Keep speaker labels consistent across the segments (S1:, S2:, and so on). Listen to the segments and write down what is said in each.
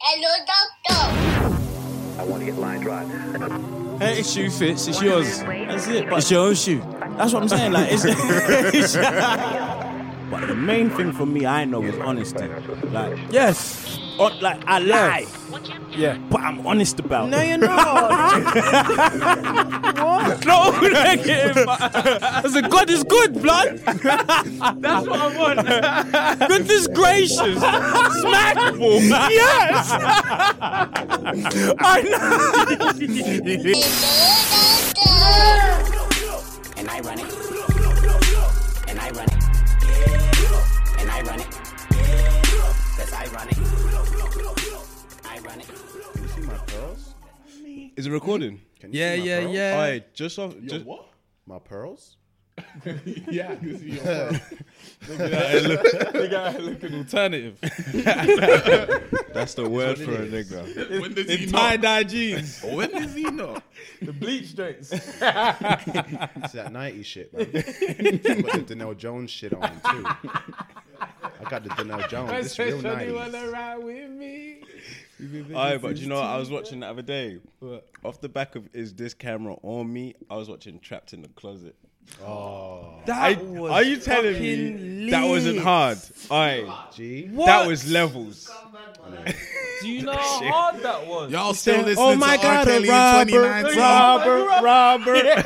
S1: Hello, doctor.
S2: I want to get line drive.
S3: Hey, it's shoe fits. It's yours.
S4: That's it. But
S3: It's your own shoe.
S4: that's what I'm saying. Like, it's, but the main thing for me, I know, is honesty. Like,
S3: Yes.
S4: on, like I lie,
S3: Yeah.
S4: but I'm honest about
S3: No,
S4: it.
S3: you're not. what? No, negative. I said, God is good, blood. That's what I want. Goodness gracious. Smackable. Yes. I know.
S1: Hello, doctor.
S5: and I run it. And I run it. And I run it. That's ironic. Ironic.
S6: Is it recording? Can
S7: Yeah, yeah, yeah.
S6: Alright, just off. just, what?
S8: My pearls?
S7: Alternative.
S6: That's the word for a nigga.
S8: When does he
S7: Tie dye jeans.
S8: know? When does he know?
S7: The bleach drinks.
S8: It's that 90 shit, man. Put the Danelle Jones shit on too. I got the Danelle Jones. It's real 90s.
S7: with me.
S6: Alright, but you know what? I was watching the other day. Off the back of Is This Camera On Me? I was watching Trapped in the Closet.
S7: That
S6: I,
S7: was
S6: are you telling
S7: fucking
S6: me that wasn't
S7: lit.
S6: hard? Alright.
S8: G.
S6: That was levels.
S7: Do you know how hard that was?
S8: Y'all still listening
S4: Oh my God, a robber, robber,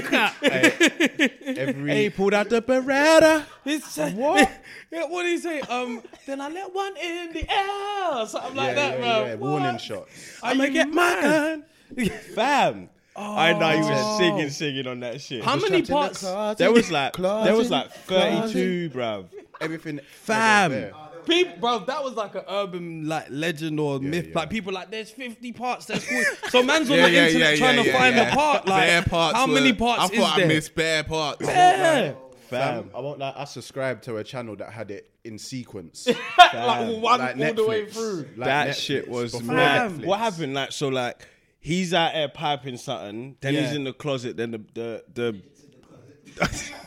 S4: robber.
S8: Every
S4: He pulled out the Beretta.
S7: It's, what? yeah, what do you say? Um, then I let one in the air, or something
S8: yeah,
S7: like that,
S8: yeah,
S7: bro.
S8: yeah,
S7: What?
S8: warning shot.
S7: I'ma get my gun.
S6: Fam. I know you were singing, singing on that shit.
S7: Oh. How many
S8: Trapped in the
S7: parts?
S8: closet,
S6: There was like there was
S8: closet,
S6: like 32, bruv.
S8: everything.
S6: Fam.
S8: everything there.
S7: People, bro, that was like an urban like legend or myth.
S8: yeah.
S7: Like people like, there's 50 parts. There's 40. so man's on
S9: Yeah,
S7: the
S9: yeah,
S7: internet
S9: yeah,
S7: trying
S9: yeah,
S7: to
S9: yeah,
S7: find
S9: yeah.
S7: a part. Like,
S9: Bare parts.
S7: how many
S9: were-
S7: parts
S9: I
S7: is
S9: thought I
S7: there?
S9: missed bare parts.
S7: yeah.
S8: Fam, Um, I won't lie. I subscribed to a channel that had it in sequence.
S7: Like one
S8: Like
S7: all the way
S8: Netflix.
S7: through.
S8: Like
S6: that
S8: Netflix,
S6: shit was
S8: before
S6: mad.
S8: Netflix.
S6: What happened? Like so, like he's out there piping something, then he's
S7: Yeah.
S6: in the closet, then the the, the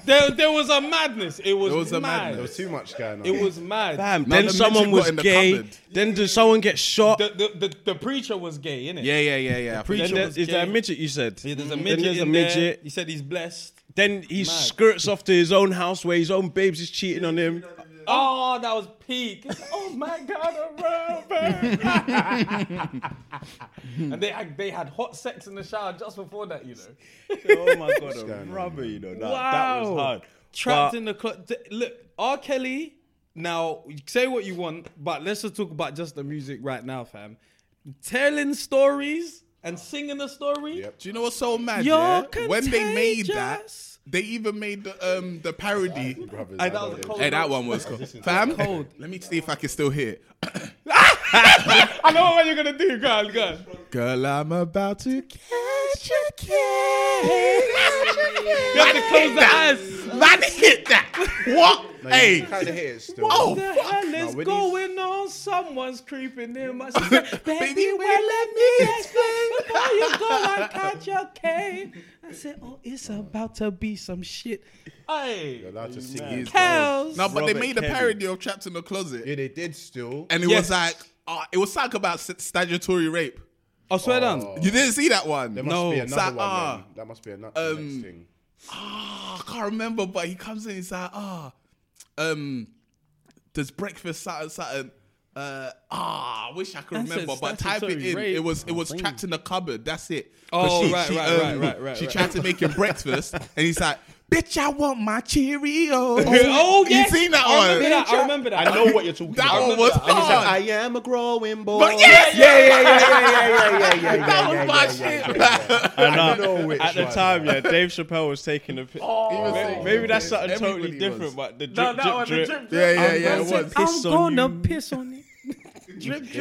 S7: There, there was a madness. It was,
S9: There was a
S7: mad.
S8: There was too much going on.
S7: It was mad.
S6: bam,
S9: Now
S6: then
S9: the
S6: someone
S9: midget got
S6: was
S9: in the
S6: gay,
S9: cupboard.
S6: then did someone get shot?
S7: The, the, the, the preacher was gay, innit?
S9: Yeah, Mm-hmm. yeah, yeah, yeah.
S7: Preacher
S6: then there,
S7: was
S6: is there a
S7: gay.
S6: midget? You said.
S7: Yeah, there's a
S6: Then
S7: midget.
S6: there's a
S7: in there.
S6: midget.
S7: He said he's blessed.
S6: Then he
S7: Mad.
S6: skirts off to his own house where his own babes is cheating on him.
S7: Oh, that was peak. It's like, oh my God, a rubber. and they had, they had hot sex in the shower just before that, you know.
S6: oh my god, a rubber! You know that, that was
S7: Wow.
S6: hard.
S7: Trapped
S6: But-
S7: in the closet. Look, R. Kelly. Now, say what you want, but let's just talk about just the music right now, fam. Telling stories and singing a story.
S8: Yep.
S9: Do you know what's so mad?
S7: You're
S9: Yeah? When they made that,
S7: contagious.
S9: they even made the um the parody.
S8: Brothers,
S7: Hey,
S8: I
S7: that
S8: know
S7: was a
S8: them.
S7: cold
S9: Hey,
S7: one.
S9: that one was cold. Fam,
S7: Cold.
S9: let me see if I can still hear. it.
S7: I know what you're gonna do. Go on, go on.
S9: Girl, I'm about to catch a kid.
S7: You have to close the eyes.
S9: Man, hit that. What?
S8: No,
S9: hey.
S8: you kind of hear it still.
S9: Oh,
S7: The
S9: fuck.
S7: hell is
S8: with these-
S7: going on? Someone's creeping in my sister. Baby,
S9: Baby,
S7: well, let me explain. Before you go, I catch your cane. I said, oh, it's about to be some shit. Hey,
S8: Allowed to sing it.
S7: cows.
S9: No, but they
S6: Robert
S9: made a
S6: Kelly.
S9: parody of Trapped in the Closet.
S8: Yeah, they did still.
S9: and it
S7: Yes.
S9: was like, uh, it was something about st- statutory rape.
S7: I swear down.
S9: You didn't see that one?
S8: There must
S7: No,
S8: be another
S9: Sa-
S8: one. then.
S9: ah.
S8: that must be another
S9: Um,
S8: next thing.
S9: I can't remember, but he comes in, he's like, ah, um, does breakfast something, something. Uh, ah, I wish I could
S7: That's
S9: remember,
S7: a
S9: but type it
S7: statutory
S9: in.
S7: rape.
S9: It was it was trapped in the cupboard. That's it.
S7: Oh,
S9: But
S7: right, right, right, right, right,
S9: She
S7: right.
S9: tried to make him breakfast, and he's like, "Bitch, I want my Cheerios."
S7: Oh, yes.
S9: you seen that
S7: I remember
S9: one?
S7: that. I remember that.
S8: I know what you're talking
S9: That
S8: about.
S9: one was
S8: And he's like,
S9: hard.
S8: I am a growing boy.
S9: But yes,
S8: yeah, yeah, yeah, yeah, yeah, yeah, yeah, yeah.
S9: that
S8: yeah,
S9: was my
S8: yeah, yeah,
S9: shit.
S8: yeah.
S6: I know.
S8: know which
S6: At the
S8: one.
S6: time, yeah, Dave Chappelle was taking a pic.
S9: was
S6: maybe,
S9: taking
S6: maybe
S9: a
S6: that's
S9: piss.
S6: something totally
S9: Everybody
S6: different,
S9: was.
S6: but the drip,
S7: No, that
S6: drip,
S7: one, the
S6: drip.
S7: drip, drip.
S9: Yeah, yeah, yeah. It was.
S6: Piss
S7: I'm
S6: on
S7: gonna
S6: you.
S7: piss on you.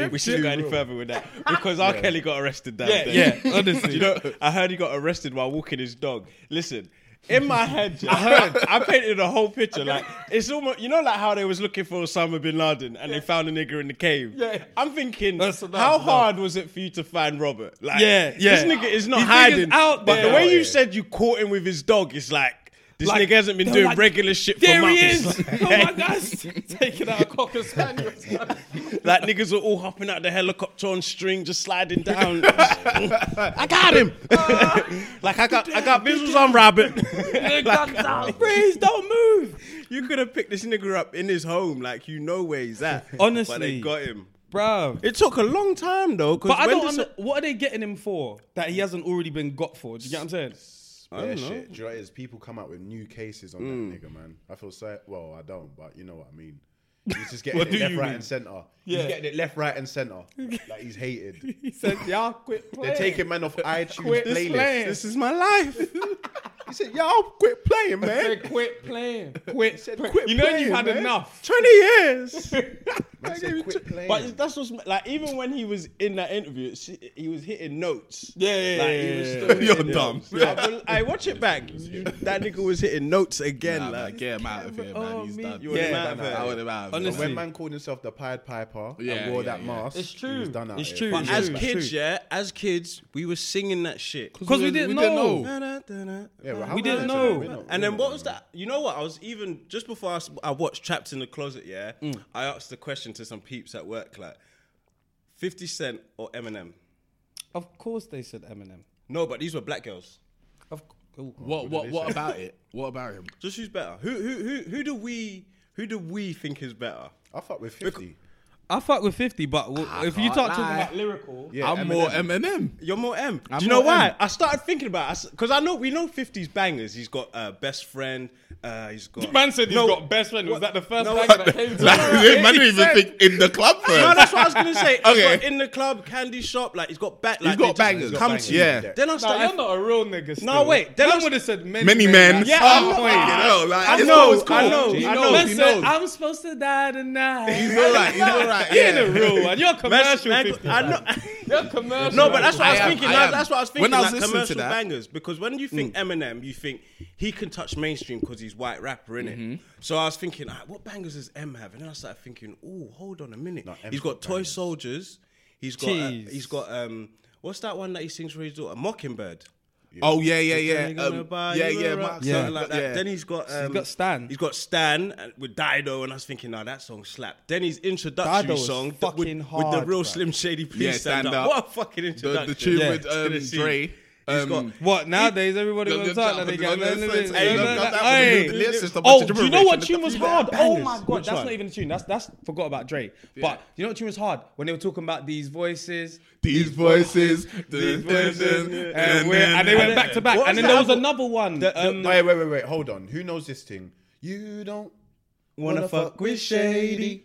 S6: We shouldn't go any further with that because R. Kelly got arrested that
S7: Yeah,
S6: day.
S7: yeah, honestly.
S6: you know, I heard he got arrested while walking his dog. Listen, in my head, I heard I painted a whole picture. Like it's almost, you know, like how they was looking for Osama bin Laden and they found a nigga in the cave.
S7: Yeah.
S6: I'm thinking,
S7: That's enough,
S6: how
S7: enough.
S6: hard was it for you to find Robert? Like,
S7: Yeah, yeah.
S6: This nigga is not
S7: These niggas
S6: hiding
S7: out
S6: But
S7: there.
S6: the way you
S8: Yeah.
S6: said you caught him with his dog is like. This
S7: Like,
S6: nigga hasn't been
S7: they were
S6: doing
S7: like,
S6: regular shit for
S7: There he
S6: months.
S7: is! oh my God! Taking out a cocker spaniel.
S6: Like niggas were all hopping out the helicopter on string, just sliding down. I got him. like I got, I got visuals on Robert.
S7: Guns out. Please don't move.
S6: you could have picked this nigga up in his home, like you know where he's at. but
S7: Honestly.
S6: they got him.
S7: Bruv.
S6: It took a long time though, because
S7: But I don't under- What are they getting him for that he hasn't already been got for? Do you get what I'm saying?
S8: Yeah, shit. Do you know what it is? People come out with new cases on
S7: Mm.
S8: that nigga, man. I feel sorry. Well, I don't, but you know what I mean. He's just getting
S7: What
S8: it
S7: do
S8: left,
S7: you
S8: right,
S7: mean?
S8: and center.
S7: Yeah.
S8: He's getting it left, right, and center. Like he's hated.
S7: He said, "Y'all quit playing."
S8: They're taking man off iTunes
S7: Quit
S8: playlist.
S7: playing.
S6: This is my life.
S8: He said, "Y'all quit playing,
S7: They
S8: man."
S7: quit playing. Quit.
S8: said,
S7: play-
S8: "Quit
S7: you know
S8: playing,
S7: you've had
S8: man."
S7: enough.
S6: Twenty years.
S8: Man said, quit playing.
S6: But that's what's like. Even when he was in that interview, it's- he was hitting notes.
S7: Yeah, yeah,
S6: Like,
S7: yeah,
S6: he was
S7: yeah,
S6: still
S9: You're
S6: hitting
S9: dumb.
S6: notes. I, bel- I watch it back. You- that nigga was hitting notes again.
S9: Nah, man,
S6: like,
S9: get him out of here, man. He's done.
S6: You would've
S7: Yeah,
S6: mad
S9: Nah,
S6: at
S9: I
S6: it.
S9: would have out of here.
S7: Honestly.
S8: when man called himself the Pied Piper
S9: Yeah,
S8: and wore
S9: yeah,
S8: that
S9: yeah.
S8: mask,
S7: It's
S8: he
S7: true.
S8: was done out
S7: It's
S8: here.
S7: true.
S8: But
S7: It's
S6: As
S7: true.
S6: kids, yeah, as kids, we were singing that shit.
S7: Because we didn't know.
S8: yeah, well, how
S7: We
S8: can
S7: didn't
S8: I
S7: know.
S8: We're not-
S6: And then
S8: we're
S6: what
S8: not-
S6: was that? You know what? I was even just before I, s- I watched Trapped in the Closet. Yeah,
S9: Mm.
S6: I asked the question to some peeps at work, like, Fifty Cent or Eminem?
S7: Of course they said Eminem.
S6: No, but these were black girls.
S7: Of oh.
S9: What, what, what about it? What about him?
S6: Just who's better? Who who who who do we who do we think is better?
S8: I fuck with fifty.
S7: I fuck with 50, but w- if you start talking about lyrical,
S8: Ah, Yeah,
S9: I'm more Eminem.
S6: You're more M.
S9: I'm
S6: do you know
S9: more
S6: why?
S9: M.
S6: I started thinking about it because I know we know 50's bangers. He's got uh, best friend. Uh, he's got
S7: man said he's
S6: No.
S7: got best friend. Was that the first
S6: No,
S7: thing
S6: what-
S7: that came to
S9: Like,
S7: mind?
S9: man didn't even think in the club first.
S6: No, that's what I was gonna say.
S9: Okay.
S6: okay. in the club, candy shop, like he's got back. Like,
S9: He's got
S6: they just
S9: bangers.
S6: Come
S8: bangers.
S6: to you.
S9: Yeah.
S6: Then I
S7: Nah,
S6: started.
S7: you're not a real nigga. Still.
S6: wait, then
S7: That
S6: I'm-
S7: would have said many,
S9: Many men.
S6: yeah,
S9: Oh,
S6: I'm not-
S9: fucking hell, like,
S6: I
S9: it's
S6: know,
S9: always cool.
S6: I know,
S9: He
S6: I
S9: knows,
S6: know.
S9: he
S7: Man said,
S9: knows.
S7: I'm supposed to die tonight.
S9: He's all right. He's all right.
S7: He ain't a
S9: yeah.
S7: real one. You're a
S6: That's-
S7: commercial.
S6: I
S7: 50,
S6: I
S7: man.
S6: know.
S7: You're a commercial.
S6: No, but that's what I,
S9: I
S6: was
S9: am,
S6: thinking.
S9: I
S6: like,
S9: am.
S6: that's what I was thinking.
S9: When I was
S6: like
S9: listening to
S6: commercial
S9: that- Mm.
S6: bangers, because when you think Eminem, you think he can touch mainstream because he's white rapper, innit?
S9: Mm-hmm.
S6: So I was thinking, ah, what bangers does M have? And then I started thinking, oh, hold on a minute.
S8: M's
S6: he's got
S8: got
S6: Toy
S8: bangers.
S6: Soldiers. He's got. uh,
S7: Jeez.
S6: he's got. Um, what's that one that he sings for his daughter? Mockingbird.
S9: Oh yeah, yeah,
S6: Ain't
S9: yeah,
S6: gonna
S9: um,
S6: buy
S9: yeah,
S6: you
S9: yeah,
S6: a rock,
S9: Mark,
S6: something
S9: yeah,
S6: like that.
S9: yeah.
S6: Then he's got. Um,
S7: got Stan.
S6: He's got Stan uh, with Dido, and I was thinking, nah, that song slapped. Then his introductory
S7: Dido was
S6: song th-
S7: fucking
S6: with, with the
S7: hard,
S6: real
S7: bruv.
S6: Slim Shady, please
S9: Yeah,
S6: stand,
S9: Stand
S6: up.
S9: Up.
S6: What a fucking
S9: the,
S6: introduction!
S9: the tune
S7: Yeah.
S9: with um,
S6: Tennessee.
S9: Dre. Um,
S6: got-
S7: What nowadays everybody
S9: The-
S7: wants
S9: the
S7: to talk that
S9: jump
S7: they
S9: and
S7: got
S9: the
S7: no limits.
S9: nonsense.
S7: Hey,
S9: Hey,
S7: no,
S9: look,
S7: no,
S9: that was
S7: hey.
S9: the lyrics, it's a bunch
S7: Oh,
S9: of
S7: do you
S9: gibberish
S7: know what
S9: and
S7: tune
S9: a
S7: was
S9: few
S7: hard?
S9: bangers.
S7: Oh my god,
S6: Which
S7: that's
S6: one?
S7: not even a tune. That's that's forgot about Dre. But you know what tune was hard when they were talking about these voices.
S9: these voices,
S7: These
S9: these
S7: voices,
S9: voices,
S7: and, we're- and they went back to back,
S6: What was
S7: and then there
S6: that
S7: was
S6: album?
S7: another one. um,
S8: Wait, wait, wait, wait. Hold on. Who knows this thing? You don't
S6: Wanna fuck with Shady?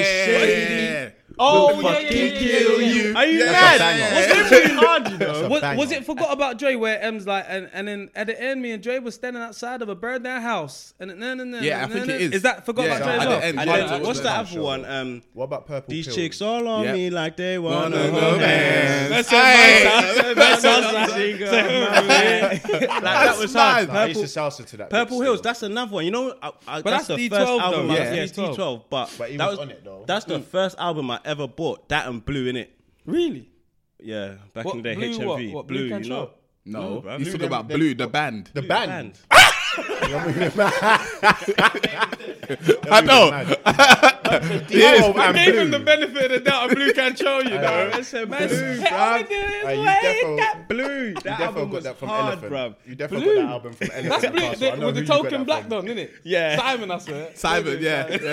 S9: Yeah.
S7: oh yeah, yeah, yeah, yeah,
S9: Kill
S7: yeah, yeah.
S9: you.
S6: Are you
S8: That's a
S6: mad?
S8: banger.
S6: What's really hard, you know?
S7: Was, was it forgot about Dre where M's like and, and then at the end me and Dre was standing outside of a burned down house and no no no
S9: Yeah, I
S7: no,
S9: think
S7: no.
S9: it is.
S7: is that forgot
S9: Yeah,
S7: about Dre
S9: at
S7: as
S9: the
S7: well
S6: And
S9: end. Yeah,
S6: then,
S9: it's all
S6: what's the
S8: about
S6: other
S8: show.
S6: one? Um,
S8: What about purple?
S6: these
S8: Pill?
S6: chicks all on
S9: Yep.
S6: me like they want
S9: Wanna
S6: to
S9: go
S6: romance.
S9: dance.
S6: That's that sounds like Like, that was hard.
S8: Nah, I used to salsa to that.
S6: Purple
S8: bit
S6: Hills,
S8: still.
S6: that's another one. You know, I, I, that's,
S7: that's
S6: the
S7: D12
S6: first
S7: though.
S6: album. I,
S7: Yeah.
S6: yeah, Hmm. it's
S7: D12.
S6: D12. But,
S8: But he
S6: that
S8: was
S6: was
S8: on it, though.
S6: That's the first album I ever bought. That and Blue in it.
S7: really
S6: Yeah, back
S7: What,
S6: in the day,
S7: Blue
S6: HMV.
S7: what? What, Blue
S6: blue, you
S7: Control?
S6: know.
S9: No,
S6: bruv.
S9: he's talking about Blue, the band.
S8: the band.
S6: Band.
S9: I know.
S8: Yes.
S9: Yes.
S8: and
S7: gave him
S8: Blue.
S7: the benefit of the doubt of Blue Control you know
S6: I said
S7: Man,
S6: Blue,
S7: hey, I'ma
S6: bruv.
S7: do this
S8: Hey, you
S7: way,
S8: defo-
S7: that
S6: Blue.
S8: You
S6: That
S8: definitely
S6: album
S8: got
S6: was
S8: that from
S6: hard,
S8: Elephant.
S6: bruv.
S8: You definitely got that album from Elephant.
S7: That's Blue
S8: Castle. I
S7: the,
S8: know
S7: with the
S8: who you got
S7: token
S8: that
S7: black
S8: from.
S7: done isn't it
S6: Yeah.
S7: Simon I swear
S9: Simon, yeah.
S6: Those are the
S7: I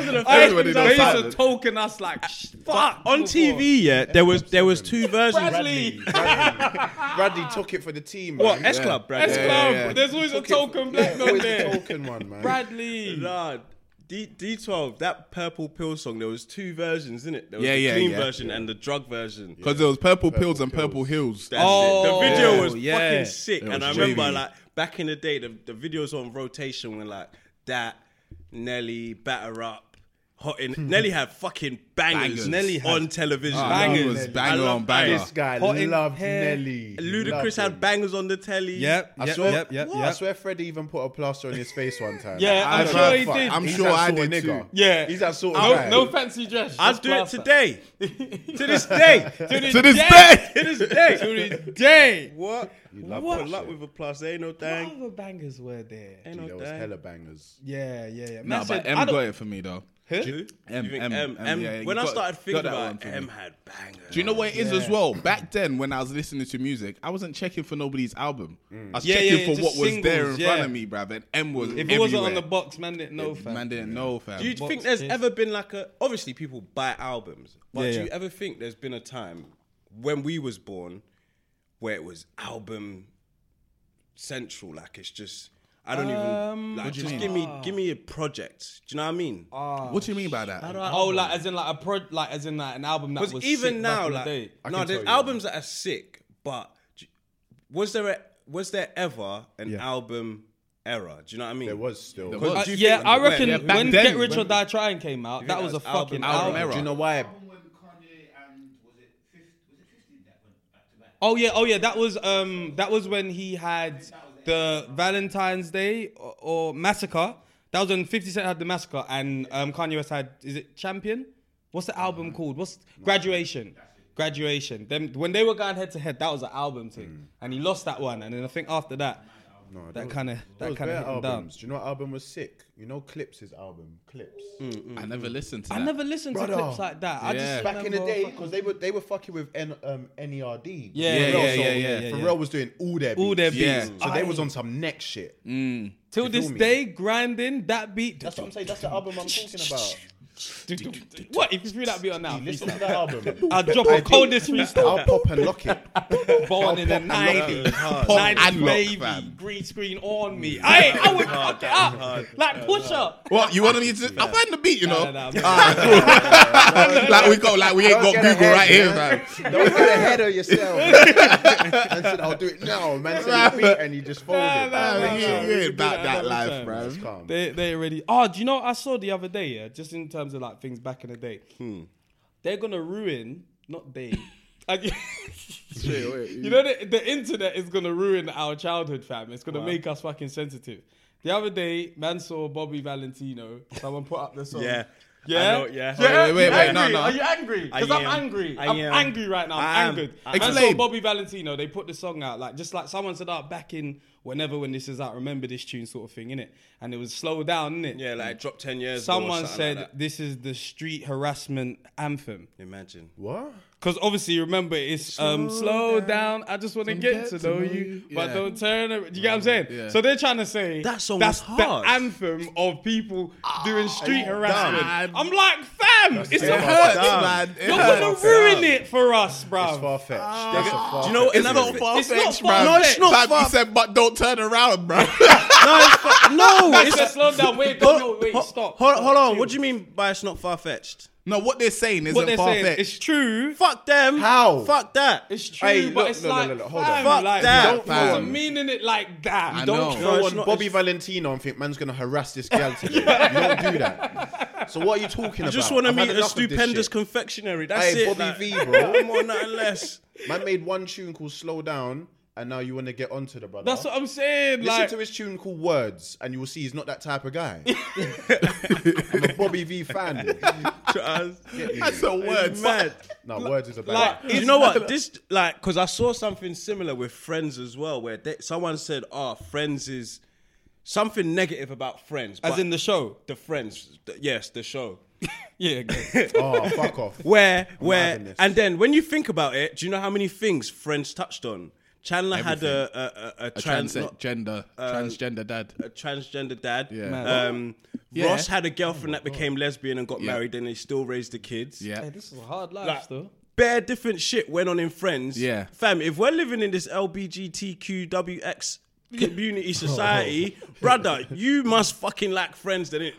S6: first
S9: Everybody
S6: things
S7: used
S9: knows
S6: I
S9: Simon.
S6: saw.
S7: to token us like sh- fuck
S6: on TV, yeah, there was there was two versions.
S7: Bradley
S8: Bradley. Bradley took it for the team.
S6: What
S8: man.
S6: S Club,
S7: S
S6: Bradley?
S9: Yeah,
S7: Club
S9: yeah, yeah.
S7: there's always a token black done
S8: Always the
S7: there
S8: token one, man.
S7: Bradley
S6: Nah, D D twelve. That purple pill song. There was two versions in it. There was
S9: Yeah,
S6: the
S9: yeah,
S6: clean
S9: yeah.
S6: version and the drug version.
S9: Because there was Purple Pills and Purple Hills.
S6: That's
S7: Oh,
S6: it. The video
S7: yeah.
S6: was
S7: yeah.
S6: fucking sick,
S9: It
S6: and I
S9: was
S6: remember
S9: juvie.
S6: like back in the day, the the videos on rotation were like that, Nelly, Batter Up. hot in. Nelly had fucking bangers,
S9: Bangers.
S6: Nelly
S9: Nelly
S6: on television.
S9: Ah,
S7: Bangers.
S9: Nelly was banger
S6: I
S9: on
S6: love
S9: banger.
S8: This guy
S7: Hot in
S8: loved
S7: hair.
S8: Nelly. He
S6: Ludacris
S8: loved
S6: had
S8: him.
S6: bangers on the telly.
S7: Yep,
S8: I
S7: yep,
S8: swear,
S7: yep, yep,
S8: what? I
S7: yep.
S8: swear Freddie even put a plaster on his face one time.
S7: Yeah,
S8: Like,
S7: I'm
S8: I don't
S7: sure
S8: know,
S7: he
S8: fuck.
S7: did.
S8: I'm
S9: He's
S8: sure
S9: that
S8: I
S9: sort of
S8: did
S9: nigga.
S8: too.
S7: Yeah.
S8: He's that sort of guy.
S7: No, no fancy dress.
S6: I'd
S7: just
S6: do it
S7: plaster.
S6: today. to this day. To this,
S9: To this day,
S6: to this day.
S7: To this day.
S6: What?
S8: You love
S6: what?
S8: that
S6: Pull up
S8: shit.
S6: with a plus. Ain't no
S7: What
S6: thing.
S7: other bangers were there?
S6: Ain't no
S8: Dude, there was
S6: thing.
S8: hella bangers.
S7: Yeah, yeah, yeah.
S10: No,
S7: Man said,
S10: but M
S7: I
S10: got
S7: don't-
S10: it for me though.
S6: Who?
S10: M,
S6: You think
S10: M,
S6: M,
S10: M,
S6: M.
S10: yeah, you
S6: when I
S10: got-
S6: started
S10: got
S6: thinking
S10: that
S6: about
S10: one
S6: it,
S10: for me.
S6: M had bangers.
S10: Do you know what it is as
S7: Yeah.
S10: well? Back then, when I was listening to music, I wasn't checking for nobody's album. I was
S7: Yeah,
S10: checking
S7: yeah,
S10: for
S7: just
S10: what was there in
S7: singles,
S10: front
S7: yeah.
S10: of me, bruv. And M was
S7: If it
S10: everywhere.
S7: wasn't on the box, man didn't know, fam.
S10: man didn't know, fam.
S6: Do you
S7: Box
S6: think there's
S7: kiss.
S6: ever been like a? Obviously, people buy albums, but
S7: Yeah,
S6: do
S7: yeah.
S6: you ever think there's been a time when we was born where it was album central? Like it's just I don't even. Like,
S10: do you
S6: just
S10: mean?
S6: give me give me a project. Do you know what I mean?
S9: Ah,
S10: what do you mean by that?
S7: Oh, like as in like a pro, like as in like an album that
S6: Because
S7: was
S6: even
S7: sick back
S6: now,
S7: in the
S6: like
S7: day.
S8: I
S6: no,
S8: can
S6: there's
S8: tell you,
S6: albums that are sick, but do- was there a, was there ever an album era? Do you know what I mean?
S8: There was still.
S10: There was.
S7: Uh,
S10: do you
S7: yeah, I
S6: when-
S7: reckon
S6: yeah,
S10: back
S7: when
S10: then,
S7: Get Rich or
S10: when-
S7: Die Trying came out, that
S6: that
S7: was a
S6: was album-
S7: fucking
S10: album
S7: album.
S10: era.
S8: Do you know why?
S7: Oh yeah, oh yeah, that was um that was when he had the Valentine's Day or, or Massacre. That was when 50 Cent had the Massacre and um Kanye West had is it Champion? What's the
S10: Uh-huh.
S7: album called? What's Graduation? Graduation. Then when they were going head to head, that was an album thing,
S10: Mm.
S7: and he lost that one. And then I think after that, that kind of that
S8: There was
S7: kind
S8: bare
S7: of hit him down.
S8: albums. Do you know what album was sick? You know Clips' album, Clips.
S6: Mm.
S10: I never listened to that.
S7: Mm. I never listened
S8: Brother.
S7: to clips like that. I
S10: Yeah.
S7: just
S8: Back in the
S7: remember
S8: day,
S7: fucking-
S8: because they were they were fucking with N, um, NERD.
S7: Yeah,
S10: Yeah, yeah,
S8: Pharrell, so
S10: yeah, yeah,
S7: yeah,
S8: Pharrell
S7: yeah.
S8: was doing all their beats.
S7: all their beats.
S10: Yeah.
S8: So they was on some neck shit.
S6: Mm.
S7: Till
S8: You feel
S7: this
S8: me?
S7: day, grinding that beat.
S8: That's what I'm saying. That's the album I'm talking about.
S7: What if you threw that beat on now?
S8: You listen to that album.
S7: I'll drop a coldest
S8: I'll
S7: freestyle.
S8: pop and lock it.
S7: Born in the nineties, nineties
S10: and lock,
S7: baby,
S10: fam.
S7: green screen on me. I I would fuck it up like push up.
S10: What you wanted me to? I find the beat, you know.
S7: No, no, no.
S10: like we go, like we ain't got
S8: Don't get
S10: Google
S8: ahead,
S10: right here,
S8: man.
S10: fam.
S8: Don't get ahead of yourself. and said, I'll do it now. Man said, "Repeat," and you just folded.
S7: Nah, nah,
S10: You
S7: nah.
S10: you ain't about that
S7: another
S10: life,
S7: time.
S10: bruv.
S8: It's calm.
S7: They they already. Oh, do you know what I saw the other day? Yeah, just in terms of like things back in the day. They're gonna ruin, not they. I- you know the, the internet is gonna ruin our childhood, fam. It's gonna make us fucking sensitive. The other day, man saw Bobby Valentino. Someone put up the song.
S6: yeah.
S7: Yeah?
S6: I know, yeah.
S10: Wait, wait, wait,
S7: You
S10: no,
S7: angry?
S10: no.
S7: Are you angry? Because
S6: I
S7: I'm
S6: am.
S7: angry.
S6: I
S7: I'm
S6: am.
S7: angry right now.
S6: I
S7: I'm
S6: am.
S7: angered.
S6: I
S7: And
S6: am.
S7: so
S10: Explain.
S7: Bobby Valentino, they put the song out like just like someone said out back in whenever when this is out. Remember this tune, sort of thing, innit? And it was slow down, innit?
S6: Yeah, like drop ten years. ago or
S7: Someone
S6: something
S7: said
S6: like that.
S7: this is the street harassment anthem
S6: Imagine.
S8: What?
S7: because obviously remember it's um slow down. I just want to get to know you, but
S10: Yeah.
S7: don't turn. ar- You get what I'm saying?
S10: Yeah.
S7: So they're trying to say
S3: That song
S7: that's
S3: was hard.
S7: the anthem of people
S6: Ah,
S7: doing street harassment.
S10: damn.
S7: I'm like, fam, it's a
S10: It
S7: hurt.
S10: hurts, man. It
S7: You're
S10: hurts.
S7: gonna ruin it for us,
S8: It's
S7: bro.
S8: far fetched.
S7: Ah.
S8: That's a far.
S6: Do you know
S10: It's not
S6: another?
S10: far
S7: It's not
S10: fetched,
S7: far-
S10: bruv.
S7: No, it's
S3: not
S10: Fam,
S3: far-
S10: He said, but don't turn around, bro.
S6: No, it's fu- no.
S7: It's
S6: It's
S7: just slow down. Wait, go, no, wait,
S6: Ho-
S7: stop.
S6: Hold,
S7: stop,
S6: hold on.
S7: chill.
S6: What do you mean by it's not far fetched?
S10: no, what they're saying
S7: What
S10: isn't
S7: they're
S10: far
S7: saying?
S10: fetched.
S7: It's true.
S6: Fuck them.
S8: How?
S6: Fuck that.
S7: It's true,
S8: Hey,
S7: but
S8: look,
S7: it's
S8: no, no,
S7: like,
S8: no, no, hold on.
S7: fam,
S6: Fuck
S7: like,
S6: that,
S7: you don't put a
S10: fam.
S7: meaning it like that.
S10: I
S7: You don't
S10: know.
S7: throw
S6: No,
S7: a
S6: it's not-
S8: Bobby Valentino and think man's gonna harass this girl today. You don't do that. So what are you talking
S6: I
S8: about?
S6: just want to
S8: I've had
S6: meet a
S8: enough of this
S6: stupendous
S8: shit.
S6: confectionery. That's it.
S8: Hey, Bobby
S6: like,
S8: V, bro.
S6: No more, nothing less.
S8: Man made one tune called "Slow Down," and now you want to get onto the brother.
S7: That's what I'm saying.
S8: Listen
S7: Like,
S8: to his tune called "Words," and you will see he's not that type of guy. I'm a Bobby V fan.
S10: That's a word.
S6: It's mad.
S8: No, "Words" is a bad.
S7: like,
S6: you know what? This like because I saw something similar with Friends as well, where they, someone said, "Ah, Friends is something negative about Friends."
S7: as
S6: but
S7: in the show.
S6: the Friends, the- yes, the show.
S7: Yeah. go.
S8: oh, fuck off.
S6: Where,
S8: having
S6: where,
S8: this.
S6: and then when you think about it, do you know how many things Friends touched on? Chandler had a a, a, a
S10: A
S6: trans, not-
S10: transgender, transgender dad.
S6: a transgender dad.
S10: Yeah. Man.
S6: Um,
S10: Yeah.
S6: Ross had a girlfriend that became lesbian and got married, and they still raised the kids.
S10: Yeah.
S7: this is a hard life,
S6: Like-
S7: though.
S6: Bare different shit went on in Friends.
S10: Yeah.
S6: Fam, if we're living in this LBGTQWX community society, brother, you must fucking like Friends, then it.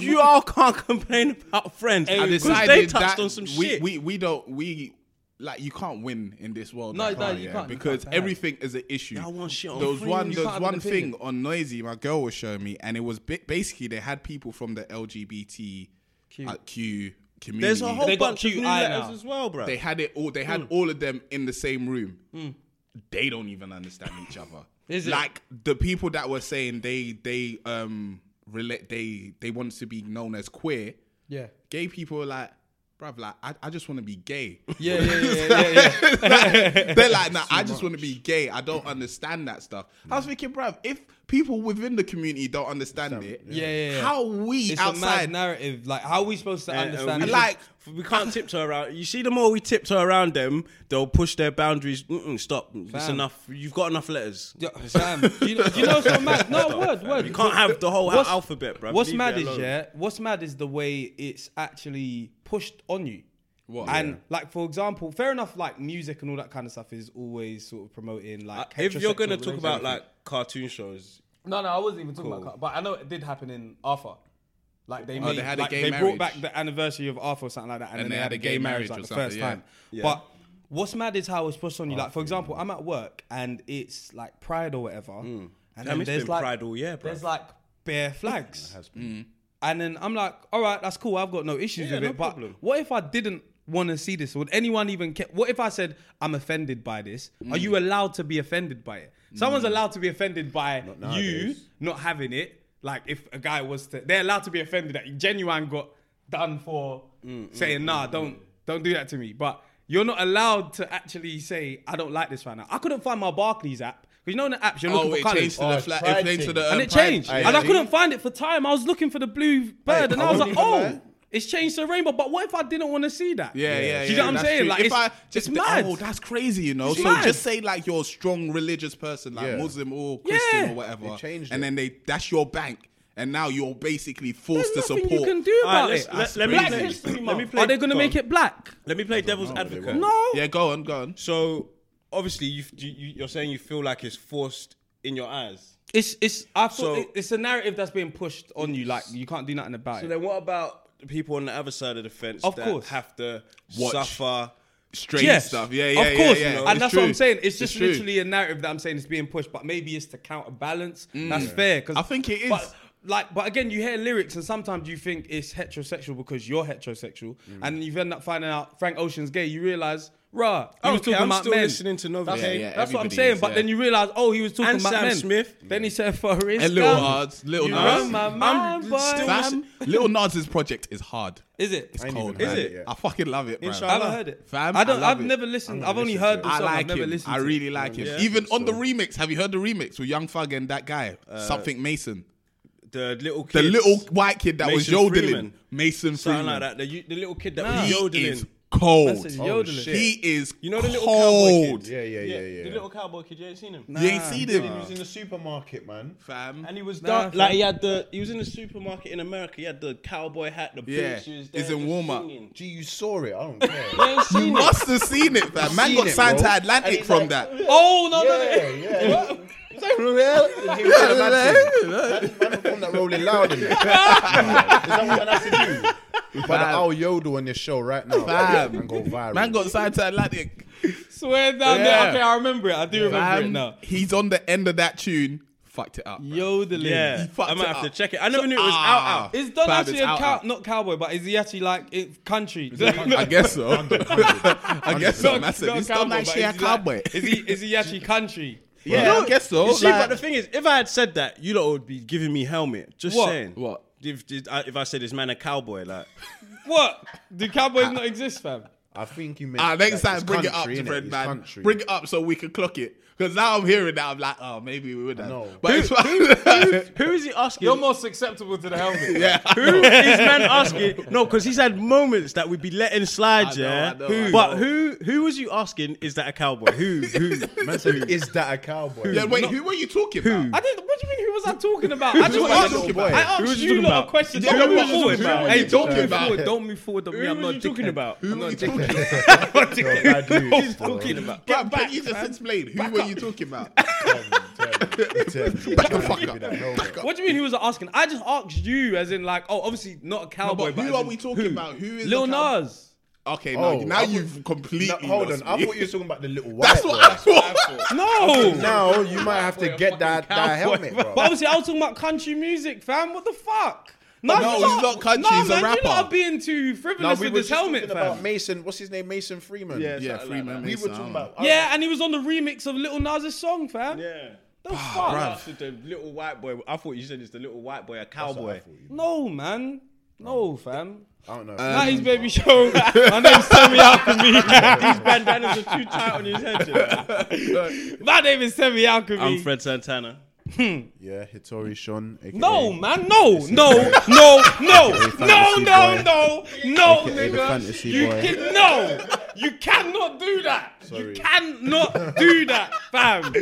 S6: you all can't complain about Friends.
S10: I
S6: Because
S10: decided
S6: they touched
S10: that
S6: on some
S10: we,
S6: shit.
S10: We we don't we like you can't win in this world.
S7: No,
S10: like
S7: no,
S10: that,
S7: you
S10: yeah,
S7: can't, you
S10: because
S7: can't.
S10: everything is an issue.
S6: I want shit on
S10: there was
S6: free.
S10: one there
S7: can't
S10: was
S7: have
S10: one
S7: an opinion.
S10: thing on Noisy. My girl was showing me, and it was bi- basically they had people from the LGBT
S7: Q.
S9: Like Q, community.
S3: There's a whole
S7: They got
S3: bunch of
S7: QI
S3: blue
S7: now.
S3: letters as well, bro.
S9: They had it all. They
S7: Hmm.
S9: had all of them in the same room. They don't even understand each other.
S7: Is it?
S9: like the people that were saying they they um relate they they want to be known as queer.
S7: Yeah.
S9: Gay people are like, bruv, like I, I just want to be gay.
S7: Yeah, yeah, yeah, yeah, yeah.
S9: They're like, nah, I just want to be gay. I don't understand that stuff. I was
S7: Hmm.
S9: thinking, bruv, if people within the community don't understand it,
S7: Yeah, yeah, yeah.
S9: how we
S7: It's a mad
S9: outside
S7: narrative. Like, how are uh, we supposed to understand?
S9: we
S7: it?
S9: just- like-
S6: we can't tiptoe around. You see, the more we tiptoe around them, they'll push their boundaries. Mm-mm, stop. It's
S7: Fam.
S6: enough. You've got enough letters.
S7: Yo, fam, do you know, do you know what's so mad? No, word, word.
S6: You can't have the whole
S7: What's-
S6: Oh, alphabet, bro.
S7: What's mad is yeah. What's mad is the way it's actually pushed on you.
S9: What?
S7: And like for example, fair enough. Like music and all that kind of stuff is always sort of promoting like.
S6: Uh, If you're gonna talk
S7: heterosexual relationships.
S6: about like cartoon shows,
S7: no, no, I wasn't even talking about. But I know it did happen in Arthur. Like they, made,
S9: they had a
S7: like,
S9: gay
S7: they
S9: marriage.
S7: brought back the anniversary of Arthur or something like that, and, then they, had, a gay marriage,
S9: or
S7: like the
S9: something,
S7: first
S9: yeah.
S7: time. But what's mad is how it's pushed on you. Like for example, I'm at work and it's like Pride or whatever, and
S6: Damn,
S7: then
S6: it's
S7: there's
S6: been
S7: like
S6: Pride all year, bro.
S7: There's like bare flags. And then I'm like, all right, that's cool. I've got no issues with
S6: no
S7: it. But
S6: problem.
S7: what if I didn't want to see this? Would anyone even care? What if I said I'm offended by this? Are you allowed to be offended by it? Someone's allowed to be offended by you
S8: nowadays.
S7: not having it. Like if a guy was to, they're allowed to be offended that genuine got done for saying nah, don't don't do that to me. But you're not allowed to actually say I don't like this right now. I couldn't find my Barclays app. 'Cause you know in the apps you're
S9: oh,
S7: looking
S9: it
S7: for colours
S9: changed to the flat. It changed to the um,
S7: and it
S9: pride-
S7: changed.
S9: Hey,
S7: and I
S9: see?
S7: couldn't find it for time. I was looking for the blue bird, and I,
S8: I
S7: was like,
S8: wouldn't
S7: oh,
S8: even lie.
S7: it's changed to rainbow. But what if I didn't want to see that?
S9: Yeah, yeah, yeah.
S7: Do you know what I'm
S9: that's
S7: saying?
S9: true.
S7: Like,
S9: if
S7: it's,
S9: I
S7: it's
S9: just,
S7: mad.
S9: oh, that's crazy, you know.
S7: It's
S9: so
S7: mad.
S9: just say like you're a strong religious person, like
S8: Yeah.
S9: Muslim or Christian
S7: Yeah.
S9: or whatever,
S8: They changed it.
S9: and then they that's your bank, and now you're basically forced
S7: There's
S9: to
S7: nothing
S9: support.
S7: you can do about
S6: let's-
S7: it.
S6: let- let me
S7: Black
S6: play-
S7: History
S6: let me
S7: Month.
S6: play-
S7: Are they going to
S6: go
S7: make
S6: on.
S7: it black?
S6: let me play devil's
S8: know, they
S6: advocate.
S8: won't.
S7: No.
S9: Yeah, go on, go on.
S6: So obviously, you, you you- you're saying you feel like it's forced in your eyes.
S7: It's it's I thought
S6: So-
S7: it- it's a narrative that's being pushed on you. Like you can't do nothing about
S6: So
S7: it.
S6: then, what about the people on the other side of the fence
S7: Of
S6: that
S7: course.
S6: have to
S9: Watch.
S6: suffer?
S9: Straight stuff. Yeah, yeah,
S7: Of course,
S9: yeah, yeah.
S7: and
S9: It's
S7: that's
S9: true.
S7: what I'm saying. It's just
S9: true.
S7: literally a narrative that I'm saying is being pushed, but maybe it's to counterbalance. That's fair. Cause,
S9: Mm. I think it is.
S7: But, like, but again, you hear lyrics, and sometimes you think it's heterosexual because you're heterosexual,
S9: Mm.
S7: and you end up finding out Frank Ocean's gay. You realize, rah, he was
S6: Okay,
S7: talking
S6: I'm
S7: about
S6: still
S7: men.
S6: listening to Novocaine.
S7: That's,
S9: Yeah, yeah,
S7: that's what I'm
S9: everybody
S7: saying.
S9: is,
S7: but
S9: yeah.
S7: then you realize, oh, he was talking
S6: And
S7: about
S6: Sam
S7: men.
S6: Smith.
S7: Then he said, "For his
S9: and Lil
S7: gun."
S9: Nas, Lil
S7: You
S9: Nas,
S7: run my
S6: I'm
S7: mind, boy.
S6: still
S9: fam, Lil Nas's project is hard.
S7: Is it?
S8: I ain't
S9: Cold,
S8: even
S9: man.
S8: had
S6: it?
S8: yet.
S9: I fucking love it, bro.
S7: I haven't heard it.
S9: Fam,
S7: I don't.
S9: I love
S7: have
S9: it.
S7: never listened.
S8: gonna
S7: I've only
S8: listen
S7: heard the
S8: to it.
S7: song.
S9: I like
S7: I've never
S9: him.
S7: listened.
S9: I
S7: to it.
S9: really like him.
S6: Yeah.
S9: Even on the remix, have you heard the remix with Young Thug and that guy,
S8: Uh,
S9: something Mason?
S6: The little
S9: The
S6: kids,
S9: little white kid that was
S6: Mason
S9: yodeling,
S6: Freeman.
S9: Mason Freeman.
S6: something like that. The, the little kid that
S7: Nah.
S6: was
S9: He
S6: yodeling. Oh,
S9: is cold.
S7: That's a yodeling.
S9: He is
S6: You know the little cowboy
S9: cold.
S6: kid.
S8: Yeah, yeah, yeah,
S6: The
S8: yeah.
S6: little cowboy kid. You ain't seen him.
S9: You ain't seen him,
S8: He was in the supermarket, man.
S9: fam.
S6: And he was
S7: Nah,
S6: dark,
S7: fam.
S6: like he had the. He was in the supermarket in America. He had the cowboy hat, the
S9: Yeah.
S6: boots. He was there
S9: He's in
S6: just
S9: warm-up.
S6: singing.
S8: Gee, you saw it. I don't care.
S6: You ain't seen
S9: You
S6: it.
S9: must have seen it, fam. Man
S8: seen
S9: got
S8: it,
S9: signed
S8: bro.
S9: to Atlantic from that.
S7: Oh no, no, no.
S8: yeah, yeah. Is that real? He was doing a mad thing. Man performed that rolling loud in it. Is that what man has to do? But I'll yodel oh, on this show right now
S9: Fam.
S8: and go viral.
S9: Man got signed to Atlantic.
S7: Swear down
S9: Yeah.
S7: there. Okay, I remember it. I do remember it
S9: Fam,
S7: now.
S9: he's on the end of that tune. Fucked it up. bro.
S7: Yodeling.
S6: Yeah,
S9: fucked
S6: I might
S9: it
S6: have to
S9: up.
S6: check it. I never knew it was
S9: ah.
S6: out. out.
S7: Is Don
S9: Fam,
S7: actually
S9: it's
S7: a
S9: out,
S7: cow?
S9: out.
S7: Not cowboy, but is he actually like it, country?
S9: I guess so. I guess so.
S7: Not-
S9: Massive.
S7: not
S9: He's not
S7: cowboy,
S9: actually a
S7: but is he like-
S9: cowboy.
S7: Is he? Is he actually country?
S9: Yeah, I guess so.
S6: You see,
S9: like-
S6: but the thing is, if I had said that, you lot would be giving me helmet. Just
S7: What?
S6: saying.
S9: What?
S6: If, did I- if I said this man a cowboy, like
S7: What? Do cowboys not exist, fam?
S8: I think you meant.
S9: Ah, next
S8: like,
S9: time,
S8: it's
S9: bring it up,
S8: country, innit?
S9: friend,
S8: It's
S9: man.
S8: country.
S9: Bring it up so we can clock it. Because now I'm hearing that, I'm like, oh, maybe we would have.
S8: know.
S9: But it's fine.
S6: who is he asking?
S7: You're more susceptible to the helmet.
S9: yeah.
S6: who is man asking? No, because he's had moments that we'd be letting slide,
S9: I know,
S6: yeah.
S9: I know, I
S6: but
S9: know.
S6: who who was you asking? Is that a cowboy? Who who?
S8: Man said, "Is that a cowboy?"
S9: Yeah, wait, who were you talking
S7: I
S9: about?
S7: didn't. What do you mean? Who was I talking about? I
S9: Who
S7: just
S9: was you
S7: wanted
S9: talking
S7: to.
S9: about?
S7: I
S9: Who
S6: was
S7: asked
S6: you
S7: you
S6: talking
S7: lot
S6: about?
S7: of questions.
S9: Yeah,
S7: Don't
S9: who
S7: move
S9: was you
S7: forward,
S9: talking about?
S7: Hey, don't
S9: Who was you
S7: move
S9: talking
S7: forward.
S9: about?
S7: Don't move forward.
S6: who was you talking about?
S9: Who were you talking about?
S8: Yo, bad news, bro.
S9: Bro, Can you just explain? Who were you talking about?
S8: Back
S9: the fuck up.
S7: What do you mean? Who was I asking? I just asked you, as in like, oh, obviously not a
S9: No,
S7: cowboy.
S9: but
S7: but as
S9: who are
S7: in-
S9: we talking about? Who is
S7: Lil
S9: the cow-
S7: Nas.
S9: Okay, no,
S8: Oh,
S9: now
S8: I
S9: you've completely.
S8: No, hold on,
S9: lost
S8: I
S9: me.
S8: thought you were talking about the little white.
S9: That's what I thought.
S7: No.
S8: Now you might have to get that, that helmet, bro.
S7: But obviously, I was talking about country music, fam. What the fuck? No,
S9: No, he's not country,
S7: No,
S9: he's a
S7: man,
S9: rapper.
S7: You're not being too frivolous with this
S8: just talking
S7: helmet,
S8: about
S7: fam.
S8: Mason. What's his name? Mason Freeman.
S6: Yeah,
S9: Yeah,
S6: something
S9: Freeman
S8: we were
S9: Mason, I
S8: talking
S9: don't
S8: about.
S7: Yeah, and he was on the remix of Little Nas's song, fam.
S6: Yeah.
S7: The fuck?
S6: After the little white boy. I thought you said it's the little white boy, a cowboy.
S7: No, man. No, fam.
S8: I don't know.
S7: That is baby show. My name's Sammy Alchemy.
S6: These bandanas are too tight on his head. you know.
S7: My name is Sammy Alchemy.
S6: I'm Fred Santana.
S8: yeah, Hitori Shon. AKA,
S7: No, man, no, no, no, no, no,
S8: fantasy
S7: no, no,
S8: boy.
S7: no,
S8: AKA the
S7: nigga.
S8: fantasy
S7: You
S8: boy.
S7: can no, you cannot do that. You
S8: Sorry.
S7: cannot do that, fam.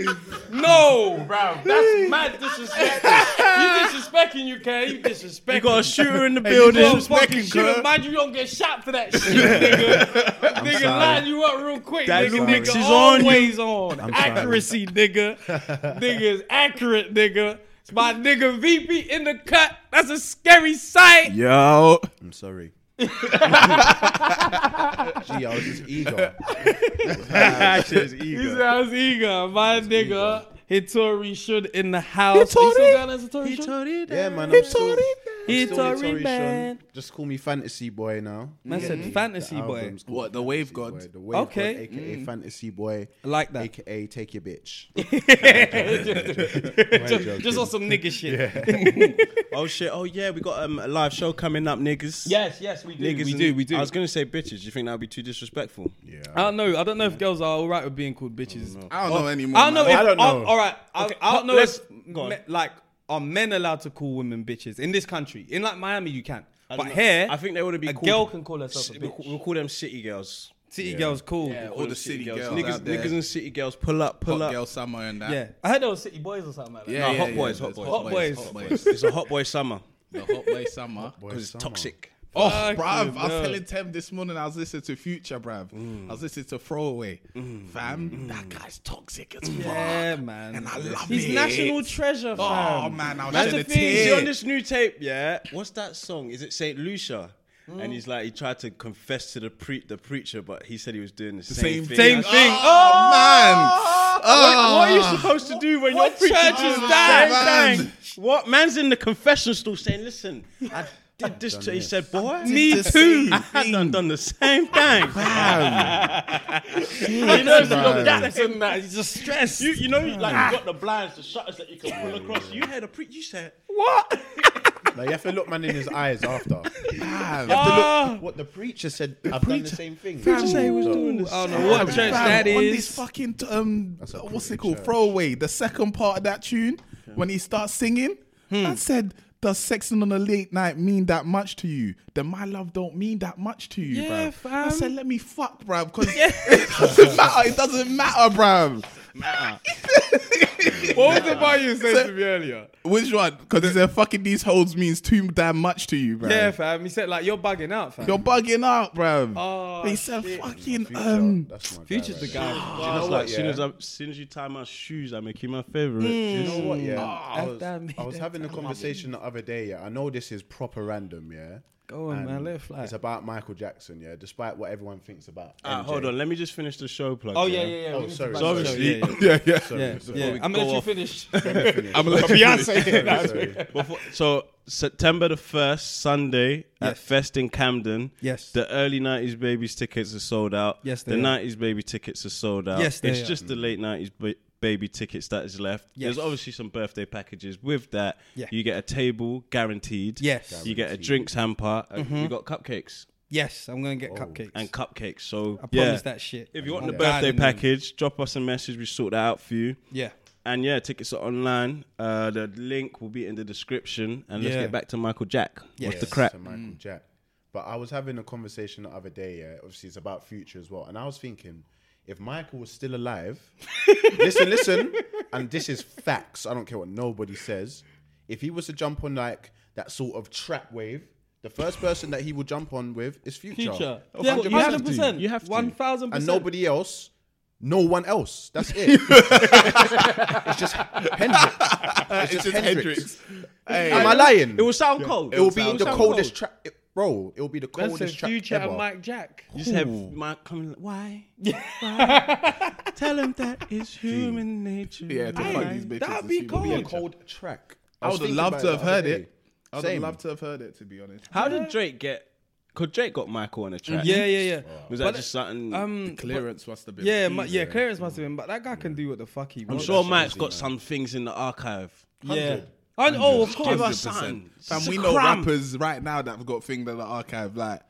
S7: No, bro, that's mad disrespectful. You disrespecting UK, you disrespecting. You
S6: Got a shooter in the
S7: building.
S6: building.
S7: Mind you, you don't get shot for that shit, nigga. nigga,
S8: sorry.
S7: line you up real quick.
S6: That
S7: nigga,
S6: remix
S7: nigga
S6: is on you.
S7: always on.
S8: I'm sorry.
S7: Accuracy, nigga. nigga is accurate, nigga. It's my nigga VP in the cut. That's a scary sight.
S9: Yo,
S8: I'm sorry. Gee, I was just eager.
S6: That shit is
S7: He
S6: ego.
S7: sounds eager, my nigga. Hitori should in the house. Hitori, Hitori, Hitori,
S8: Yeah, man. I'm still, I'm still
S7: Hitori,
S8: Hitori
S7: man.
S8: Shon. Just call me Fantasy Boy now.
S7: Man said fantasy
S8: The
S7: boy.
S8: album's called
S9: what the wave god?
S8: Boy, the Wave
S7: Okay. Mm.
S8: God, aka Fantasy Boy,
S7: I like that.
S8: aka Take Your Bitch.
S7: Just, just on some nigga shit.
S6: Oh shit! Oh yeah, we got um, a live show coming up, niggas.
S7: Yes, yes, we do.
S6: niggas.
S7: we
S6: and-
S7: do, we do.
S6: I was gonna say bitches. Do you think that'd be too disrespectful?
S8: Yeah.
S7: I don't know. I don't know if girls are all right with being called bitches.
S9: I don't know anymore.
S7: I don't know
S9: man.
S7: if.
S8: I don't
S7: all-
S8: know.
S7: all right. I, I don't know
S6: let's-
S7: if.
S6: go on.
S7: Me, like, are men allowed to call women bitches in this country? In like Miami, you can.
S6: I
S7: But
S6: don't know.
S7: here,
S6: I think they would be
S7: a
S6: called-
S7: girl can call herself a
S6: We'll,
S7: bitch.
S6: we'll call them city girls.
S7: City girls cool. Yeah.
S9: all the city girls,
S6: Niggas,
S9: out there.
S6: niggas and city girls. Pull up, pull
S9: hot
S6: up.
S9: girl summer and that.
S7: I heard they were city boys or something like that.
S9: Yeah,
S6: No,
S9: yeah,
S6: hot
S9: yeah,
S6: boys, hot
S9: there's
S7: boys.
S9: hot
S7: Hot
S9: boys,
S6: It's a hot boy summer
S9: the hot boy summer.
S6: because it's toxic.
S9: Oh, bruv, I was telling Tem this morning, I was listening to Future, bruv. I was listening to Throwaway. Fam, that guy's toxic as fuck.
S7: Yeah, man.
S9: And I love
S7: He's
S9: it.
S7: national treasure, fam.
S9: Oh, man, I was
S7: That's
S9: shedding a
S7: the thing,
S6: Is he
S9: tear.
S6: on this new tape? Yeah. What's that song? Is it Saint Lucia? And he's like, he tried to confess to the pre- the preacher, but he said he was doing the,
S9: Same
S6: same,
S9: thing.
S7: Same thing.
S9: Oh, Ah.
S6: What are
S9: man.
S6: you supposed to do when
S7: oh, What
S6: you're preaching
S7: church
S6: to
S7: is
S6: the
S7: that,
S6: same
S9: man?
S6: thing? What man's in the confessional saying, "Listen, I did this." to-" He said, "Boy,
S7: Me too.
S6: I had done, done the same thing."
S7: You know, there's a lot of gaps in that. He's just stressed.
S6: you, you know, like you got the blinds, the shutters that you can pull across. You had a pre- you said,
S7: what?
S8: Like, you have to look man in his eyes after.
S7: Ah.
S8: What the preacher said, I've done the same thing.
S7: I don't know what church
S9: Fam,
S7: that
S9: on this
S7: is.
S9: fucking um,
S8: a
S9: what's it
S8: pretty
S9: called?
S8: shirt.
S9: Throwaway. The second part of that tune, when he starts singing,
S7: Hmm.
S9: I said, "Does sexing on a late night mean that much to you? Then my love don't mean that much to you,
S7: Yeah,
S9: bruv. I
S7: fam.
S9: said, "Let me fuck, bruv, because it doesn't matter. It doesn't matter, bruv."
S7: What was the part you said to me earlier?
S9: Which one? Because he said, "Fucking these hoes means too damn much to you, bruv."
S7: Yeah, fam. He said, like, you're bugging out, fam.
S9: You're bugging out, bruv.
S7: Oh,
S9: he said, "Fucking
S8: Future,
S9: um."
S8: that's my
S7: Future's the
S8: guy.
S7: guy.
S6: I was
S8: what,
S6: like, soon
S8: yeah?
S6: as I, soon as you tie my shoes, I make you my favorite.
S8: right there. You know what? Yeah, Mm. I
S7: I've
S8: was,
S7: done-
S8: I was having a conversation the other day. Yeah, I know this is proper random. Yeah,
S7: Go on,
S8: And
S7: man. Let it fly.
S8: It's about Michael Jackson. Yeah, despite what everyone thinks about.
S6: Ah,
S8: MJ.
S6: hold on, let me just finish the show plug.
S7: Oh, yeah, yeah, yeah.
S8: Oh,
S7: We need to
S8: sorry.
S7: back
S8: So
S7: up.
S6: obviously-
S7: Yeah, yeah,
S9: Yeah, yeah.
S7: yeah. yeah. I'm
S6: go
S7: going to let you
S6: off.
S7: finish.
S9: I'm gonna let you finish.
S8: Sorry.
S6: Before, so September the first, Sunday at
S7: Yes.
S6: Fest in Camden.
S7: Yes.
S6: The early '90s babies tickets are sold out.
S7: Yes, they
S6: the
S7: are.
S6: '90s baby tickets are sold out.
S7: Yes, they
S6: it's
S7: are.
S6: just the late '90s ba- baby tickets that is left.
S7: Yes.
S6: There's obviously some birthday packages with that.
S7: Yeah.
S6: You get a table guaranteed.
S7: Yes. Mm-hmm.
S6: You get a drinks hamper. and You got cupcakes
S7: Yes, I'm going to get cupcakes.
S6: and cupcakes. So
S7: I
S6: yeah.
S7: promise that shit.
S6: If you want the
S7: I'm
S6: birthday
S7: guiding them.
S6: package, drop us a message. We sort that out for you.
S7: Yeah.
S6: And yeah, tickets are online. Uh, the link will be in the description. And let's
S7: Yeah.
S6: get back to Michael Jack. What's
S7: Yes.
S6: the crap?
S8: to Michael Jack. But I was having a conversation the other day, yeah, obviously it's about future as well. And I was thinking, if Michael was still alive, listen, listen, and this is facts, I don't care what nobody says. If he was to jump on like that sort of trap wave, the first person that he will jump on with is future.
S7: Future.
S8: A
S7: Yeah,
S8: hundred
S7: you have
S8: percent.
S7: to.
S6: You have to.
S7: 1,000%.
S8: And nobody else, no one else. That's it. it's just Hendrix. It's just, Hendrix. Am I lying?
S6: It will sound cold.
S8: It will be
S6: sound
S8: the
S6: cold.
S8: coldest trap, it- bro. It will be the
S7: That's a
S8: coldest trap
S7: future
S8: ever.
S7: and Mike Jack.
S6: You just have Mike coming. Like, Why? Why? Tell him that is human nature.
S9: Yeah, to
S6: Aye.
S9: fuck these bitches.
S7: that'd
S9: is
S7: be
S9: human
S7: cool.
S8: be a
S9: nature.
S8: cold track.
S9: I would have loved to have heard it. I would
S8: Same.
S9: have loved to have heard it, to be honest.
S6: How did Drake get? Cause Drake got Michael on a track.
S7: Yeah, yeah, yeah.
S6: Was that just something?
S7: Um,
S9: Clearance must have been.
S7: yeah, mu- yeah. Clearance must have been, but that guy can do what the fuck he
S6: I'm
S7: wants.
S6: sure Mike's got some things in the archive.
S7: Yeah. And, oh, of course.
S6: Give us something.
S9: And
S6: It's
S9: we
S6: a
S9: know
S6: crumb.
S9: rappers right now that have got things that are archived. Like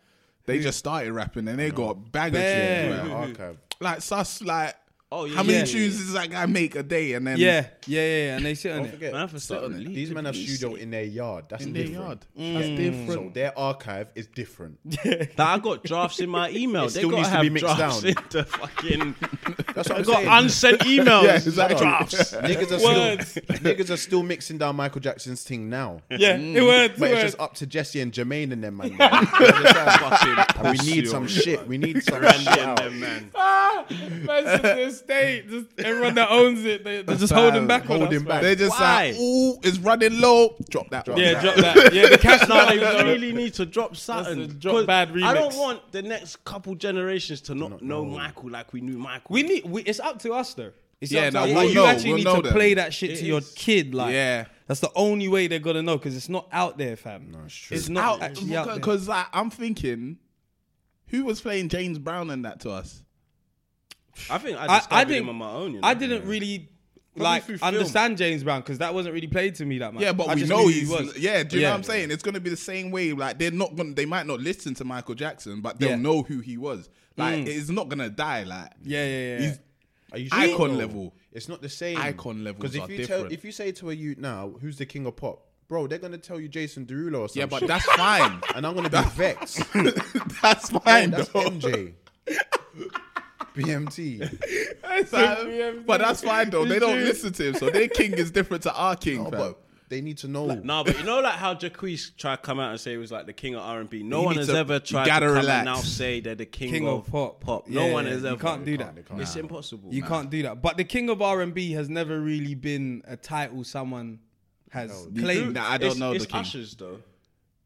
S9: they just started rapping and they got baggage.
S7: Yeah.
S9: Yeah.
S8: Archive.
S9: Like sus. Like
S6: Oh, yeah.
S9: how many
S7: Yeah.
S9: tunes does that guy make a day? And then
S7: Yeah, yeah, yeah, yeah, and they sit on
S8: Don't
S7: it.
S8: forget,
S6: Man, for certain.
S8: these men have studio in their yard. That's
S9: in their
S8: different.
S9: yard. That's different.
S8: So their archive is different.
S6: That I got drafts in my email. they
S8: still
S6: gotta
S8: needs to
S6: have
S8: be mixed
S6: drafts
S8: down.
S6: in the fucking.
S8: That's what
S6: I
S8: I'm
S6: got
S8: saying.
S6: unsent emails.
S9: Yeah, exactly.
S6: Drafts.
S8: niggas, are
S7: Words.
S8: still, niggas are still mixing down Michael Jackson's thing now.
S7: Yeah, it works.
S8: But
S7: it
S8: Mm. it's
S7: works.
S8: just up to Jesse and Jermaine and them, man. You understand? and we need some shit. We need some shit. out.
S6: man.
S8: Ah!
S7: Manchester State, just everyone that owns it, they, they're just holding back on
S8: Holding
S7: us.
S8: back.
S9: They just
S6: Why?
S9: like, ooh, it's running low. Drop that. one.
S7: Yeah, drop that. Yeah, the cash
S6: No,
S7: now
S6: they
S7: they
S6: really need to drop something.
S7: That's the drop
S6: 'Cause
S7: bad
S6: I don't
S7: remix.
S6: want the next couple generations to not, know Michael like we knew Michael.
S7: We need. We, it's up to us though. It's
S9: Yeah,
S7: up to
S9: no,
S7: us.
S9: we'll
S7: Like, you
S9: know,
S7: actually
S9: we'll
S7: need
S9: know
S7: to
S9: then.
S7: play that shit to your kid. Like,
S9: Yeah.
S7: that's the only way they're gonna know because it's not out there, fam. No, it's, true. it's not actually out there.
S9: because like, I'm thinking, who was playing James Brown and that to us?
S6: I think I
S7: I,
S6: discovered
S7: I
S6: him
S7: didn't.
S6: on my own. You know?
S7: I didn't really like
S6: through film.
S7: understand James Brown because that wasn't really played to me that much.
S9: Yeah, but
S7: I
S9: we
S7: just
S9: know
S7: knew who
S9: he's.
S7: he was.
S9: Yeah, do you
S7: Yeah.
S9: know what I'm saying? It's going to be the same way. Like they're not going. to They might not listen to Michael Jackson, but they'll
S7: Yeah. Mm.
S9: know who he was. Like it's not going to die. Like
S7: Yeah, yeah, yeah.
S9: he's
S8: Are you
S9: Icon
S8: sure, though?
S9: level.
S8: It's not the same.
S9: Icon levels
S8: Because if
S9: are
S8: you
S9: different.
S8: tell, if you say to a youth now, who's the king of pop, bro, they're gonna tell you Jason Derulo or something.
S9: yeah, but that's fine.
S8: and I'm gonna be vexed.
S9: that's fine.
S8: that's
S9: though.
S8: MJ. BMT.
S9: Fam, but that's fine though. They don't listen to him, so their king is different to our king.
S8: No,
S9: fam.
S8: Oh, but they need to know.
S6: No, but you know, like how Jacquees tried to come out and say he was like the king of R and B. No
S9: You
S6: one
S9: need
S6: has
S9: to-
S6: ever
S9: you
S6: tried to
S9: gotta
S6: come
S9: relax.
S6: and now say they're the king,
S7: King of pop.
S6: No
S7: Yeah,
S6: one
S7: yeah,
S6: has
S7: you
S6: ever.
S7: can't do They can't, that. they
S8: can't.
S6: It's impossible.
S7: You can't do that. But the king of R and B has never really been a title someone has claimed.
S9: Nah, I don't
S6: it's,
S9: know
S6: it's
S9: the king.
S6: Usher's though.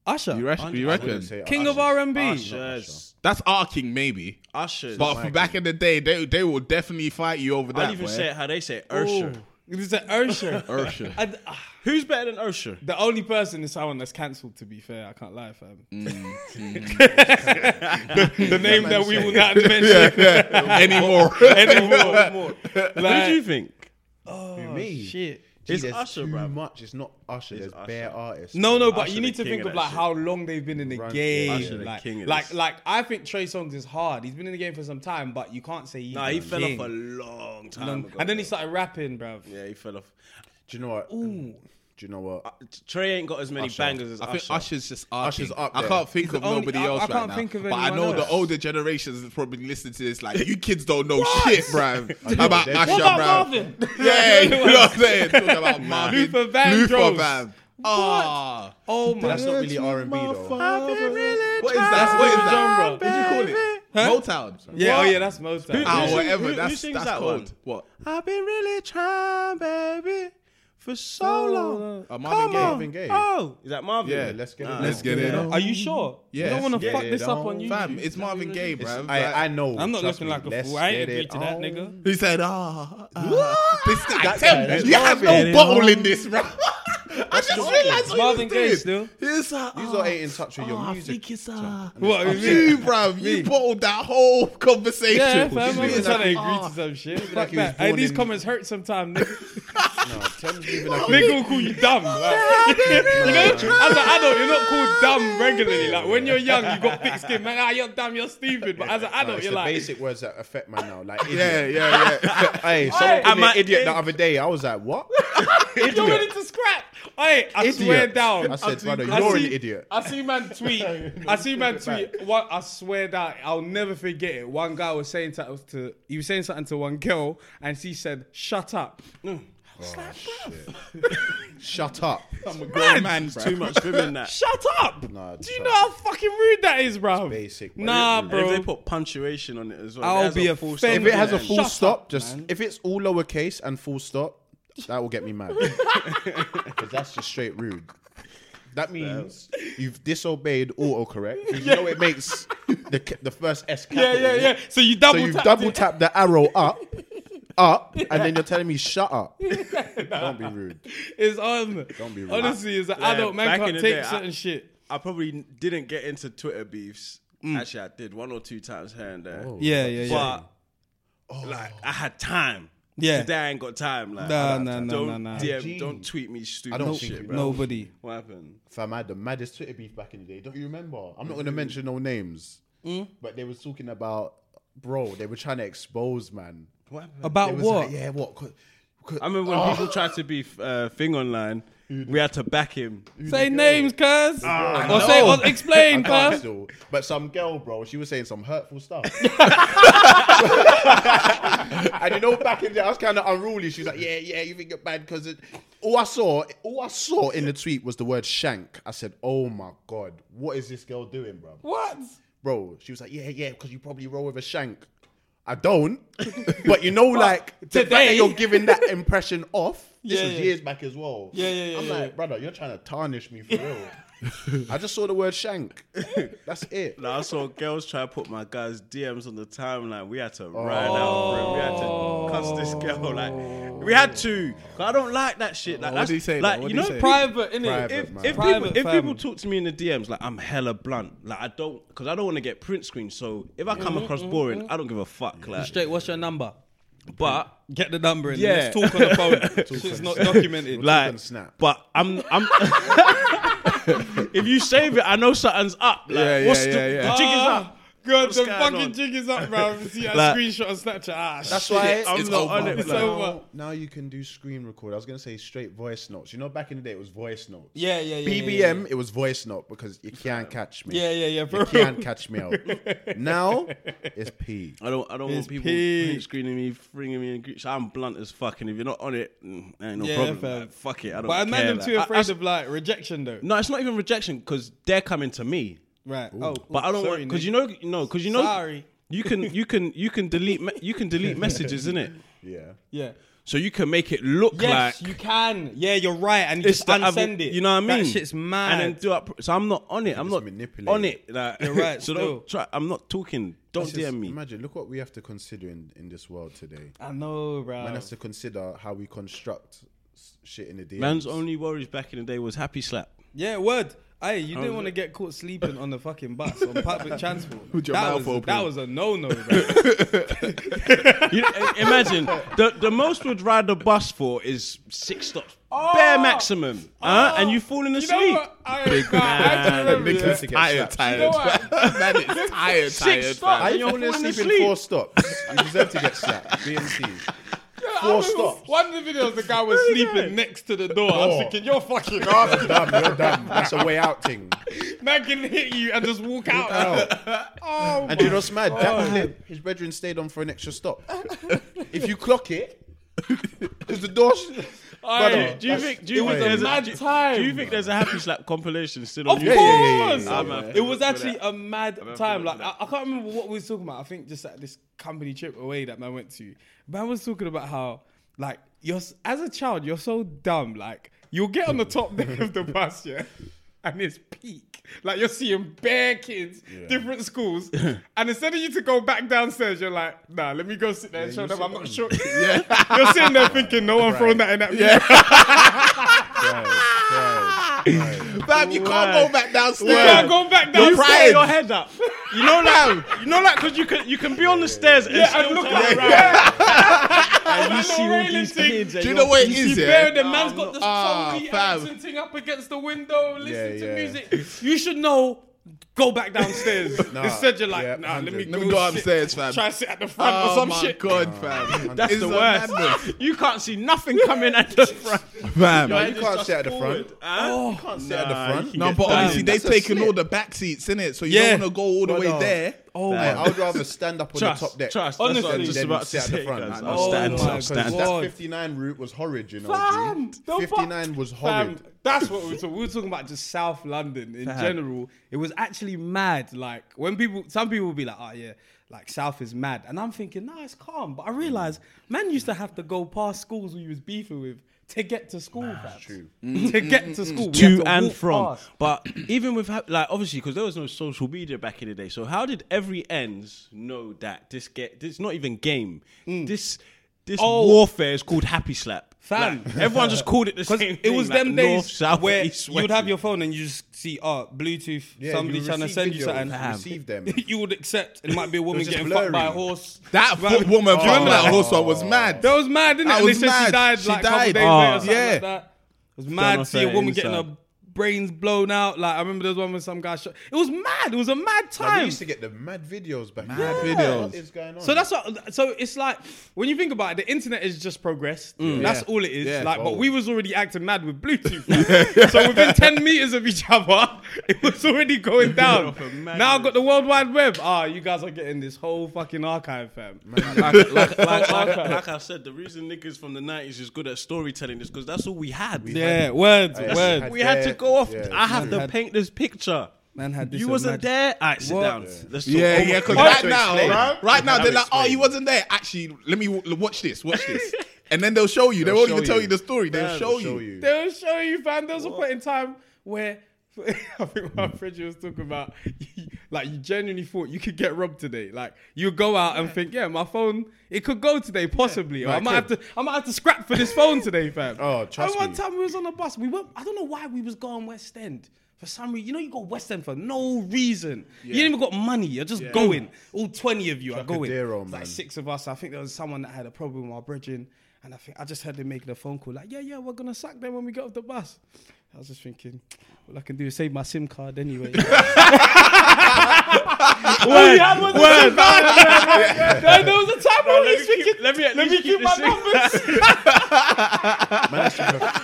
S7: Usher,
S9: You reckon? You
S8: Wouldn't
S9: reckon?
S8: say
S7: king
S8: Usher's-
S7: of R and B.
S6: Usher's.
S9: That's our king, maybe.
S6: Usher's.
S9: But for back in the day, they they will definitely fight you over that.
S6: I'll even
S9: boy.
S6: say it how they say it, Usher.
S7: It's an Usher.
S9: Ursher.
S7: I- ah.
S6: Who's better than Usher?
S7: The only person is someone that's cancelled. To be fair, I can't lie, fam. the name that we will not mention
S9: anymore.
S7: anymore.
S6: Who do you
S7: Like,
S6: think?
S8: me.
S7: Oh, shit.
S8: Gee,
S6: It's
S8: there's
S6: Usher,
S8: too
S6: bruv.
S8: much. It's not Usher. There's
S6: Usher.
S8: bare artists.
S7: No, no, but
S6: Usher
S7: you need
S6: the
S7: to
S6: king
S7: think
S6: of
S7: of
S6: that
S7: like
S6: shit.
S7: how long they've been in the
S8: Run-
S7: game.
S6: Usher the
S7: like,
S6: king of
S7: like,
S6: this.
S7: like, I think Trey Songz is hard. He's been in the game for some time, but you can't say he's
S6: Nah,
S7: the
S6: he fell
S7: king.
S6: off a long time
S7: Long-
S6: ago.
S7: and then he started rapping, bruv.
S6: Yeah, he fell off.
S8: Do you know what? Do you know what?
S7: Uh,
S6: Trey ain't got as many bangers as
S9: I think
S6: Usher.
S9: Usher's just our
S8: Usher's
S9: king.
S8: up
S9: I
S8: there.
S9: can't think of
S7: only-
S9: nobody
S7: I-
S9: else
S7: I
S9: right
S7: can't
S9: now.
S7: think of
S9: but I know
S7: anyone
S9: the
S7: else.
S9: older generations is probably listening to this. Like you kids don't know shit, bruv. about
S8: What
S9: Usher,
S7: about
S9: bruv.
S7: Marvin?
S9: Yeah, you know what I'm saying. Talking about Marvin,
S7: Luther Vandross.
S9: Luther Van. Ah,
S7: Oh my
S8: That's not really R and B though.
S9: what is that? What is that? What did you call it?
S7: Huh?
S9: Motown.
S7: Yeah, oh yeah, that's most.
S9: Ah,
S6: Who-
S9: whatever.
S6: who
S9: that's
S6: sings
S9: that's
S6: that
S9: cold.
S6: one?
S9: What?
S6: I've been really trying, baby, for so long.
S9: Uh, Marvin Gaye.
S8: Marvin Gaye.
S7: Ah.
S6: Oh, is that Marvin?
S9: Yeah,
S8: let's get
S6: Nah.
S8: it.
S9: Let's get it on.
S7: Are you sure?
S9: Yes.
S7: You don't want to
S9: Yeah,
S7: fuck this up
S8: don't-
S7: on YouTube.
S9: Fam, it's Marvin Gaye,
S8: It's-
S9: bruv. Like-
S8: I, I know.
S7: I'm not
S8: trust
S7: looking
S8: me.
S7: like a
S8: Let's
S7: fool. I ain't
S8: get
S7: agree
S8: it
S7: to that,
S8: on.
S7: nigga.
S9: He said, ah. ah." This guy, I tell
S8: guy,
S9: you,
S8: that's
S9: you have
S8: Marvin.
S9: no bottle in this, bro. I just
S8: Marvin.
S9: realized what
S7: Marvin
S9: you
S7: Gaye
S9: did.
S7: still.
S9: He's like,
S8: These
S9: "Ah,
S8: are ain't in touch with your
S9: ah, I
S8: music.
S9: think it's, ah."
S6: Oh,
S7: What?
S9: Fuck
S7: you
S9: You,
S7: mean?
S9: bro, you bottled that whole conversation.
S7: Yeah, fam, I'm
S9: He's
S7: just trying to
S9: like,
S6: Oh.
S7: agree
S9: "Ah."
S7: to some shit. Fuck
S8: like he was
S7: that. Hey,
S8: born
S7: these
S8: in-
S7: comments hurt sometimes, nigga.
S8: No, Thames leaving like
S7: nigga will call you dumb. Like. you know, as an adult, you're not called dumb regularly. Like when you're young, you got thick skin, man. Ah, you're dumb, you're stupid. But as an
S8: No,
S7: adult,
S8: it's
S7: you're
S8: the
S7: like,
S8: basic words that affect man now. Like,
S9: Yeah,
S8: idiot.
S9: yeah, yeah.
S8: Hey, someone called
S6: am
S8: me
S6: I
S8: an idiot the
S6: in-
S8: other day. I was like, what?
S7: you're ready to scrap. Hey, I swear
S8: Idiot.
S7: down.
S8: I said, brother,
S7: I
S8: you're an
S7: see-
S8: idiot.
S7: I see man tweet. I see man tweet. One, I swear that I'll never forget it. One guy was saying to, to he was saying something to one girl, and she said, "Shut up."
S8: Shut up.
S9: I'm a grown man,
S6: Too
S9: bro.
S6: much women that.
S7: Shut up.
S8: Nah,
S7: Do you
S8: shut
S7: know how fucking rude that is, bro?
S8: Basic, bro.
S7: Nah,
S8: If
S6: And If
S7: bro.
S6: they put punctuation on it as well,
S7: I'll
S6: it has
S7: be
S6: a full stop
S7: offended.
S8: If it has a
S6: at the
S8: full
S7: Shut
S8: stop,
S7: up,
S8: just
S7: man.
S8: if it's all lowercase and full stop, that will get me mad. Because that's just straight rude. That means you've disobeyed autocorrect. 'cause You know it makes the ca- the first S
S7: yeah,
S8: capital.
S7: yeah, yeah. So you
S8: So
S7: double
S8: you've
S7: tapped
S8: double
S7: it.
S8: tapped the arrow up, up, and then you're telling me shut up. Don't be rude.
S7: It's on.
S8: Don't be rude.
S7: Honestly, as an
S6: Yeah,
S7: adult man
S6: back in
S7: can't
S6: the
S7: take
S6: day, I-
S7: certain shit.
S6: I probably didn't get into Twitter beefs. Actually, I did one or two times here and there.
S7: Mm.
S8: Oh.
S7: Yeah, yeah, yeah.
S6: But like, I had time.
S7: Yeah.
S6: Today I ain't got time. Like,
S7: Nah,
S6: I don't-
S7: nah, nah,
S6: don't
S7: nah, nah.
S6: DM, don't tweet me stupid
S8: I don't think
S6: shit,
S8: you
S6: bro.
S8: know.
S7: Nobody.
S6: What happened?
S8: Fam, I had the maddest Twitter beef back in the day. Don't you remember? I'm not going to mention no names, but they was talking about, bro. They were trying to expose man.
S6: What happened?
S8: They
S7: About
S8: was
S7: what?
S8: like, yeah, what? 'Cause- 'cause-
S6: I remember
S9: Oh.
S6: when people tried to beef uh, thing online,
S9: Mm-hmm.
S6: we had to back him.
S7: Say names, cuz.
S6: Ah,
S7: or say, or
S8: I
S7: explain,
S8: can't
S7: cuz.
S8: still. But some girl, bro, she was saying some hurtful stuff. and you know, back in the day, I was kind of unruly. She was like, "Yeah, yeah, you think you're bad because it." All I saw, all I saw in the tweet was the word shank. I said, "Oh my god, what is this girl doing, bro?"
S7: What?
S8: Bro, she was like, "Yeah, yeah, because you probably roll with a shank." I don't, but you know, like the fact that
S7: today-
S8: you're giving that impression off. This
S7: Yeah,
S8: was
S7: yeah.
S8: years back as well.
S7: Yeah, yeah, yeah,
S8: I'm
S7: yeah,
S8: like, brother, you're trying to tarnish me for real. I just saw the word shank. That's it.
S6: Like, I saw girls try to put my guys' DMs on the timeline. We had to ride out, bro. We had to cuss this girl. Like, we had to. 'Cause I don't like that shit. Like,
S9: what
S6: that's,
S9: did he say,
S6: Like,
S9: though? What
S6: you
S9: did
S6: know,
S9: he say?
S7: Private, innit?
S8: Private.
S6: if,
S8: man.
S6: if people
S7: Private
S6: if people
S7: fam.
S6: talk to me in the DMs like I'm hella blunt, like I don't because I don't want to get print screen. So if I come across boring, I don't give a fuck. Like,
S7: Straight, what's your number?
S6: but
S7: Get the number in.
S6: Yeah.
S7: Let's talk on the phone. Shit's not documented.
S6: like,
S8: snap.
S6: but I'm I'm. if you save it, I know something's up. Like,
S9: Yeah, yeah,
S6: what's the,
S9: yeah, yeah.
S6: the jig is up.
S7: Ah, God,
S6: What's
S7: the
S6: going
S7: fucking
S6: on?
S7: jig is up, bro. See that
S6: Like-
S7: screenshot on Snapchat. Ah,
S8: That's
S7: shit.
S8: why
S6: I'm
S9: it's
S6: not
S9: over.
S6: on it.
S7: It's
S6: like-
S7: over.
S8: now, now you can do screen record. I was gonna say straight voice notes. You know, back in the day it was voice notes.
S7: Yeah, yeah, yeah, yeah.
S8: BBM,
S7: yeah,
S8: it was voice note because you can't catch me.
S7: Yeah, yeah, yeah,
S8: You
S7: bro.
S8: can't catch me out. now it's P.
S6: I don't. I don't
S7: It's
S6: want people
S7: peak.
S6: print screening me, bringing me in groups. I'm blunt as fuck, and if you're not on it, mm, ain't no
S7: Yeah,
S6: problem.
S7: fam.
S6: Like, fuck it. I don't.
S7: But I
S6: care.
S7: made them
S6: like,
S7: too
S6: I- I
S7: afraid
S6: s-
S7: of like rejection, though.
S6: No, it's not even rejection because they're coming to me.
S7: Right. Oh,
S6: But I don't
S7: sorry,
S6: want because
S7: Nick.
S6: you know no because you know
S7: Sorry.
S6: you can you can you can delete me- you can delete messages in it
S8: Yeah.
S7: Yeah.
S6: so you can make it look
S7: Yes,
S6: like
S7: you can. Yeah, you're right. And you
S6: it's
S7: just
S6: the other-
S7: unsend it.
S6: You know what I mean?
S7: That shit's mad.
S6: And then do up. So I'm not on it. I'm
S8: just
S6: not
S8: manipulate
S6: on
S8: it.
S6: it. Like,
S7: You're right,
S6: So
S7: still.
S6: don't try. I'm not talking. Don't
S8: It's just-
S6: DM me.
S8: Imagine, look what we have to consider in, in this world today.
S7: I know, bro.
S8: Man has to consider how we construct s- shit in the DMs.
S6: Man's only worries back in the day was happy slap.
S7: Yeah, word. Hey, you didn't want to get caught sleeping on the fucking bus on public transport.
S9: With your
S7: that,
S9: mouth
S7: was,
S9: open.
S7: that was a no-no, bro.
S6: You, i- imagine the the most we'd ride the bus for is six stops, bare maximum, huh? and you falling
S7: Oh. You know
S6: asleep.
S7: what? I, nah, I actually
S6: man.
S7: remember
S9: Niggas
S7: that.
S8: to get
S9: tired,
S8: slapped.
S9: tired.
S7: know what?
S9: Man is tired, tired.
S6: Six
S9: fam.
S6: stops.
S8: Are
S6: and
S8: you
S6: you're
S8: falling
S6: falling
S8: asleep
S6: asleep.
S8: in four stops? You deserve to get slapped. BMC. Four stops.
S7: One of the videos, the guy was sleeping next to the door. I'm
S8: Door.
S7: thinking, you're fucking
S8: You're
S7: off.
S8: dumb. You're dumb. That's a way out thing.
S7: Man can hit you and just walk out. Oh,
S8: And do you know what's mad? That clip, his brethren stayed on for an extra stop. if you clock it, because the door.
S7: Aye,
S8: Brother,
S6: Do you
S8: that's-
S6: think? Do you
S8: it
S6: think
S8: was a
S6: there's
S7: mad
S6: do you-
S7: time.
S6: Do you think there's a happy slap compilation still on
S7: Of
S6: YouTube?
S7: course.
S6: yeah, yeah, yeah.
S7: It was actually a mad time.
S6: feeling
S7: Like
S6: for
S7: I, I can't remember what we was talking about. I think just at this company trip away that man went to. Man was talking about how like you're s- as a child you're so dumb. Like you'll get on the top deck of the bus, yeah, and it's peak. Like you're seeing bare kids, different schools, and instead of you to go back downstairs, you're like, nah, let me go sit there and show
S8: you
S7: them
S8: sit
S7: I'm not sure. yeah, you're sitting there thinking no one thrown that in at me.
S9: Fam, you can't go back downstairs.
S7: Yeah, go back
S6: You
S7: downstairs.
S6: put your head up. You know like you know like because you can you can be on the stairs and
S7: Yeah,
S6: still
S7: and look
S6: turn
S7: at
S6: around. and you
S7: That
S6: see
S7: little
S6: all these
S7: railing
S6: kids. and
S9: Do you
S6: you're-
S9: know what it is,
S7: You
S9: yeah?
S7: buried the man's got the
S9: Ah,
S7: funky
S9: fam.
S7: accent thing up against the window, listening to
S8: yeah.
S7: music. You should know. Go back downstairs.
S8: Nah,
S7: Instead, you're like,
S8: yeah,
S7: nah, let me
S8: 100.
S7: go,
S9: Let me go
S7: sit-
S9: upstairs, fam.
S7: Try to sit at the front
S9: Oh
S7: or some
S9: my
S7: shit.
S9: god, fam.
S6: That's
S9: It's
S6: the
S9: a
S6: worst.
S9: madness.
S6: You can't see nothing coming at the front.
S9: Fam.
S8: No, you can't sit at the front.
S6: Oh,
S8: You can't sit at the front.
S9: No, but obviously they've
S8: That's a
S9: taken
S8: slip.
S9: all the back seats, innit? So you
S7: Yeah.
S9: don't want to go all the way
S8: Brother.
S9: there.
S8: Oh, I would rather stand up on
S6: Trust,
S8: the top deck.
S6: trust.
S8: than
S6: That's what I was just
S8: then
S6: about to
S8: sit at
S6: say,
S8: the front. oh
S6: guys.
S8: Nah,
S6: I'll
S8: nah,
S6: stand,
S8: nah,
S6: I'll
S8: nah, 'cause
S6: stand.
S8: That
S7: God.
S8: 59 route was horrid, you know.
S7: Fam,
S8: G.
S7: the fuck-
S8: 59 was
S7: Fam,
S8: horrid.
S7: that's what we were talking. We were talking about just South London in general. It was actually mad. Like when people, some people would be like, "Oh yeah, like South is mad," and I'm thinking, "Nah, it's calm." But I realized, man, used to have to go past schools we was beefing with to get to school. That's
S8: true.
S7: to get to school, we had
S6: to
S7: to
S6: and
S7: walk
S6: from.
S7: past.
S6: But even with ha- like obviously because there was no social media back in the Mm. day, so how did every ends know that this get this not even game this This
S7: Oh.
S6: warfare is called happy slap.
S7: Fam.
S6: Like, everyone just called it the same.
S7: Because it
S6: thing,
S7: was
S6: like
S7: them days
S6: north, south,
S7: where
S6: east,
S7: you'd
S6: west.
S7: have your phone and you just see, oh, Bluetooth,
S8: Yeah,
S7: somebody
S8: you
S7: trying to
S8: receive
S7: send you
S8: videos,
S7: something.
S8: you receive them.
S7: you would accept. It might be a woman
S8: just
S7: getting fucked by a
S8: blurry.
S7: horse.
S9: That
S7: Right.
S9: foot woman,
S7: Do
S9: do
S7: you remember
S9: that
S7: that?
S9: horse one was mad.
S7: That was mad, didn't it?
S9: That
S7: And they
S9: was
S7: said She
S9: mad.
S7: died
S9: She
S7: like a couple
S9: died.
S7: days later,
S3: Oh.
S7: something
S9: Yeah.
S7: like that. It was mad to
S3: off
S7: see a
S3: her
S7: woman getting
S3: inside.
S7: her brains blown out. Like I remember there was one with some guy. Shot. It was mad. It was a mad
S8: I
S7: time.
S8: used to get the mad videos back.
S9: Mad
S8: then.
S9: videos.
S8: What is going on?
S7: So that's what. So it's like when you think about it, the internet has just progressed. That's all it is.
S9: Yeah.
S7: like, but
S8: Oh.
S7: we was already acting mad with Bluetooth. so within ten meters of each other, it was already going down. now I've got the World Wide Web. Ah, you guys are getting this whole fucking archive, fam.
S6: like, like, like, like, like I said, the reason niggas from the nineties is good at storytelling is because that's all we had.
S7: Yeah, words,
S8: That's-
S7: words.
S8: had-
S6: We had to go off.
S8: Yeah,
S6: I have to paint this picture.
S7: Man had this
S6: You
S7: and
S6: wasn't
S7: that.
S6: there. All right, sit
S7: What?
S6: down. Let's talk.
S9: Yeah,
S6: Oh,
S9: yeah, because
S6: oh,
S9: right
S6: so
S9: now,
S6: explain.
S9: right, now,
S6: Now
S9: they're like, oh,
S6: explain.
S9: you wasn't there. Actually, let me w- watch this, watch this. And then they'll show you. They
S8: They'll
S9: won't
S8: show
S9: even tell
S8: you.
S9: you the story. They'll show
S8: show
S9: you.
S8: you.
S7: They will show you, fam. There was a point in time where I think my friend was talking about, like, you genuinely thought you could get robbed today. Like, you go out and think, yeah, my phone, it could go today, possibly. Or I
S8: it
S7: might have
S8: could.
S7: to, I might have to scrap for this phone today, fam.
S8: Oh, trust
S7: And one
S8: me.
S7: time we was on a bus, we went. I don't know why we was going West End. For some reason, you know, you go West End for no reason. You didn't even got money. You're just going. All twenty of you are going.
S8: Trocadero,
S7: It's like
S8: man.
S7: six of us. I think there was someone that had a problem with our bridging, and I think I just heard them making a phone call. Like, yeah, yeah, we're gonna sack them when we get off the bus. I was just thinking, all I can do is save my SIM card anyway. All you had was a SIM card, man. There- There was a time when we
S6: Let
S7: was
S6: me keep-
S7: thinking,
S6: Let me at
S7: let me
S6: least
S7: keep my
S6: this in.
S7: numbers.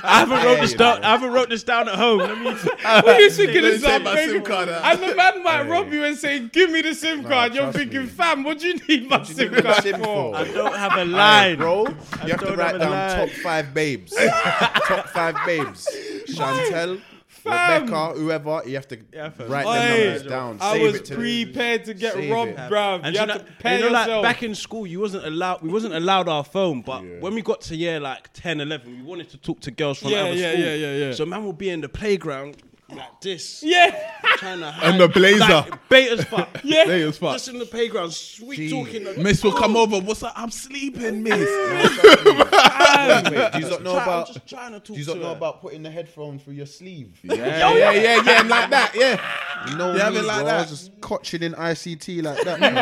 S6: I haven't wrote this down. I haven't wrote this down at home. Let me.
S7: What are you thinking
S9: They
S7: is that,
S9: take my SIM card out.
S7: And the man might rob you and say, "Give me the SIM card." You're
S8: trust
S7: thinking,
S8: me.
S7: "Fam, what do you need my
S8: You
S7: SIM
S8: know what
S7: card
S8: I'm saying
S7: for?"
S8: before?
S6: I don't have a line.
S8: Bro, you have to
S6: don't
S8: write
S6: have a
S8: down
S6: line.
S8: top five babes. top five babes. Chantel, Rebecca, whoever. You have to
S6: fam.
S8: write
S7: Oi,
S8: their numbers down.
S7: I
S8: save
S7: was
S8: it to
S7: prepared to get
S8: Save
S7: robbed,
S8: it.
S7: bruv.
S6: And
S7: you
S6: you
S7: had
S6: know,
S7: to pay
S6: you know like
S7: yourself.
S6: back in school, you wasn't allowed. We wasn't allowed our phone, but when we got to year like 10, 11, we wanted to talk to girls from
S7: Yeah,
S6: other
S7: yeah,
S6: school.
S7: yeah, yeah, yeah.
S6: So man would be in the playground like this,
S7: yeah,
S6: trying to hide.
S9: And the blazer.
S6: like, bait as fuck.
S7: yeah.
S9: They as fuck.
S6: Just in the playground, sweet talking.
S9: Miss will come over. What's up? I'm sleeping, miss.
S8: Wait, do you not know
S6: Try- I'm
S8: about?
S6: just trying to talk
S8: Do you
S6: to
S8: not know
S6: her.
S8: about putting the headphone through your sleeve?
S9: yeah, yeah, yeah, yeah, like that. Yeah.
S8: No,
S9: Yeah, I
S8: me,
S9: mean, like
S8: bro. I was
S9: that.
S8: just coaching in ICT like that. Man.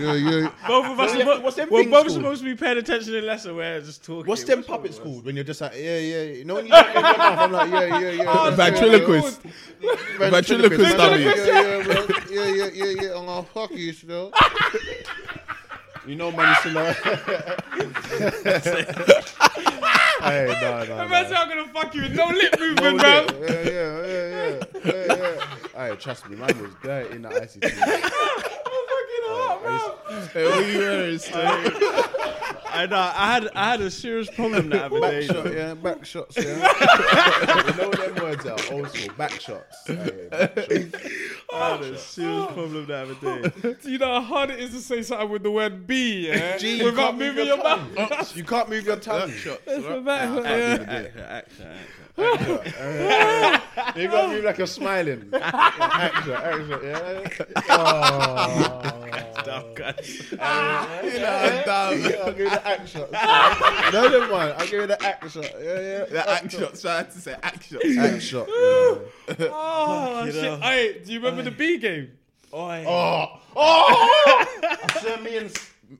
S8: yeah, yeah.
S6: Both of us,
S8: What's them-
S6: were-
S8: what's them
S6: we're
S8: things
S6: both
S8: called?
S6: supposed to be paying attention in lesson. Where just talking.
S8: What's them puppets called when you're just like, yeah, yeah, you know when you take your glove off, I'm like, yeah, yeah, yeah. yeah,
S9: Ventriloquist.
S8: yeah,
S9: ventriloquist dummy.
S8: Yeah, yeah, bro. yeah, yeah, yeah, yeah, I'm gonna fuck you, still. you know, man, it's like. hey, no, no, no.
S7: That's how I'm gonna fuck you with no lip movement,
S8: Yeah,
S7: bruv.
S8: yeah, yeah, yeah, yeah, yeah. Hey, trust me, man was dirty in the ICT.
S7: Oh,
S6: I know. I had I had a serious problem that other day.
S8: Shot, yeah, back shots, yeah. you know them words are old school, back shots. Hey, back shots.
S6: I had a serious problem that other day.
S7: Do you know how hard it is to say something with the word B, yeah?
S8: Gee, you
S7: without
S8: can't move
S7: moving your
S8: your
S7: mouth?
S8: You can't move your tongue.
S7: Without- yeah.
S8: You got me like you're smiling. Actor, actor, yeah. Oh, Ah, you gotta give me the act shot. No, never mind. I'll give you the act shot. Yeah, yeah.
S9: The act shots. I had to say act shots.
S8: Act shot. yeah.
S7: Oh, shit. Hey, do you remember the B game?
S8: Oh, oh! so me and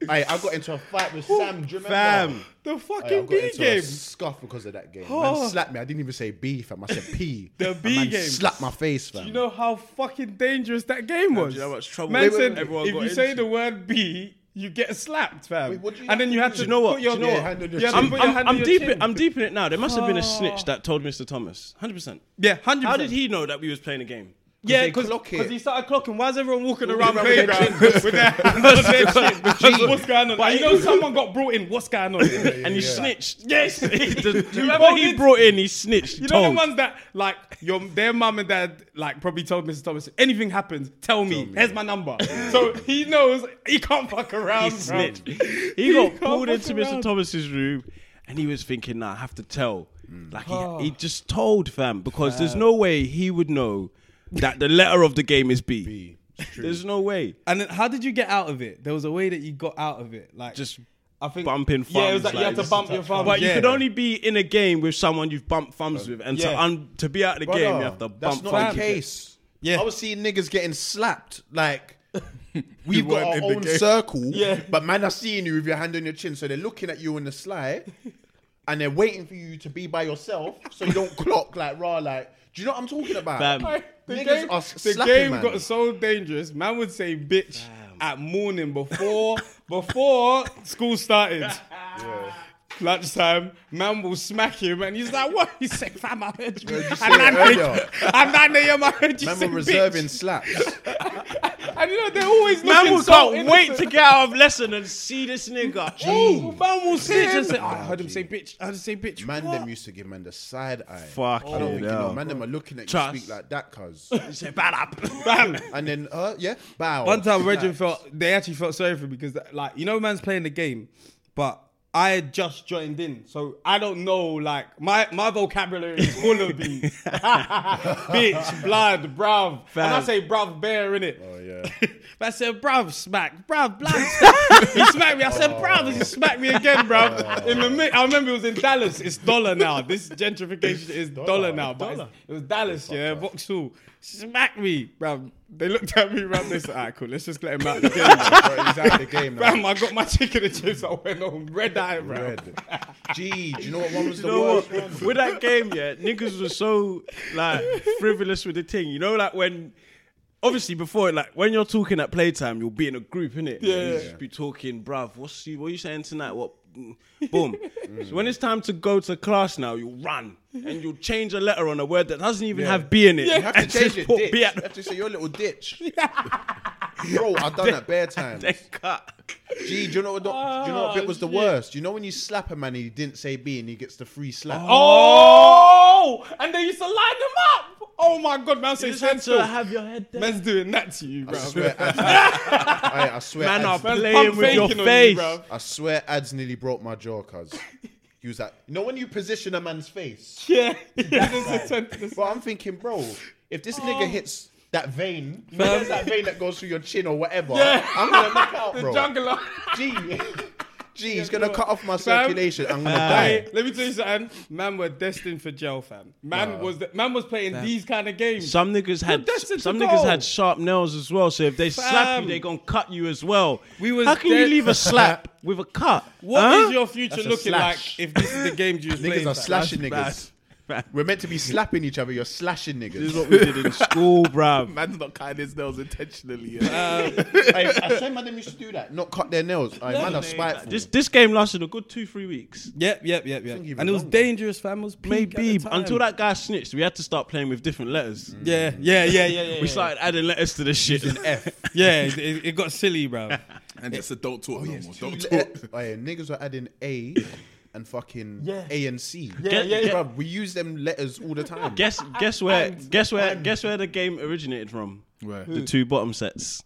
S8: I, I got into a fight with Sam. Do you remember?
S6: Fam.
S7: The
S8: Aye, I
S7: fucking
S8: got
S7: B
S8: into a
S7: game.
S8: scuff because of that game.
S7: Oh.
S8: Man slapped me. I didn't even say B, fam. I said P.
S7: The
S8: And
S7: B
S8: man
S7: game.
S8: Slapped my face, fam.
S7: You know how fucking dangerous that game was.
S6: you know how much trouble
S7: Man
S6: they-
S7: said,
S6: everyone
S7: if
S6: got
S7: you say
S6: into?
S7: the word B, you get slapped, fam.
S8: Wait, what do you
S7: and then you had to
S6: you know what?
S7: put your
S6: Do you know
S8: what? Hand on your
S7: you had to
S8: chin.
S7: put your
S6: I'm,
S7: hand
S6: I'm
S7: on your
S6: deep.
S7: chin.
S6: It,
S7: Ah.
S6: I'm deep in it now. There must have been a snitch that told Mr. Thomas. Hundred percent.
S7: yeah, hundred.
S6: How did he know that we was playing a game?
S7: Yeah,
S8: they
S7: because
S8: clock it.
S7: he started clocking. Why is everyone walking around playground with their hands on their chin? What's going on? you know someone got brought in. What's going on?
S6: and he snitched. Yes.
S7: You
S6: remember he
S7: voted?
S6: brought in? He snitched.
S7: You know
S6: told.
S7: the ones that like your their mum and dad like probably told Mrs. Thomas, anything happens, tell me. Here's my number. so he knows he can't fuck around.
S6: he
S7: bruv.
S6: snitched. He got
S7: can't
S6: pulled
S7: fuck
S6: into Mr.
S7: around.
S6: Thomas's room, and he was thinking, "Nah, I have to tell."
S7: Mm.
S6: Like he,
S7: Oh.
S6: he just told fam because there's no way he would know that the letter of the game is B. There's no way.
S7: And then how did you get out of it? There was a way that you got out of it. Like
S6: Just
S7: I think
S6: bumping thumbs.
S7: Yeah, it was like, you had
S6: like,
S7: to bump your thumbs.
S6: But
S7: yeah. Uh,
S6: you could only be in a game with someone you've bumped thumbs with, and to
S7: Yeah.
S6: un- to be out of the
S8: Brother,
S6: game, you have to
S8: That's
S6: bump
S8: not
S6: thumbs.
S8: the case.
S7: Yeah.
S8: I was seeing niggas getting slapped. Like, we've got
S10: weren't
S8: our
S10: in the
S8: own
S10: game.
S8: circle,
S7: Yeah.
S8: but man are seeing you with your hand on your chin. So they're looking at you on the sly and they're waiting for you to be by yourself so you don't clock like raw. Like, do you know what I'm talking about?
S6: Fam.
S7: the
S8: Niggas
S7: game,
S8: are
S7: the
S8: slapping,
S7: game
S8: man.
S7: got so dangerous. Man would say bitch at morning before before school started. Lunchtime, man will smack him, and he's like, "What?" He's like, "Fam, I heard you."
S8: you
S7: At
S8: said it
S7: 9
S8: earlier.
S7: at 9 a.m., I heard you
S8: Man,
S7: say
S8: we're reserving slaps.
S7: bitch. And you know they're always looking
S6: Man will
S7: so
S6: can't wait to
S7: innocent.
S6: get out of lesson and see this nigga.
S7: Ooh, man will sit and say, oh, "I heard him say bitch. I heard him say bitch."
S8: Man,
S7: What?
S8: them used to give man the side eye.
S6: Fuck
S8: I don't think you
S4: hell.
S8: know. Man, them are looking at
S6: Trust.
S8: you speak like that, cuz.
S6: say bad up, bam.
S8: And then, uh, yeah, bow.
S7: One time, Regin
S8: Like,
S7: felt they actually felt sorry for me because, like, you know, man's playing the game, but I had just joined in, so I don't know. Like, my my vocabulary is full of these bitch, blood, bruv, and I say bruv bear in it.
S8: Oh, yeah.
S7: But I said bruv smack, bruv blood. smack." he smacked me. I
S6: Oh,
S7: said bruv, he smacked me again, bruv. In the mid, I remember it was in Dallas. It's dollar now. This gentrification is dollar, now, but it's- it was Dallas, yeah, Vauxhall. Smack me, bruv. They looked at me, bruv. They said, "All right, cool. Let's just let him out." of the game."
S8: Bro, he's out of the game now.
S7: Bruv, I got my chicken and chips. I went home red eye, bruv.
S8: Red. Gee, do you know what one was the
S6: You know
S8: worst
S6: what?
S8: one?
S6: With that game, yeah, niggas were so like frivolous with the thing. You know, like when obviously before, like when you're talking at playtime, you'll be in a group, innit? Yeah. You just be talking, bruv, what's you what you saying tonight? What mm, boom. So when it's time to go to class now, you'll run and you'll change a letter on a word that doesn't even have B in it.
S8: You have to
S6: and
S8: change
S6: just
S8: your
S6: put
S8: ditch.
S6: B
S8: You
S6: at the
S8: have to say your little ditch. Bro, I've done that bare time.
S6: then cut. Oh,
S8: Gee, do you know what? The, do you know what bit was the worst? You know when you slap a man and he didn't say B and he gets the free slap.
S7: Oh, and they used to line them up. Oh my god, man, say
S6: You just had
S7: stand
S6: to
S7: still.
S6: have your head down.
S7: Man's doing that to you,
S8: I
S7: bruv.
S8: swear, ads, I, I swear,
S6: Man up.
S8: ads,
S7: Man's
S6: Playing
S7: pump
S6: with your
S7: faking on you,
S6: face.
S7: bruv.
S8: I swear, ads nearly broke my jaw, cuz. He was like, you know when you position a man's face.
S7: Yeah.
S6: Oh,
S7: This is
S8: But I'm thinking, bro, if this nigga hits that vein, that vein that goes through your chin or whatever, I'm gonna knock out,
S7: the
S8: bro.
S7: jungler.
S8: Gee, gee, he's gonna cut off my circulation. I'm gonna die.
S7: Hey, let me tell you something. Man were destined for jail, fam. Man was the, man was playing these kind of games.
S6: Some niggas had
S7: destined to
S6: some
S7: go.
S6: niggas had sharp nails as well. So if they slap
S7: Fam.
S6: you, they gonna cut you as well.
S7: We was
S6: How can
S7: dead-
S6: you leave a slap with a cut?
S7: What is
S6: Huh?
S7: your future
S8: That's a
S7: looking
S8: slash.
S7: like if this is the game you was playing?
S8: Niggas are
S7: fam?
S8: slashing niggas. We're meant to be slapping each other. You're slashing
S6: This is
S8: niggas.
S6: what we did in school, bruv.
S10: Man's not cutting his nails intentionally. Yeah.
S8: I, I swear, madam used to do that. Not cut their nails. I man, are spiteful.
S6: This this game lasted a good two three weeks,
S7: Yep, yep, yep, yep.
S8: even
S7: And it was
S8: longer.
S7: dangerous, fam. It was peak at the
S6: maybe
S7: time. Mm.
S6: until that guy snitched. We had to start playing with different letters.
S7: Yeah, yeah, yeah, yeah, yeah. yeah.
S6: We started adding letters to this shit. F.
S7: Yeah, it, it it got silly, bro.
S10: and just said, don't
S9: Oh,
S10: talk no more. Don't
S8: Eh,
S10: talk.
S8: oh, yeah, niggas were adding A and fucking
S7: Yeah.
S8: A and C.
S7: Yeah, yeah, yeah.
S8: Bruv, we use them letters all the time.
S6: Guess guess where guess where guess where the game originated from?
S10: Where?
S6: The two bottom sets.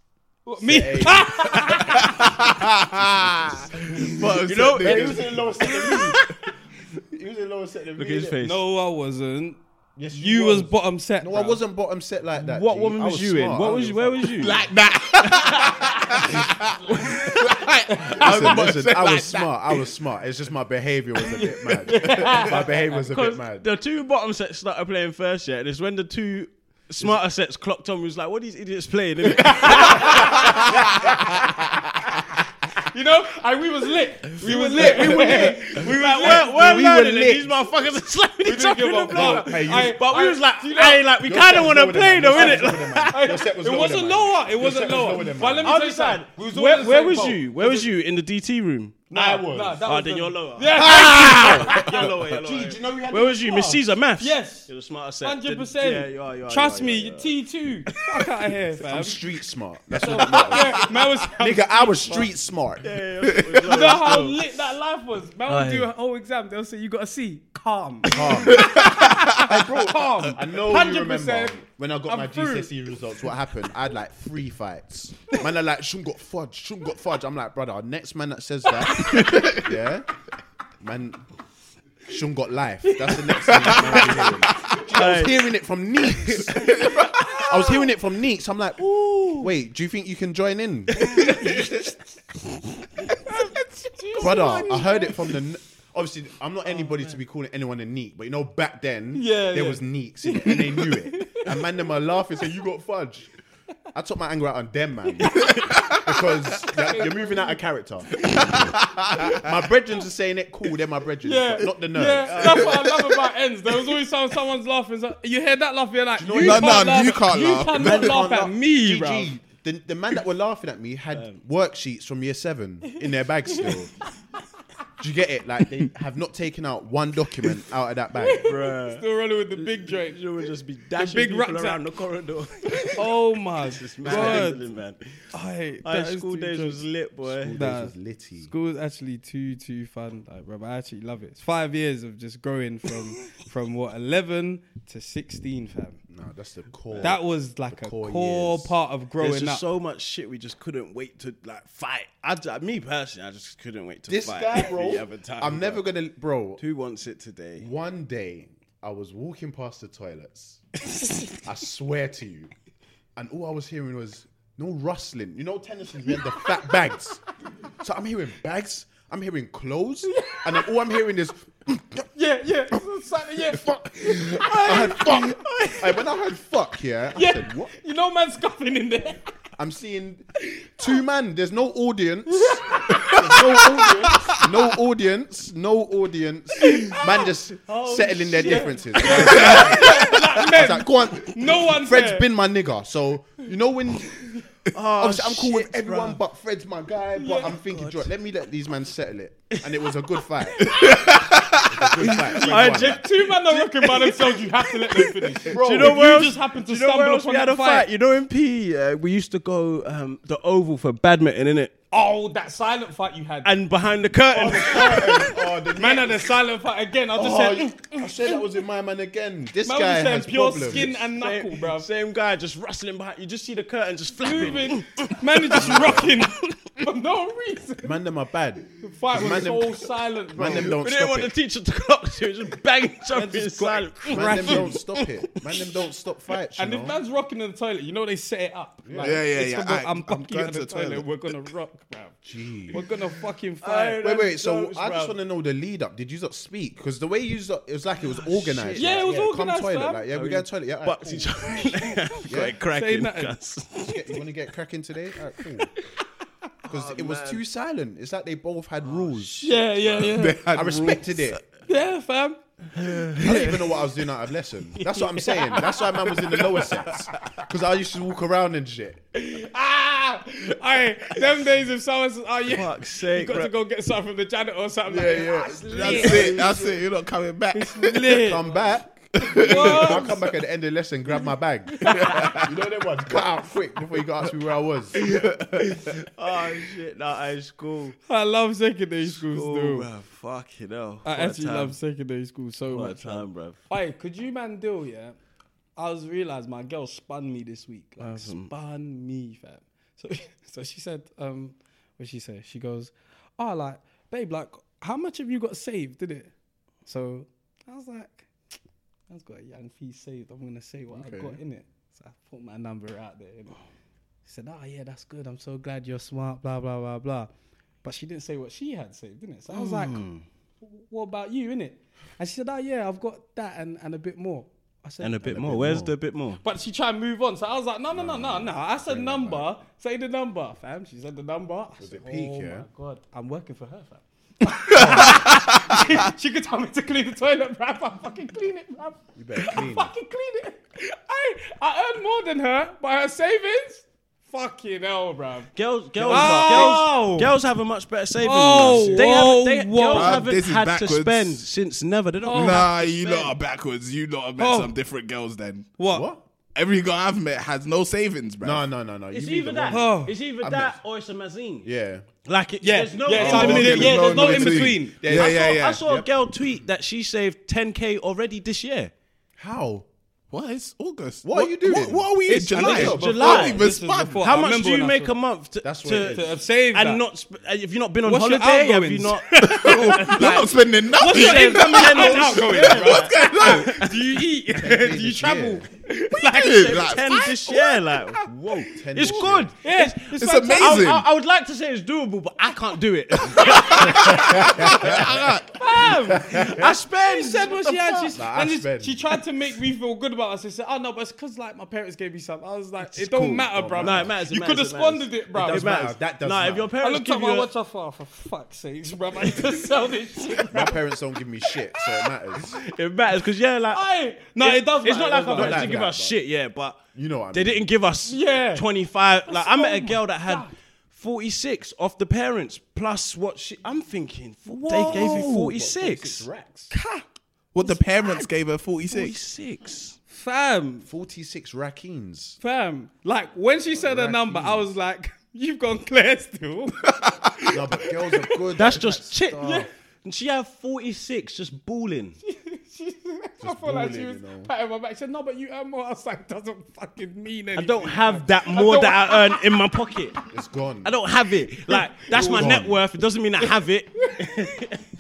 S7: Me,
S6: You know,
S8: he was in lower set than me. He was in lower set than
S6: look at
S8: me.
S6: his
S8: innit?
S6: face.
S7: no, I wasn't.
S8: Yes,
S7: You was bottom set.
S8: No, I
S7: bruv.
S8: wasn't bottom set like that.
S6: What
S8: G.
S6: woman
S8: I
S6: was, you in?
S8: smart. I
S6: What was you,
S8: don't
S6: where
S8: give a
S6: was you?
S8: fuck. Listen, listen, I was smart. I was smart. It's just my behavior was a bit mad. my behavior was a bit
S6: Because
S8: mad.
S6: the two bottom sets started playing first, yeah, and it's when the two smarter sets clocked on. We was like, "What are these idiots playing?" innit?"
S7: You know, I, we was lit. We were lit. We were lit. We
S6: we're
S7: were lit.
S6: we're
S8: We were
S6: learning, and
S8: lit.
S6: these motherfuckers are slapping each
S7: didn't
S6: other
S7: give
S6: in the
S7: a fuck.
S6: blood.
S7: Hey, you- I-
S6: but we
S7: I-
S6: was like,
S7: do you know-
S6: "Hey, like we
S8: Your set
S6: kind of
S8: was
S6: want to
S8: lower than
S6: play
S8: mine.
S6: though,
S8: Your set
S6: innit?"
S8: was lower than mine. Your set was
S7: It
S8: lower
S7: wasn't
S8: than mine.
S7: lower. It
S8: set
S7: wasn't
S8: was
S7: lower.
S8: lower than
S7: But let me
S8: mine.
S7: tell you
S6: Other side,
S7: something. We all in
S6: where,
S7: the
S6: where
S7: same
S6: was
S7: boat.
S6: you? Where was you in the DT room?
S8: I
S7: Nah,
S8: was.
S7: that
S6: Ah,
S7: was
S6: then
S7: the-
S6: you're lower.
S7: Yeah.
S6: You're lower, you're lower.
S8: Do you know we had
S6: Where was you, Miss Caesar Maths?
S7: Yes.
S6: you're the smarter set.
S7: Hundred
S6: Yeah, you are. You are
S7: percent. Trust me, you're T two. Fuck out of here, fam.
S8: I'm street smart. That's what it matters.
S7: Man was.
S8: Nigga, I was street smart.
S7: You know how lit that life was. Man would do a whole exam. They'll say you got a C. Calm.
S8: Hey, bro, I know you
S7: 100%.
S8: remember when I got
S7: I'm
S8: my
S7: through.
S8: GCSE E results. What happened? I had like three fights. Man, I like Shun got fudge, Shun got fudge. I'm like, brother, next man that says that, yeah, man, Shun got life. That's the next thing. That man I was hearing it from Neeks. I was hearing it from Neeks. I'm like, ooh, wait, do you think you can join in? brother. I heard it from the. n- Obviously, I'm not anybody to be calling anyone a neat, but you know, back then,
S3: Oh, Yeah,
S8: there
S3: yeah.
S8: was neeks and they knew it. And man, them are laughing, saying, "You got fudge." I took my anger out on them, man, because you're- you're moving out of character. my brethren's are saying it, cool. They're my brethren,
S7: Yeah.
S8: but not the nerds. Uh,
S7: Yeah, that's what I love about ends. There was always some, someone's laughing. So you hear that laugh, you're like, you,
S8: know what-
S7: can't
S8: No,
S7: laugh,
S10: no, you can't laugh.
S7: You
S8: Man
S7: cannot laugh
S8: can't
S7: at
S8: laugh.
S7: me,
S8: GG.
S7: bro.
S8: The, the man that were laughing at me had
S7: Um.
S8: worksheets from year seven in their bag still. Do you get it? Like they have not taken out one document out of that bag.
S6: Bruh.
S7: Still rolling with the big Drake.
S6: You would just be dashing
S7: big
S6: people
S7: rucksack.
S6: around the corridor.
S7: Oh my god!
S6: Mad, man.
S7: Aye,
S6: Aye,
S7: that is
S6: school
S7: too
S6: days
S7: jokes.
S6: was lit, boy.
S7: Nah.
S8: This was litty.
S7: School is actually too too fun, like bro. I actually love it. It's five years of just growing from from what eleven to sixteen, fam.
S8: No, that's the core.
S7: That was like a core,
S8: core years.
S7: part of
S6: There's
S7: growing
S6: just
S7: up.
S6: so much shit we just couldn't wait to like fight. I, I- me personally, I just couldn't wait to
S8: this
S6: fight.
S8: guy,
S6: every
S8: bro.
S6: other time,
S8: I'm never
S6: bro.
S8: gonna, bro.
S6: Who wants it today?
S8: One day, I was walking past the toilets. I swear to you, and all I was hearing was no rustling. You know, Tennyson's we had the fat bags. So I'm hearing bags. I'm hearing clothes, and then all I'm hearing is
S7: yeah, yeah, exactly, yeah.
S8: fuck. I heard fuck. Aye, when I heard fuck, yeah, I said what?
S7: You know, man, scuffing in there.
S8: I'm seeing two man. There's no audience. There's no audience. No audience. No audience. Man, just
S7: Oh,
S8: settling their differences. I was like, go on.
S7: No one's
S8: Fred's
S7: there.
S8: been my nigga. So you know when.
S7: Oh,
S8: obviously, I'm cool with everyone, but Fred's my guy. But I'm thinking, "Do you know what, let me let these men settle it, and it was a good fight. It was a good fight. Fred won.
S7: Two men are rocking by themselves. You have to let them finish. Bro,
S8: Do you
S6: know
S7: if
S6: what
S7: you
S6: else-
S7: just happen
S6: Do
S7: to
S6: you know where
S7: stumble
S6: else
S7: upon
S6: we had
S7: the
S6: a
S7: fight.
S6: fight? You know, in P, uh, we used to go um, the Oval for badminton, innit?
S7: Oh, that silent fight you had.
S6: And behind the curtain.
S8: Oh, the
S7: man had a silent fight again. I just
S8: Oh,
S7: said,
S8: you- I said that was in my man again. This
S7: man
S8: guy
S7: was saying
S8: has
S7: pure
S8: problems.
S7: skin and knuckle,
S6: same,
S7: bro.
S6: same guy just rustling behind. You just see the curtain just flapping.
S7: Moving, man is just rocking for no reason.
S8: Man, them are bad.
S7: Fight was
S8: Man,
S7: so
S8: them-
S7: silent, bro.
S8: Man, them don't
S6: We
S8: stop
S6: didn't want
S8: it.
S6: the teacher to clock, so we just banging something in silence.
S8: Man, them don't stop it. Man, them don't stop fights. You
S7: And
S8: know?
S7: if man's rocking in the toilet, you know they set it up. Like,
S9: Yeah, yeah,
S7: it's
S9: yeah.
S7: gonna-
S9: Aight,
S7: I'm
S9: I'm
S7: fucking
S9: going
S7: in
S9: to
S7: the
S9: the toilet.
S7: toilet. We're gonna rock, bro.
S8: Jeez.
S7: We're gonna fucking fight.
S8: Wait, wait.
S6: That's
S8: So
S6: jokes,
S8: I just
S6: bruv.
S8: want to know the lead up. Did you not speak? Because the way you lot, it was like it was organized.
S7: Yeah,
S8: like,
S7: it was organised,
S8: Come toilet,
S7: fam.
S8: like, yeah, we go toilet. Yeah, alright,
S6: Bucked each other. Got it cracking.
S7: nothing.
S6: cuz.
S8: cool. you want to get cracking today? Alright, cool. Because it was too silent. It's like they both had rules.
S7: Yeah, yeah, yeah.
S8: I respected it.
S7: yeah, fam.
S8: I don't even know what I was doing out of lesson. That's what I'm saying. That's why man was in the lower sets. Because I used to walk around and shit.
S7: Ah, alright. Them days, if someone says, "Oh yeah,
S6: Fuck's
S7: you
S6: sake.
S7: got to
S6: bruh.
S7: go get something from the janitor or something,"
S9: Yeah,
S7: like,
S9: yeah.
S7: ah, it's
S9: That's
S7: lit.
S9: it. That's it. You're not coming back.
S7: Lit.
S8: Come back. I'll come back at the end of the lesson, grab my bag. you know them ones, cut out quick before you got ask me where I was.
S6: Oh, shit. Nah, it's cool.
S7: I love secondary school,
S6: Oh,
S7: still.
S6: bruh, fucking hell.
S7: I
S6: What a
S7: actually
S6: time.
S7: love secondary school so
S6: What a
S7: much.
S6: time, bruv.
S7: Hey, could you man deal? Yeah, I was realized my girl spun me this week. Like spun me, fam. So, so she said, um, what she say? She goes, oh, like, babe, like, how much have you got saved? Did it? So I was like, I've got a young fee saved. I'm gonna say what I've got in it. So I put my number out there. innit? She said, oh yeah, that's good. I'm so glad you're smart. Blah blah blah blah. But she didn't say what she had saved, didn't it? So I was
S6: Hmm.
S7: like what about you, innit? And she said, oh, yeah, I've got that and, and a bit more. I said,
S6: And a bit more. Where's the bit more?
S7: But she tried to move on. So I was like, no, no, no, no, no. I said number. Say the number, fam. She said the number. I said,
S8: it peak,
S7: oh,
S8: yeah?
S7: my God. I'm working for her, fam. she, she could tell me to clean the toilet, bruv. I fucking clean it, bruv. You
S8: better
S7: I
S8: clean.
S7: fucking clean it. I, I earn more than her, but her savings? Fucking hell, bruv.
S6: Girls, girls,
S7: Oh!
S6: girls, girls have a much better saving.
S7: Oh,
S6: than us. they
S7: whoa,
S6: haven't, they,
S7: whoa.
S6: girls
S9: Man,
S6: haven't
S9: this is
S6: had to
S9: backwards.
S6: spend since never. They don't. have
S9: Nah, you lot are backwards. You lot have met
S7: Oh.
S9: some different girls then.
S7: What?
S8: What?
S9: Every girl I've met has no savings, bro.
S8: No, no, no, no.
S6: It's
S8: you mean
S6: either
S8: the
S6: that.
S8: one-
S7: Oh.
S6: It's either that or it's a magazine.
S8: Yeah.
S6: Like it,
S7: Yeah,
S6: there's no.
S7: yeah,
S6: in
S7: it's either
S6: between.
S7: this- yeah, there's no in between.
S9: Yeah, yeah,
S6: I saw,
S9: yeah.
S6: I saw
S8: Yep.
S6: a girl tweet that she saved 10k already this year.
S8: How?
S9: What? It's August.
S8: What are you doing?
S9: What, what are we in
S8: It's
S9: July?
S8: July.
S9: What have we been
S7: This was
S9: spun?
S7: before.
S6: How
S7: I
S6: much
S7: remember
S6: do
S7: when
S6: you
S7: I
S6: make
S7: saw-
S6: a month? To,
S8: That's what
S6: to,
S8: it
S7: To have saved
S6: and
S7: that.
S6: not. Sp- uh, if you've not been on
S7: What's your
S6: holiday, have you
S7: outgoings?
S6: not?
S9: You're not spending nothing.
S7: What's your income and outgoing, bruv?
S9: What's going on?
S7: Do you eat? Do you
S8: this
S7: travel?
S8: year.
S6: like
S9: doing?
S6: it's
S9: Like,
S6: ten
S9: five?
S6: this year, like
S8: Whoa, 10
S6: it's good. Yeah, it's, fantastic.
S9: It's
S6: I-
S9: amazing.
S6: I, I would like to say it's doable, but I can't do it. Fam, I spend.
S7: She said what she had. She,
S8: Nah, I
S7: and
S8: spend.
S7: it's- she tried to make me feel good about us. She said, "Oh no, but it's because like my parents gave me something." I was like, "It don't
S8: cool.
S7: matter,
S8: Don't
S7: bro.
S6: No, it matters. it
S7: You could have
S6: matters, it
S7: squandered
S6: matters.
S7: it, bro."
S8: does matter. That does
S6: nah,
S8: matter.
S6: if your
S7: I
S6: parents
S7: looked at
S6: give
S7: my
S6: you a-
S7: watch. I thought, oh, for fuck's sake, bro, I need to sell this shit.
S8: My parents don't give me shit, so it matters.
S6: It matters because yeah, like
S7: Aye. No, it, does.
S6: It's not like
S7: matter,
S6: our
S7: it does
S6: parents
S8: like
S6: didn't give
S8: that,
S6: us
S8: but-
S6: shit, yeah, but
S8: You know what I
S6: they
S8: mean.
S6: didn't give us
S7: Yeah.
S6: twenty five. Like I met a
S7: oh
S6: girl that
S7: my
S6: had
S7: God.
S6: forty six off the parents plus what she. I'm thinking they gave you forty six.
S8: racks.
S10: What the parents gave her 46.
S6: 46.
S7: Fam,
S8: 46 rackeens.
S7: fam. Like when she said her number, I was like, "You've gone clear still."
S8: No, but girls are good.
S6: That's just chick.
S8: stuff.
S6: Yeah. And she had 46 just balling.
S7: I felt like she
S8: bullying,
S7: was
S8: you know.
S7: patting my back. She said, "No, but you earn more." I was like, "Doesn't fucking mean
S6: I
S7: anything."
S6: don't have that more
S7: don't-
S6: that I earn in my pocket.
S8: It's gone.
S6: I don't have it. Like, that's my net worth. It doesn't mean I have it.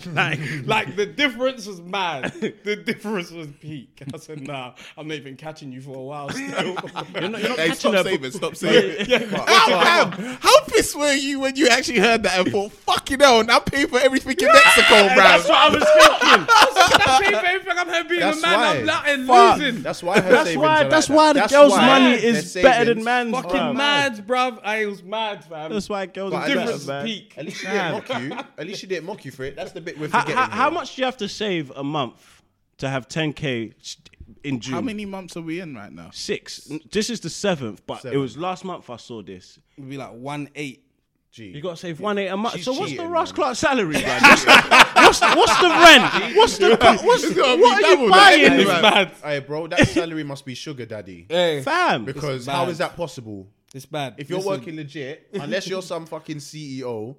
S6: like,
S7: Like the difference was mad. The difference was peak. I said, nah, I'm not even catching you for a while still.
S9: Hey,
S6: catching
S9: stop
S6: her,
S9: saving, stop saving.
S7: yeah.
S9: How, fam, how pissed were you when you actually heard that and thought, fucking hell, now pay for everything in Mexico,
S6: that's
S9: bro?
S6: what I was thinking.
S7: That's me, baby. I'm here being
S8: That's
S7: a man. I'm
S8: why.
S7: not and
S8: Fuck.
S7: losing.
S8: That's why her
S6: That's
S8: savings
S6: why.
S8: are
S6: That's
S8: like
S6: why
S8: that.
S6: the
S8: That's
S6: girl's
S8: why
S6: money
S8: their
S6: is better than
S8: savings-
S6: man's.
S7: Fucking
S6: bruv.
S7: mad, bruv. I was mad, fam.
S3: That's why girls
S8: But
S3: are
S8: I
S3: better,
S7: difference
S8: just-
S3: man.
S7: peak.
S8: At least she didn't mock you. At least she didn't mock you for it. That's the bit we're
S6: How,
S8: forgetting.
S6: how, how
S8: here.
S6: much do you have to save a month to have 10k st- in June?
S10: How many months are we in right now?
S6: Six. N- This is the seventh, but it
S8: Seven.
S6: was last month I saw this.
S7: It'd be like one eight.
S8: Gee.
S6: You got to save one eight a month.
S8: She's
S6: so what's the
S8: cheating,
S6: Ross
S8: man.
S6: Clark salary, man? What's the, what's, the- what's the rent? What's the co- what's what are you buying,
S8: Hey,
S6: this
S8: man.
S6: man?
S8: Hey, bro, that salary must be sugar daddy.
S7: Hey,
S6: Fam,
S8: Because
S7: mad.
S8: how is that possible?
S7: it's bad.
S8: If you're
S7: Listen.
S8: working legit, unless you're some fucking E CEO,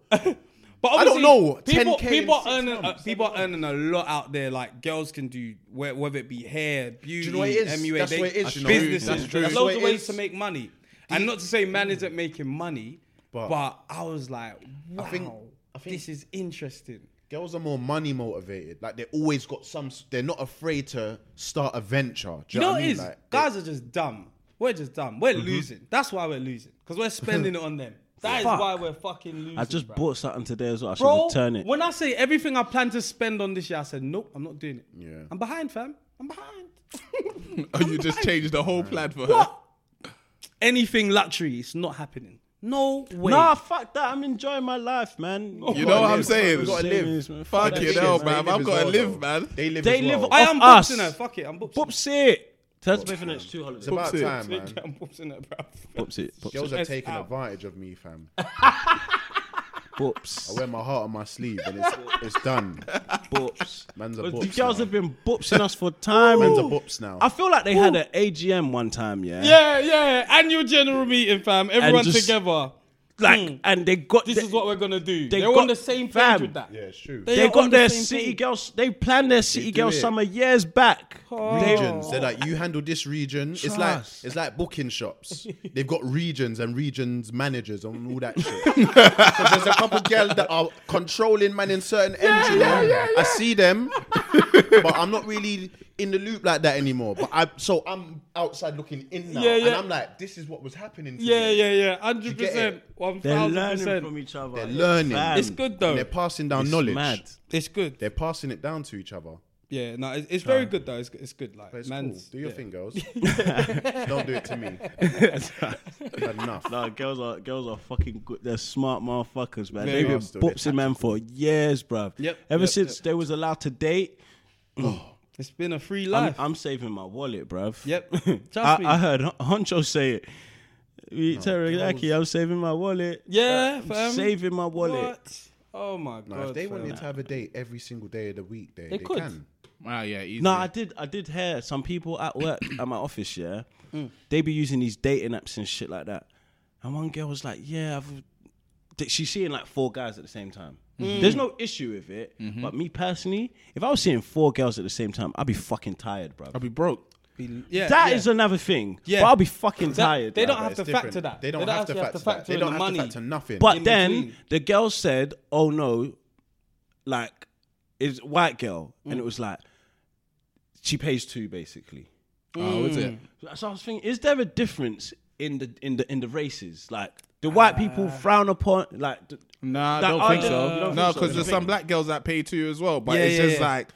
S7: But
S8: I don't
S7: obviously,
S8: know,
S7: People,
S8: 10K
S7: people
S8: in six
S7: earning, uh,
S8: months,
S7: people earning a lot out there. Like girls can do whe- whether it be hair, beauty,
S8: know what it is?
S7: MUA.
S8: That's
S7: they,
S8: what it is, you know.
S7: Businesses,
S8: That's true.
S7: there's
S8: That's
S7: loads
S8: what
S7: of
S8: it
S7: ways
S8: is.
S7: to make money. And not to say man isn't making money, but,
S8: But-
S7: I was like, wow,
S8: think- I think-
S7: this is interesting.
S8: girls are more money motivated. Like they always got some. s- They're not afraid to start a venture. Do
S7: You
S8: you
S7: know
S8: what
S7: what
S8: I
S7: it
S8: mean?
S7: is?
S8: Like, Mm-hmm. they-
S7: Guys are just dumb. We're just dumb. We're losing. That's why we're losing because we're spending it on them. That is why we're fucking losing.
S6: I just
S7: bruv.
S6: bought something today as well. I should
S7: Bro,
S6: return it.
S7: when I say everything I plan to spend on this year, I said, nope, I'm not doing it.
S8: Yeah.
S7: I'm behind, fam. I'm behind.
S9: Oh, you just changed the whole plan for her.
S7: What? Anything luxury, it's not happening. No way.
S6: Nah, fuck that. I'm enjoying my life, man.
S9: You know what I'm
S8: live.
S9: saying?
S8: We gotta
S6: Same
S8: live.
S6: is, man.
S9: Fuck
S8: That
S9: you,
S8: shit,
S9: hell,
S8: they
S9: man. I've
S8: as
S9: got to
S8: well,
S9: live,
S8: though.
S9: man.
S8: They live.
S6: They
S8: as
S6: live
S8: well.
S7: I
S6: off us.
S7: am boxing her. Fuck it, I'm boxing
S6: Boops it. That's me for the next two
S8: It's
S6: holidays.
S8: about time,
S9: it.
S7: her.
S8: man.
S7: I'm boxing her, bro.
S6: Boops it. Boops
S8: Girls
S6: it.
S8: are
S7: Stress
S8: taking
S7: out.
S8: advantage of me, fam. I
S6: Boops.
S8: wear my heart on my sleeve, and it's, it's done.
S6: Boops.
S8: Man's a
S6: Well,
S8: boops.
S6: The girls
S8: now.
S6: have been boopsing us for time.
S8: Man's a boops now.
S6: I feel like they had an AGM one time, yeah.
S7: Yeah, yeah. Annual general meeting, fam. Everyone
S6: just-
S7: together.
S6: Like,
S7: Mm.
S6: and they got
S7: This
S6: the-
S7: is what we're gonna do.
S6: they
S7: They are
S6: got-
S7: on the same page
S6: fam.
S7: with that.
S8: yeah, it's true.
S7: They
S6: They
S7: are on
S6: got
S7: the
S6: their
S7: same
S6: city
S7: page.
S6: girls. They planned their city
S8: do
S6: girl
S8: it.
S6: summer years back.
S7: Oh.
S8: regions. They're like, you handle this region. It's like
S6: Trust.
S8: it's like booking shops. They've got regions and regions managers and all that shit. 'Cause there's a couple girls that are controlling man in certain ends. you know? I see them, but I'm not really in the loop like that anymore. But I so I'm outside looking in now,
S7: Yeah, yeah.
S8: and I'm like, this is what was happening. To
S7: Yeah,
S8: me.
S7: yeah, yeah. Hundred
S8: You get
S7: percent.
S8: it?
S7: One
S6: They're
S7: thousand
S6: learning
S7: percent.
S6: from each other.
S8: They're learning.
S6: Fam.
S7: It's good though.
S8: And they're passing down
S6: It's
S8: knowledge.
S6: Mad.
S7: It's good.
S8: They're passing it down to each other.
S7: Yeah, no, it's, it's very good though. It's, it's good. Like,
S8: It's
S7: man's
S8: cool. Do your
S7: yeah.
S8: thing, girls. Don't do it to me. Had enough.
S6: Nah, Uh, girls are girls are fucking good. They're smart motherfuckers, man. They've
S7: are
S6: been
S8: still. They're
S6: boopsing man for years, bruv.
S7: Yep,
S6: Ever
S7: yep,
S6: since
S7: yep.
S6: they was allowed to date,
S7: It's been a free
S6: I'm,
S7: life.
S6: I'm saving my wallet, bruv.
S7: Yep.
S6: I,
S7: Trust me.
S6: I heard Hon- Honcho say it. We
S8: Oh,
S6: teriyaki. I'm saving my wallet.
S7: yeah,
S6: I'm
S7: fam.
S6: saving my wallet.
S7: What? Oh my
S8: Now,
S7: god.
S8: if they
S7: fam.
S8: wanted to have a date every single day of the week, they, they,
S7: could.
S8: can.
S9: Wow, yeah, easy.
S6: No, I did. I did hear some people at work at my office. Yeah,
S7: Mm.
S6: they be using these dating apps and shit like that. And one girl was like, "Yeah, I've." that She's seeing like four guys at the same time.
S7: Mm-hmm.
S6: There's no issue with it, but me personally, if I was seeing four girls at the same time, I'd be fucking tired, bro.
S9: I'll be broke.
S7: yeah,
S6: That is
S7: yeah.
S6: another thing.
S7: Yeah.
S6: but I'll be fucking
S7: That-
S6: tired.
S7: they
S6: bruv.
S7: don't have to
S8: It's
S7: factor
S8: different.
S7: that.
S8: They don't, have, to factor, that. They
S7: in
S8: don't
S7: the
S8: have
S7: money.
S8: to factor nothing.
S6: But
S7: in
S6: then
S7: between.
S6: the girl said, "Oh no,
S7: Mm.
S6: like it's white girl," and it was like she pays two basically.
S9: Oh, is it?
S6: So I was thinking, is there a difference in the in the in the races? Like, do
S7: Uh,
S6: white people frown upon like? th-
S9: Nah, I
S6: That-
S9: don't
S6: I
S9: think
S6: don't-
S9: so.
S6: you don't think
S9: no,
S6: so,
S9: because
S6: you
S9: there's
S6: think?
S9: some black girls that pay too as well, but
S7: Yeah,
S9: it's
S7: yeah,
S9: just
S7: yeah.
S9: like,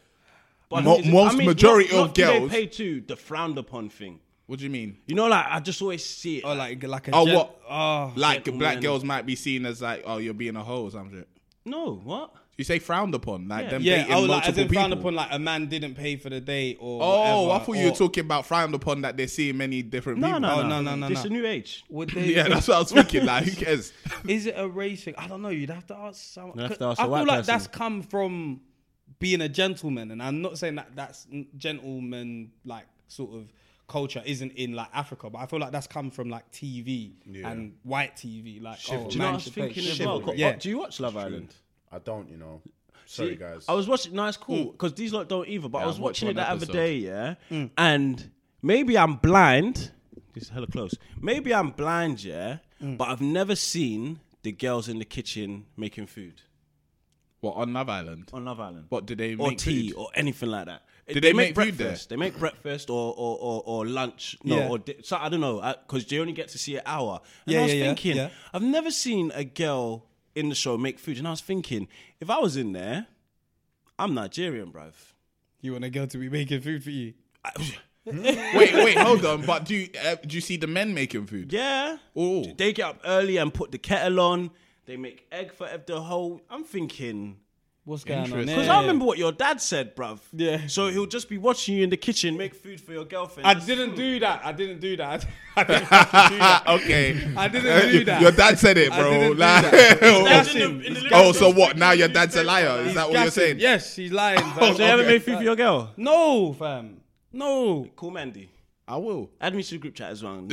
S6: but
S9: Mo-
S6: is it-
S9: most majority
S6: not,
S9: of
S6: not do
S9: girls-
S6: they pay to the frowned upon thing.
S9: what do you mean?
S6: You know, like I just always see it.
S7: Oh, like like a
S9: Oh,
S7: gen-
S9: what?
S7: Oh,
S9: Like black
S6: gentlemen.
S9: girls might be seen as like, oh, you're being a hoe or something.
S6: no, what?
S9: You say frowned upon, like them
S7: yeah.
S9: dating
S7: Oh,
S9: multiple
S7: like as in
S9: people.
S7: frowned upon, like a man didn't pay for the date or.
S9: oh,
S7: whatever,
S9: I thought you
S7: or-
S9: were talking about frowned upon that they're seeing many different
S6: No,
S9: people.
S6: no,
S7: Oh, no,
S6: no,
S7: no, no,
S6: It's
S7: no.
S6: a new age.
S7: Would they?
S9: Yeah, that's what I was thinking. Like, who cares?
S7: Is it a race thing? I don't know. You'd have to ask someone.
S4: have to
S7: 'Cause
S4: ask a
S7: I feel
S4: white
S7: like
S4: person.
S7: that's come from being a gentleman, and I'm not saying that that's gentleman like sort of culture isn't in like Africa, but I feel like that's come from like TV and white TV. Like, oh,
S6: Do you know
S7: man
S6: what I was
S7: should pay.
S6: thinking as well?
S8: Chivalry.
S6: Yeah.
S7: Yeah.
S6: do you watch Love Island?
S8: I don't, you know. Sorry,
S6: See,
S8: guys.
S6: I was watching. No, it's cool because these lot don't either. But I was
S9: Mm. I've watched
S6: watching it
S9: one
S6: the other
S9: episode. Mm.
S6: day, yeah. And maybe I'm blind. This is hella close. Maybe I'm blind, yeah.
S9: Mm.
S6: But I've never seen the girls in the kitchen making food
S9: What on Love Island?
S6: on Love Island.
S9: What do they
S6: or
S9: make
S6: tea
S9: food?
S6: or anything like that.
S9: Do they make food there?
S6: breakfast. They make breakfast or or or, or lunch. No,
S7: Yeah.
S6: or di- so I don't know because you only get to see an hour. And
S7: Yeah,
S6: I was
S7: yeah, yeah,
S6: thinking,
S7: yeah.
S6: I've never seen a girl in the show make food, and I was thinking, if I was in there, I'm Nigerian, bruv.
S7: You want a girl to be making food for you?
S9: Wait, wait, hold on. But do you, uh, do you see the men making food?
S6: Yeah.
S9: Oh.
S6: They get up early and put the kettle on. They make egg for the whole. I'm thinking.
S7: What's going on?
S9: Interesting.
S6: Because
S7: there?
S6: I remember what your dad said, bruv.
S7: Yeah.
S6: So he'll just be watching you in the kitchen make food for your girlfriend.
S7: I didn't do that. I didn't do that. I didn't have to do that.
S9: Ah, okay. Uh,
S7: I didn't do that.
S9: Your dad said it,
S7: I
S9: bro.
S7: didn't do
S9: Like,
S7: that.
S9: oh,
S7: Gassing.
S6: In the- in the
S9: oh,
S6: living
S9: so
S6: room.
S9: what? Now your dad's a liar? Is that what you're
S7: Gassing.
S9: saying?
S7: Yes, he's lying. fam.
S9: Oh, so you haven't
S6: Make food for your girl.
S7: No, fam. No.
S6: Call Mandy.
S9: I will.
S6: Add me to the group chat as well.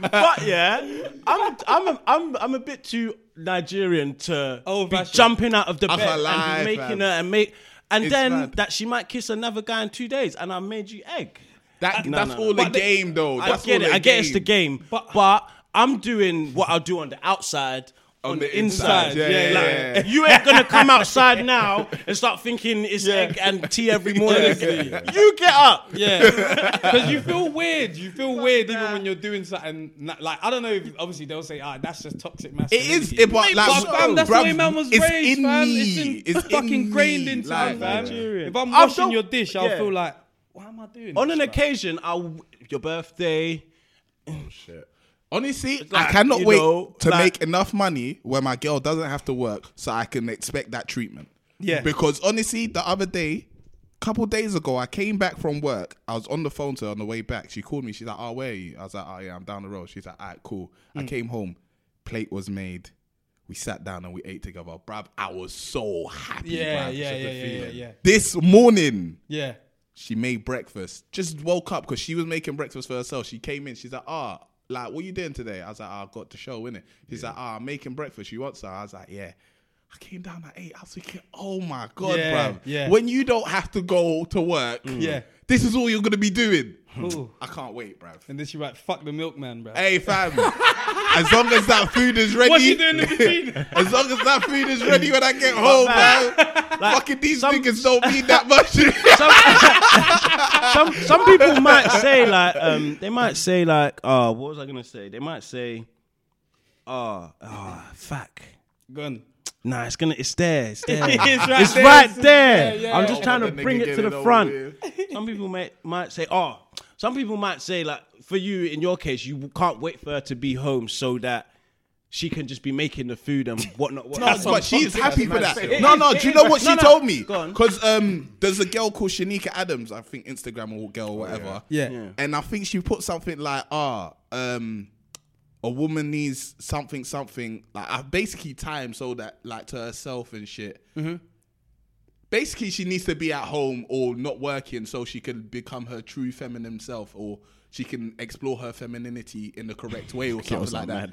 S6: but yeah, I'm I'm a, I'm I'm a bit too Nigerian to
S7: Old
S6: be
S7: fashioned.
S6: jumping out of the
S9: can't
S6: bed
S9: lie,
S6: and be
S9: fam.
S6: making her and make and
S9: It's
S6: then
S9: mad.
S6: that she might kiss another guy in two days and I made you egg.
S9: That,
S6: No,
S9: that's
S6: no, no.
S9: all a
S6: But they-
S9: game, though.
S6: I
S9: That's
S6: get
S9: all
S6: it.
S9: a
S6: I get it's the game, but, I'm doing what I'll do on the outside. On, the, inside,
S9: Yeah, yeah,
S6: Like,
S9: yeah, yeah.
S6: You ain't gonna come outside now and start thinking it's egg and tea every morning. You get up.
S7: Yeah, because you feel weird. You feel weird even when you're doing something na- like I don't know. If, obviously, they'll say, "Ah, that's just toxic
S9: It
S7: masculinity."
S9: is, it, but like,
S7: But fam, that's the
S9: bruv,
S7: way man was
S9: it's
S7: raised,
S9: in
S7: fam.
S9: Me.
S7: It's in
S9: It's
S7: fucking
S9: in
S7: grained
S9: me.
S7: into
S9: Like,
S7: me, fam. If I'm
S6: I
S7: washing
S6: don't-
S7: your dish, I'll
S6: yeah.
S7: feel like, why am I doing?
S6: On
S7: this,
S6: an
S7: fam?"
S6: occasion, I'll, your birthday.
S9: Honestly,
S6: like,
S9: I cannot
S6: you
S9: wait
S6: know,
S9: to
S6: like-
S9: make enough money where my girl doesn't have to work so I can expect that treatment.
S7: Yeah.
S9: Because honestly, the other day, couple days ago, I came back from work. I was on the phone to her on the way back. She called me. She's like, oh, where are you? I was like, oh, yeah, I'm down the road. She's like, all right, cool.
S7: Mm.
S9: I came home. Plate was made. We sat down and we ate together. Bruv, I was so happy.
S7: Yeah, yeah,
S9: bruv. It's
S7: yeah,
S9: just a
S7: yeah, yeah,
S9: feeling.
S7: yeah.
S9: This morning,
S7: yeah.
S9: she made breakfast. Just woke up because she was making breakfast for herself. She came in. She's like, ah, like, what you doing today? I was like, ah, I've got the show, innit? She's like, ah, I'm making breakfast. You want some? I was like, yeah. I came down at eight. I was thinking, oh my God,
S7: Yeah,
S9: bruv.
S7: yeah. Mm.
S9: When you don't have to go to work,
S7: Yeah.
S9: this is all you're going to be doing.
S7: Ooh.
S9: I can't wait, bruv.
S7: And then she like, "Fuck the milkman, bro."
S9: Hey, fam. as long as that food is ready.
S7: What's he doing in between?
S9: As long as that food is ready when I get home, man. fucking these
S6: some-
S9: niggas don't mean that much.
S6: Some, some some people might say like um they might say like oh what was I gonna say? They might say oh oh fuck.
S7: Gone.
S6: Nah, it's gonna it's there, it's there.
S7: It's right
S6: it's
S7: there.
S6: right there.
S7: yeah,
S6: I'm
S7: yeah.
S6: just trying to bring it to the front. Some people may, might say, oh, some people might say, like, for you, in your case, you can't wait for her to be home so that she can just be making the food and whatnot.
S9: No,
S6: whatnot.
S9: but she's happy for that.
S6: It
S9: No,
S6: is,
S9: no.
S6: it
S9: Do you
S6: is,
S9: know
S6: but-
S9: what she
S6: no, no.
S9: told me?
S6: Go on.
S9: Because um, there's a girl called Shanika Adams, I think Instagram or
S6: Oh,
S9: girl, whatever.
S7: Yeah. Yeah.
S9: And I think she put something like, "Ah, um, a woman needs something, something like uh, basically time so that like to herself and shit."
S6: Mm-hmm.
S9: Basically, she needs to be at home or not working so she can become her true feminine self or. She can explore her femininity in the correct way or something like that.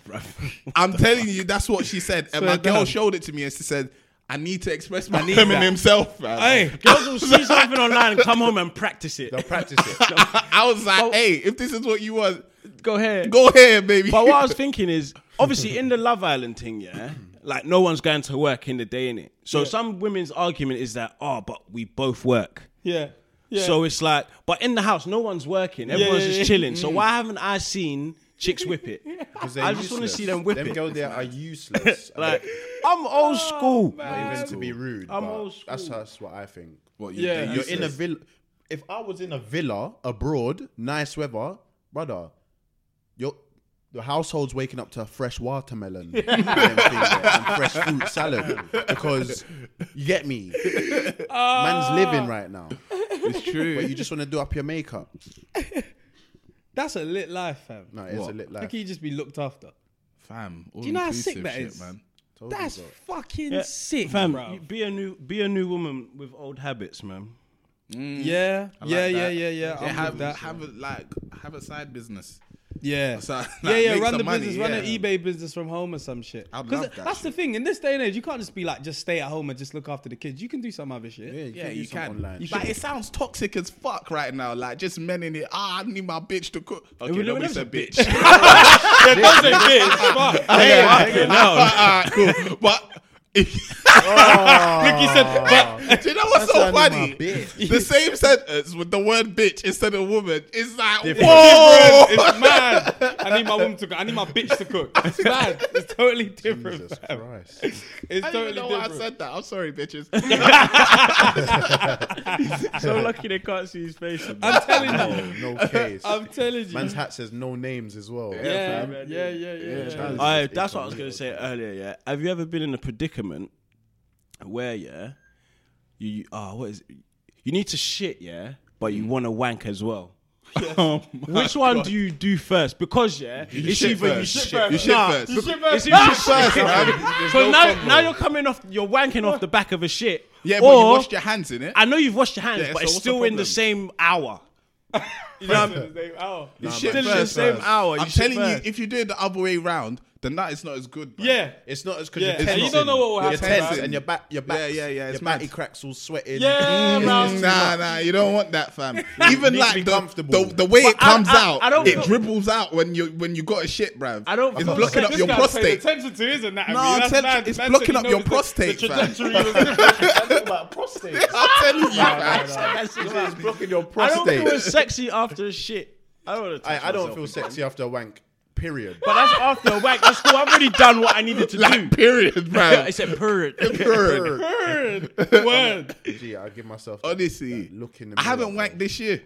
S9: I'm telling you, that's what she said. And my girl showed it to me and she said, I need to express my feminine self, man.
S7: Hey,
S6: Girls will see something online and come home and practice it.
S8: They'll practice it.
S9: I was like, hey, if this is what you want,
S6: Go ahead.
S9: go ahead, baby.
S6: But what I was thinking is, obviously, in the Love Island thing, yeah, like no one's going to work in the day in it. So some women's argument is that oh, but we both work.
S7: Yeah. Yeah.
S6: So it's like, but in the house, no one's working. Everyone's
S7: yeah,
S6: just
S7: yeah.
S6: chilling. So why haven't I seen chicks whip it?
S8: they're
S6: I just want to
S8: useless.
S6: see them whip
S8: Them
S6: it.
S8: girls there are useless.
S6: Like, I'm old school.
S8: not even to be rude.
S6: I'm
S8: but
S6: old school.
S8: That's that's what I think.
S9: What, you,
S6: Yeah.
S9: they
S8: You're in a
S9: useless?
S8: villa. If I was in a villa abroad, nice weather, brother, your the household's waking up to a fresh watermelon and, them things there, and fresh fruit salad because you get me.
S9: Ah.
S8: Man's living right now,
S9: It's true.
S8: but you just want to do up your makeup.
S7: That's a lit life, fam.
S8: No, it's a
S9: What?
S8: lit
S7: How
S8: life.
S7: can you just be looked after?
S9: Fam, all
S7: Do you know how sick
S9: inclusive
S7: that
S9: shit,
S7: is?
S9: man?
S7: That's fucking sick,
S6: Fam,
S9: Mm.
S7: bro.
S6: be a new be a new woman with old habits, man.
S7: Yeah,
S9: I like
S7: yeah,
S9: that.
S7: yeah, yeah, yeah.
S9: Yeah,
S7: I'm
S9: have
S7: with that.
S9: have a, like have a side business.
S7: Yeah.
S9: So, like,
S7: yeah, yeah.
S9: make
S7: Run
S9: some
S7: the
S9: money,
S7: business. Run an
S9: yeah.
S7: eBay business from home or some shit.
S9: I'd
S7: 'Cause
S9: love that
S7: that's the thing. In this day and age, you can't just be like, just stay at home and just look after the kids. You can do some other shit.
S8: you
S9: Yeah,
S8: do
S9: you
S8: some
S9: can.
S8: online.
S9: like, it sounds toxic as fuck right now. Like, just men in it. Ah, I need my bitch to cook. Okay, no, it's a bitch. Ah, cool. But if
S7: He said, but
S9: do you know what's so
S8: why I need
S9: funny?
S8: my bitch.
S9: The same sentence with the word bitch instead of woman is like, whoa!
S7: it's mad. I need my woman to cook. I need my bitch to cook. It's mad. It's totally different.
S8: Jesus
S9: Oh.
S7: fam.
S8: Christ.
S7: It's
S9: I don't
S7: totally
S9: even know why I
S7: different.
S9: said that. I'm sorry, bitches.
S6: So lucky they can't see his face.
S7: I'm telling you.
S8: Oh, No case.
S7: I'm telling you.
S8: Man's hat says no names as well.
S7: yeah,
S6: fam.
S7: yeah, yeah, yeah, yeah.
S8: Charles
S6: I,
S8: is
S6: that's what I was going
S8: ignorant.
S6: to say earlier. Yeah, have you ever been in a predicament where yeah, you you- ah what is it? you need to shit yeah, but you want to wank as well. Mm. Which one do you do first? Because yeah, it's
S9: shit
S6: either
S9: first.
S6: you shit
S9: You
S6: first.
S9: shit
S6: Nah,
S9: first.
S6: you shit first. It's either you shit
S9: There's
S6: So
S9: no
S6: now,
S9: combo.
S6: now you're coming off, you're wanking off the back of a shit.
S9: yeah,
S6: or,
S9: but you washed your hands in it.
S6: I know you've washed your hands,
S9: Yeah,
S6: but
S9: so
S6: it's
S9: what's the
S6: still in the
S9: problem?
S6: same hour.
S7: You know what I'm saying? Oh.
S9: You
S8: Nah,
S9: shit
S6: Still
S8: man.
S6: in the
S9: first,
S6: same
S9: man.
S6: hour. You
S9: I'm
S6: shit
S9: telling you,
S6: first.
S9: if you do it the other way round, the night is not as good. man.
S7: Yeah.
S8: It's not as because
S7: Yeah,
S8: you're
S7: and
S8: tensing.
S7: you don't know what will
S8: You're
S7: happen,
S8: tensing
S9: man.
S8: and your back, your back,
S9: Yeah, yeah, yeah, it's
S8: your
S9: mad.
S8: batty cracks all sweating.
S7: Yeah, bro.
S9: Nah, nah, you don't want that, fam. Even
S8: need to
S9: like
S8: be
S9: the,
S8: comfortable.
S9: the the way it
S6: I-
S9: comes
S6: I-
S9: out,
S6: I don't
S9: it
S6: feel-
S9: dribbles out when you when you got a shit, bruv.
S6: I don't
S9: It's
S6: feel-
S9: blocking
S6: This
S9: up your
S7: guy paid
S9: prostate.
S7: Attention to his anatomy.
S9: No, I'm
S7: That's
S9: telling-
S7: mad.
S9: it's
S7: Man said
S9: blocking
S7: he
S9: up your
S7: knows the-
S9: prostate,
S7: The
S9: fam.
S7: trajectory was different.
S8: about prostate.
S9: I'm telling you, fam.
S8: it's blocking your
S6: I don't
S8: prostate.
S6: feel as sexy after a shit. I don't want to touch
S8: I, I don't
S6: myself
S8: feel
S6: again.
S8: sexy after a wank. Period.
S6: But that's after a wank. That's cool. I've already done what I needed to do.
S9: Like period,
S6: I
S9: bro.
S6: said period.
S9: period.
S7: Word.
S8: Gee, I give myself. that-
S9: Honestly,
S8: that look in the
S9: I haven't
S8: mirror,
S9: wanked this year.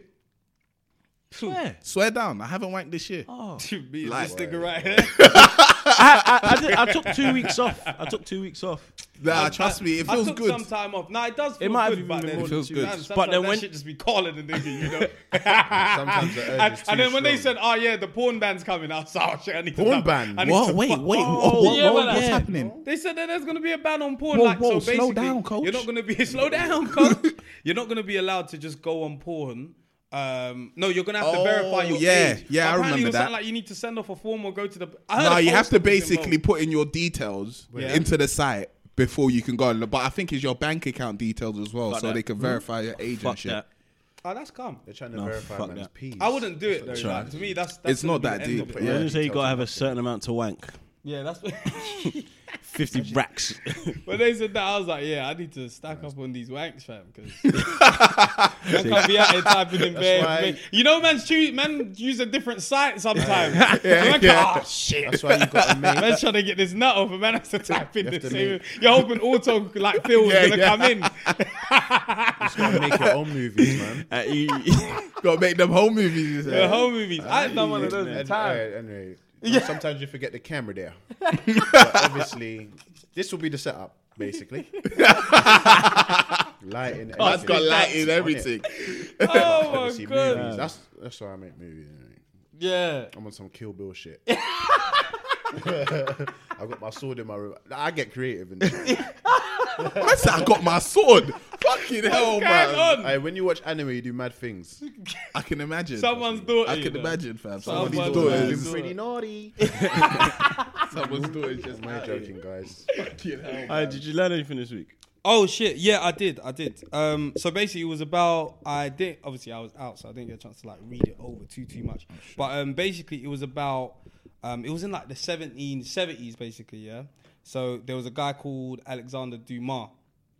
S6: Swear.
S9: Swear down, I haven't wanked this year.
S7: To be this
S9: Like-
S7: nigga right here.
S6: I, I, I, did- I took two weeks off. I took two weeks off.
S9: Nah, trust me, it
S7: I
S9: feels
S7: took
S9: good.
S7: some time off. Nah, it does feel
S6: It might have
S7: good,
S6: even
S7: but
S6: been
S7: then-
S6: more
S9: It feels
S7: Man,
S9: good.
S7: sometimes
S6: But then
S7: that
S6: when-
S7: shit just be calling the nigga, you know.
S8: Sometimes the urge
S7: and,
S8: is too
S7: and then when they
S8: strong.
S7: said, "Oh yeah, the porn ban's coming," I was like, "Oh shit, I need to
S8: Porn
S7: know.
S8: ban?
S7: I need
S9: Whoa,
S7: to
S9: wait, wait,
S7: fuck-
S9: whoa, whoa,
S7: yeah,
S9: whoa,
S7: man,
S9: what's
S7: like-
S9: happening?
S7: They said that there's gonna be a ban on porn.
S9: Whoa,
S7: like, so
S9: whoa,
S7: basically,
S9: slow down, coach.
S7: You're not gonna be slow down, coach. you're not gonna be allowed to just go on porn. Um, no, you're gonna have to
S9: Oh,
S7: verify your
S9: yeah,
S7: age.
S9: yeah, I
S7: Apparently it
S9: remember
S7: was something
S9: that.
S7: Like you need to send off a form or go to the. I heard
S9: No,
S7: a
S9: you
S7: poll
S9: have to
S7: was involved.
S9: basically put in your details
S7: Yeah.
S9: into the site before you can go on. But I think it's your bank account details as well, so
S6: that.
S9: they can verify your age and
S6: Fuck
S9: shit.
S6: that.
S7: Oh, that's calm.
S8: They're trying to verify
S6: fuck
S8: man's
S6: that.
S8: peas.
S7: I wouldn't do it though.
S8: That's
S7: Like,
S8: right.
S7: to me, that's, that's
S9: It's not
S7: gonna
S9: that
S7: be the end
S9: deep.
S7: of it.
S6: I
S9: Yeah.
S6: didn't say you gotta have a certain amount to wank.
S7: Yeah, that's.
S6: Fifty racks.
S7: when they said that, I was like, yeah, I need to stack up on these wanks, fam, because I can't be out here typing in bed.
S8: why-
S7: You know, man's choose, man use a different site sometimes. man,
S9: yeah.
S7: Oh, shit.
S8: That's why you got a mate.
S7: Man's trying to get this nut off, and man has to type in
S8: You
S7: the
S8: have to
S7: same.
S8: make-
S7: You're hoping auto like Phil is
S9: Yeah,
S7: gonna
S9: yeah.
S7: come in.
S8: Gotta make your own movies, man.
S6: Uh, you-
S9: Gotta make them home movies. you say.
S7: The home movies. Oh, I ain't done one of those in
S8: And-
S7: time.
S8: uh, anyway, sometimes you forget the camera there. but obviously, this will be the setup, basically. lighting.
S9: That's
S8: everything.
S9: got light
S8: On
S9: in
S8: it.
S9: everything.
S7: Oh
S8: See,
S7: my god.
S8: movies. That's that's why I make movies. innit?
S7: Yeah.
S8: I'm on some Kill Bill shit. I got my sword in my room. I get creative. And
S9: I said I got my sword. Fucking hell,
S7: Hang
S9: man.
S7: on.
S8: I, when you watch anime, you do mad things.
S9: I can imagine.
S7: Someone's daughter.
S9: I
S7: you
S9: can
S7: know.
S9: imagine, fam.
S7: Someone's
S9: Someone's
S7: daughter.
S9: daughter.
S8: I've
S9: is-
S8: been pretty naughty.
S9: Someone's daughter is just
S8: Am I joking, guys?
S6: Uh, did you learn anything this week?
S7: Oh shit! Yeah, I did. I did. Um, so basically, it was about I did. Obviously, I was out, so I didn't get a chance to like read it over too too much.
S6: Oh,
S7: But um, basically, it was about um, it was in like the 1770s, basically. Yeah, So there was a guy called Alexander Dumas.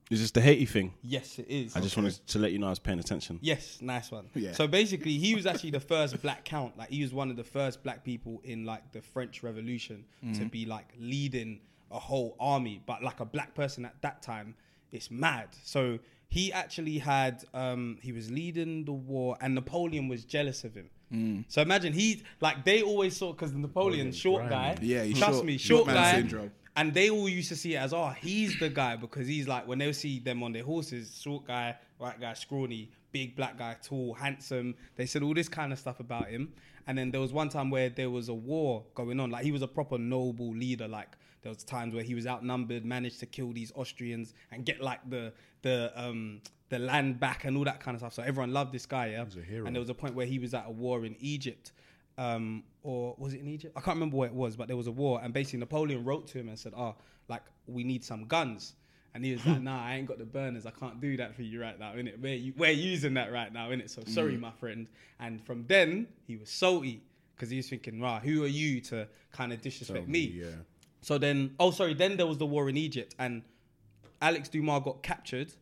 S6: Is this the Haiti thing?
S7: Yes, it is.
S6: I just wanted to let you know I was paying attention.
S7: Yes, nice one.
S9: Yeah.
S7: So basically, he was actually the first black count. Like he was one of the first black people in like the French Revolution to be like leading a whole army, but like a black person at that time, it's mad. So he actually had um, he was leading the war, and Napoleon was jealous of him. So imagine he like they always saw because Napoleon, short guy,
S9: Yeah, he's
S7: trust
S9: short-
S7: me,
S9: short
S7: short
S9: man
S7: guy,
S9: syndrome.
S7: and they all used to see it as, oh, he's the guy because he's like when they would see them on their horses, short guy, white guy, scrawny, big black guy, tall, handsome. They said all this kind of stuff about him. And then there was one time where there was a war going on. Like he was a proper noble leader. Like there was times where he was outnumbered, managed to kill these Austrians and get like the the um the land back and all that kind of stuff. So everyone loved this guy, yeah. He's a hero. And there was a point where he was at a war in Egypt um, or was it in Egypt? I can't remember where it was, but there was a war, and basically Napoleon wrote to him and said, "Oh, like we need some guns." And he was like, "Nah, I ain't got the burners. I can't do that for you right now, innit? We're, u- we're using that right now, innit? So sorry, my friend." And from then he was salty because he was thinking, "Rah, who are you to kind of disrespect me?"
S8: yeah.
S7: So then, oh sorry, then there was the war in Egypt, and Alex Dumas got captured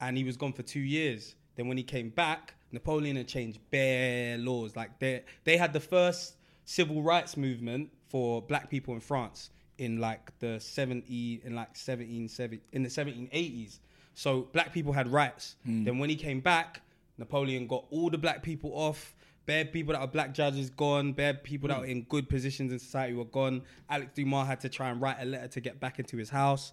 S7: and he was gone for two years. Then when he came back, Napoleon had changed bare laws. Like they they had the first civil rights movement for black people in France in like the seventy in like seventeen seventy in the seventeen eighties. So black people had rights. Then when he came back, Napoleon got all the black people off. Bare people that are black judges gone. Bare people that were in good positions in society were gone. Alex Dumas had to try and write a letter to get back into his house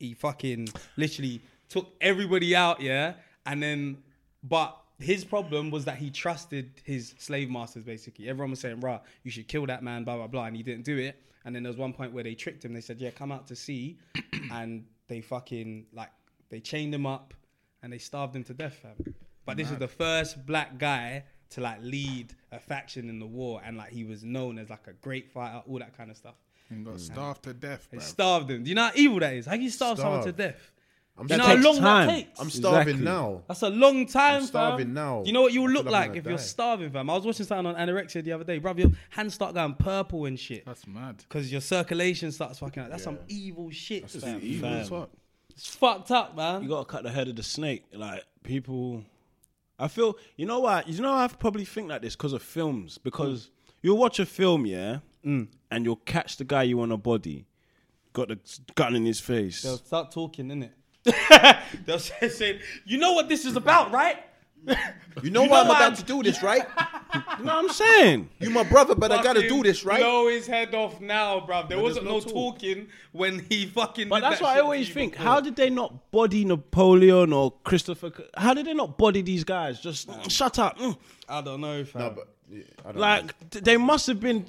S7: he fucking literally took everybody out, yeah. And then, but his problem was that he trusted his slave masters. Basically, everyone was saying, "Rah, you should kill that man," blah blah blah, and he didn't do it. And then there was one point where they tricked him. They said, "Yeah, come out to sea," and they fucking like they chained him up and they starved him to death, fam. But this is the first black guy to like lead a faction in the war, and like he was known as like a great fighter, all that kind of stuff.
S10: And got starved to death,
S7: They
S10: bruv.
S7: starved him. Do you know how evil that is? How can you starve someone to
S8: Starved.
S7: death?
S8: I'm,
S7: You know how
S8: starving-
S7: long
S3: time.
S7: that takes?
S8: I'm starving
S3: Exactly.
S8: now.
S7: That's a long time, fam.
S8: starving now.
S7: You know what you
S8: I
S7: will
S8: feel
S7: look
S8: I'm
S7: like
S8: gonna
S7: if you're
S8: die.
S7: starving, fam. I was watching something on anorexia the other day, bruv. Your hands start going purple and shit
S10: That's mad.
S7: because your circulation starts fucking up. That's some evil shit, fam.
S10: Evil as fuck.
S7: It's fucked up, man.
S6: You gotta cut the head of the snake. Like people, I feel. You know what? You know I probably think like this because of films. Because you'll watch a film, yeah, and you'll catch the guy you want to body. Got the gun in his face.
S7: They'll start talking, innit? They'll say, say, you know what this is about, right?
S8: You know
S7: You
S8: why
S7: know
S8: I'm
S7: why
S8: about
S7: I'm-
S8: to do this, right?
S6: You know what I'm saying?
S8: You my brother, but I gotta
S7: Fucking
S8: do this, right?
S7: Blow his head off now, bruv. There wasn't no
S8: there's no talk.
S7: talking when he fucking.
S6: But
S7: did
S6: that's
S7: that
S6: what I
S7: shit
S6: always
S7: to you
S6: think.
S7: before.
S6: How did they not body Napoleon or Christopher? C- How did they not body these guys? Just "Mm, shut up. mm."
S7: I don't know, fam.
S8: No, but, yeah, I don't know.
S6: Like th- they must have been.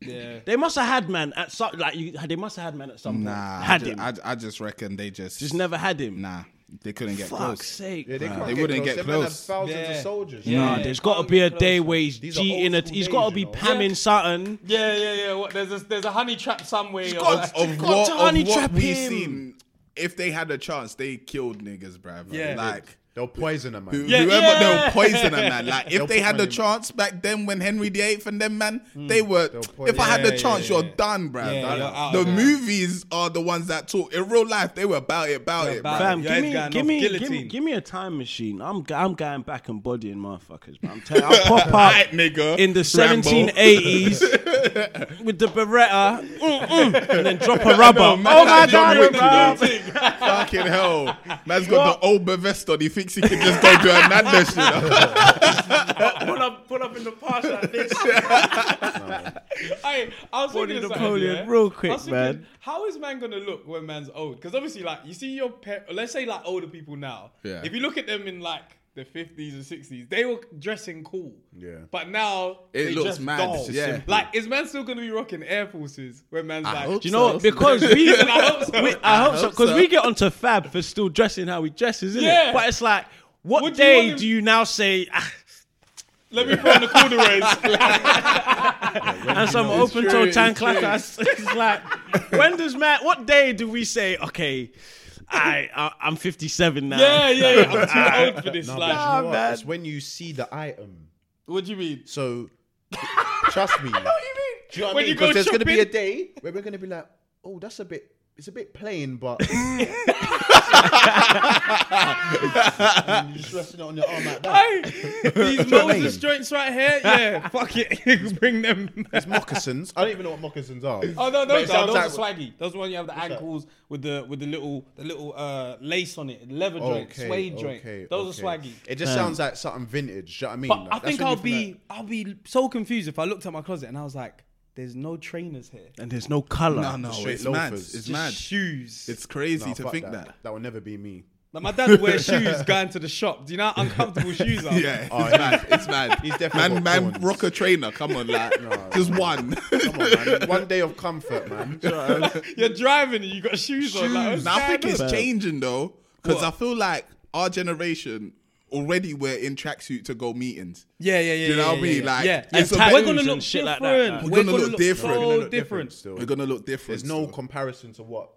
S7: Yeah.
S6: They must have had man at some. Like you, they must have had man at some. point.
S9: Nah, I
S6: had
S9: ju-
S6: him.
S9: I, I just reckon they just
S6: just never had him.
S9: Nah, they couldn't get
S6: Fuck's
S9: close.
S6: sake.
S8: Yeah, they, can't
S9: they
S8: get
S9: wouldn't get
S8: Them men have
S9: close.
S8: Thousands
S7: Yeah.
S8: of soldiers.
S7: Yeah.
S6: Nah, there's got to be a day where he's
S8: are old
S6: cheating. At,
S8: school
S6: he's got to
S8: days,
S6: be
S8: you know.
S6: pamming something.
S7: Yeah, yeah, yeah. What, there's a there's a honey trap somewhere. or-
S9: Of, of
S6: got
S9: what,
S6: to
S9: of
S6: honey
S9: what
S6: trap
S9: we
S6: him.
S9: seen, if they had a chance, they killed niggas, bruv.
S7: Yeah.
S9: Like.
S8: They'll poison a man.
S9: Whoever
S7: yeah.
S9: they'll poison a man. Like if
S8: They'll
S9: they had the
S8: poison him.
S9: chance back then when Henry VIII and them man, they were.
S8: poison
S9: If I had
S7: him.
S9: the
S7: Yeah,
S9: chance,
S7: yeah,
S9: you're
S7: yeah.
S9: done, bruv.
S7: Yeah,
S9: Like,
S7: you're out
S9: the
S7: of here.
S9: movies are the ones that talk. In real life, they were about it, about it,
S7: about
S9: bruv.
S7: it.
S6: Fam,
S7: Your
S6: give
S7: head's
S6: me,
S7: going
S6: give
S7: off
S6: me, give
S7: guillotine.
S6: me, give me a time machine. I'm, g- I'm going back and bodying motherfuckers. Bro. I'm telling you, I'll pop
S9: Right,
S6: out
S9: nigga.
S6: in the
S9: Rambo.
S6: 1780s with the Beretta mm, mm, and then drop a rubber. oh my
S9: John Wick,
S6: god, bro.
S9: Fucking hell. Man's got the old vest on. He thinks he can just go do a Nando shit.
S7: pull up, pull up in the past like this. hey, I was
S6: Body
S7: thinking
S6: Napoleon,
S7: of something, yeah?
S6: real
S7: I was
S6: quick,
S7: thinking,
S6: man.
S7: How is man gonna look when man's old? Because obviously, like you see your par- let's say like older people now.
S9: Yeah.
S7: If you look at them in like the fifties and sixties, they were dressing cool.
S8: Yeah.
S7: But now
S9: It
S7: they
S9: looks
S7: dress
S9: mad,
S7: dull.
S9: yeah. simple.
S7: Like is man still gonna be rocking Air Forces when
S8: Ah,
S7: man's like?
S9: hope
S6: You know what? Because we, we I hope so. Because we get onto Fab for still dressing how he dresses, isn't
S7: Yeah.
S6: it? But it's like, what
S7: What do you
S6: day
S7: want him-
S6: do you now say? ah,
S7: Let me put on the corduroys.
S6: and some open toe tan clatters. It's like, when does Matt? What day do we say? Okay, I, I I'm 57 now.
S7: yeah, yeah, yeah. I'm too old for this.
S8: No, but
S7: like,
S8: you know what? It's when you see the item.
S7: what do you mean?
S8: So, trust me.
S7: What do you mean?
S8: Do you know what
S7: When
S8: I mean?
S7: you go
S8: Because there's going to be a
S7: shopping-
S8: day where we're going to be like, oh, that's a bit it's a bit plain, but you're just resting it on your arm like that.
S7: These Moses joints right here, yeah, fuck it, bring them.
S8: It's moccasins. I don't even know what moccasins are.
S7: Oh no,
S8: But
S7: those,
S8: it
S7: are,
S8: sounds
S7: those are
S8: like-
S7: swaggy. Those one you have the ankles with the with the little the little uh, lace on it, leather joint, suede joint. those are
S8: okay.
S7: swaggy.
S8: It just sounds like something vintage. Do you know what I mean?
S7: But
S8: Like,
S7: I
S8: that's
S7: think
S8: when you
S7: I'll
S8: feel
S7: be I'll be so confused if I looked at my closet and I was like, "There's no trainers here,
S6: And there's no color.
S9: No, no,
S8: Straight
S9: it's mad.
S8: loafers.
S9: It's
S7: just
S9: mad.
S7: shoes."
S9: It's crazy
S8: like,
S9: to
S8: fuck
S9: think that.
S8: That will never be me.
S7: like my dad would wear shoes going to the shop. Do you know how uncomfortable shoes are?
S9: Yeah,
S8: Oh,
S9: it's
S8: yeah.
S9: mad. It's mad.
S8: He's definitely
S9: man,
S8: got
S9: man,
S8: thorns.
S9: rock a trainer. Come on, like just one.
S8: Come on, man. One day of comfort, man.
S7: You're driving and you got shoes, on. Like, what's
S9: Now, I think
S7: going
S9: it's
S7: on?
S9: changing though, because
S7: What?
S9: I feel like our generation already we're in tracksuit to go meetings.
S7: yeah, yeah, yeah.
S9: You know
S7: yeah,
S9: what I mean?
S7: yeah, yeah.
S9: Like,
S7: yeah,
S9: it's a
S7: we're
S9: bit-
S7: gonna
S6: and
S7: look
S6: shit like
S7: different.
S6: that, like.
S9: We're gonna look different. We're
S7: So
S9: gonna look
S7: different.
S8: Still.
S9: We're gonna look different.
S8: There's no
S9: so.
S8: comparison to what.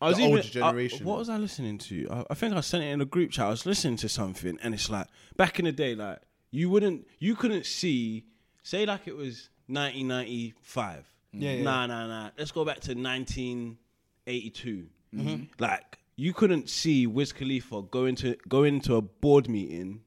S6: I was
S8: the
S6: even,
S8: older generation.
S6: I- what was I listening to? I, I think I sent it in a group chat. I was listening to something, and it's like back in the day, like you wouldn't, you couldn't see, say like it was 1995.
S7: Yeah, yeah.
S6: Nah, nah, nah. Let's go back to 1982. Like you couldn't see Wiz Khalifa go into go into a board meeting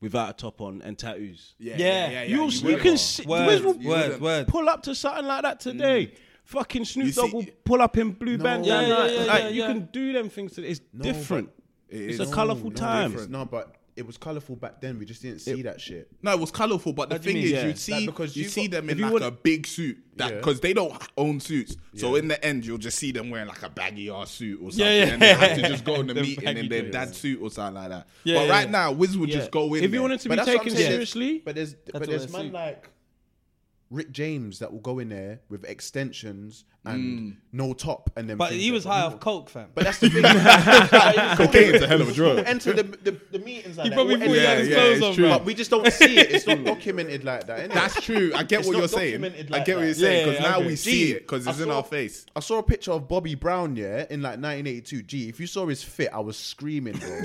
S6: without a top on and tattoos.
S9: Yeah,
S7: Yeah.
S6: you,
S9: you
S6: also, you
S9: wouldn't.
S6: can see, Wiz will
S7: Word, word,
S9: wouldn't.
S7: word.
S6: pull up to something like that today. Fucking
S9: You
S6: Snoop Dogg
S9: see-
S6: will pull up in blue bands.
S7: Yeah, yeah,
S6: like,
S7: yeah,
S6: like,
S7: yeah,
S6: you
S7: yeah.
S6: can do them things today. It's different.
S9: It
S6: It's
S9: is.
S6: a colourful time.
S8: It's No, but it was colorful back then. We just didn't see that shit.
S9: No, it was colourful, but the
S7: What do you
S9: thing
S7: mean?
S9: is,
S6: Yeah.
S9: you'd see
S8: Like, because
S9: because you,
S8: you've
S9: see
S8: got-
S9: them in
S6: if you
S9: like
S6: want-
S9: a big suit that
S8: Yeah.
S9: because they don't own suits. So in the end, you'll just see them wearing like a baggy ass suit or something.
S7: Yeah, yeah.
S9: And they have to just go in the
S7: The
S9: meeting
S7: baggy
S9: in their
S7: joints.
S9: dad suit or something like that.
S7: Yeah,
S9: but
S7: yeah,
S9: right
S7: yeah.
S9: now, Wiz would
S6: Yeah.
S9: just go in.
S6: If
S9: there.
S6: you wanted to be
S8: But that's what
S6: taken
S8: I'm saying.
S6: seriously,
S8: But there's but
S7: what
S8: there's
S7: I see.
S8: man like Rick James that will go in there with extensions and no top and then.
S7: Mm. But he was high off coke, fam.
S8: But that's the thing. Cocaine's
S9: a hell of a drug.
S8: Enter the, the, the meetings like
S7: He
S8: that.
S7: probably
S8: We'll
S7: thought he
S8: enter
S7: had his
S9: yeah,
S7: clothes
S9: it's
S7: on,
S9: true.
S7: bro.
S8: But we just don't see it. It's not documented like that. innit?
S9: That's true. I get
S8: It's
S9: what
S8: not
S9: you're saying.
S8: documented
S9: I
S8: like
S9: get what
S8: that.
S9: you're saying
S7: Yeah,
S9: because
S7: yeah,
S9: now
S7: okay.
S9: we
S7: Gee,
S9: see it because
S8: I
S9: it's in
S8: saw-
S9: our face.
S8: I saw a picture of Bobby Brown, yeah, in like 1982. Gee, if you saw his fit, I was screaming, bro.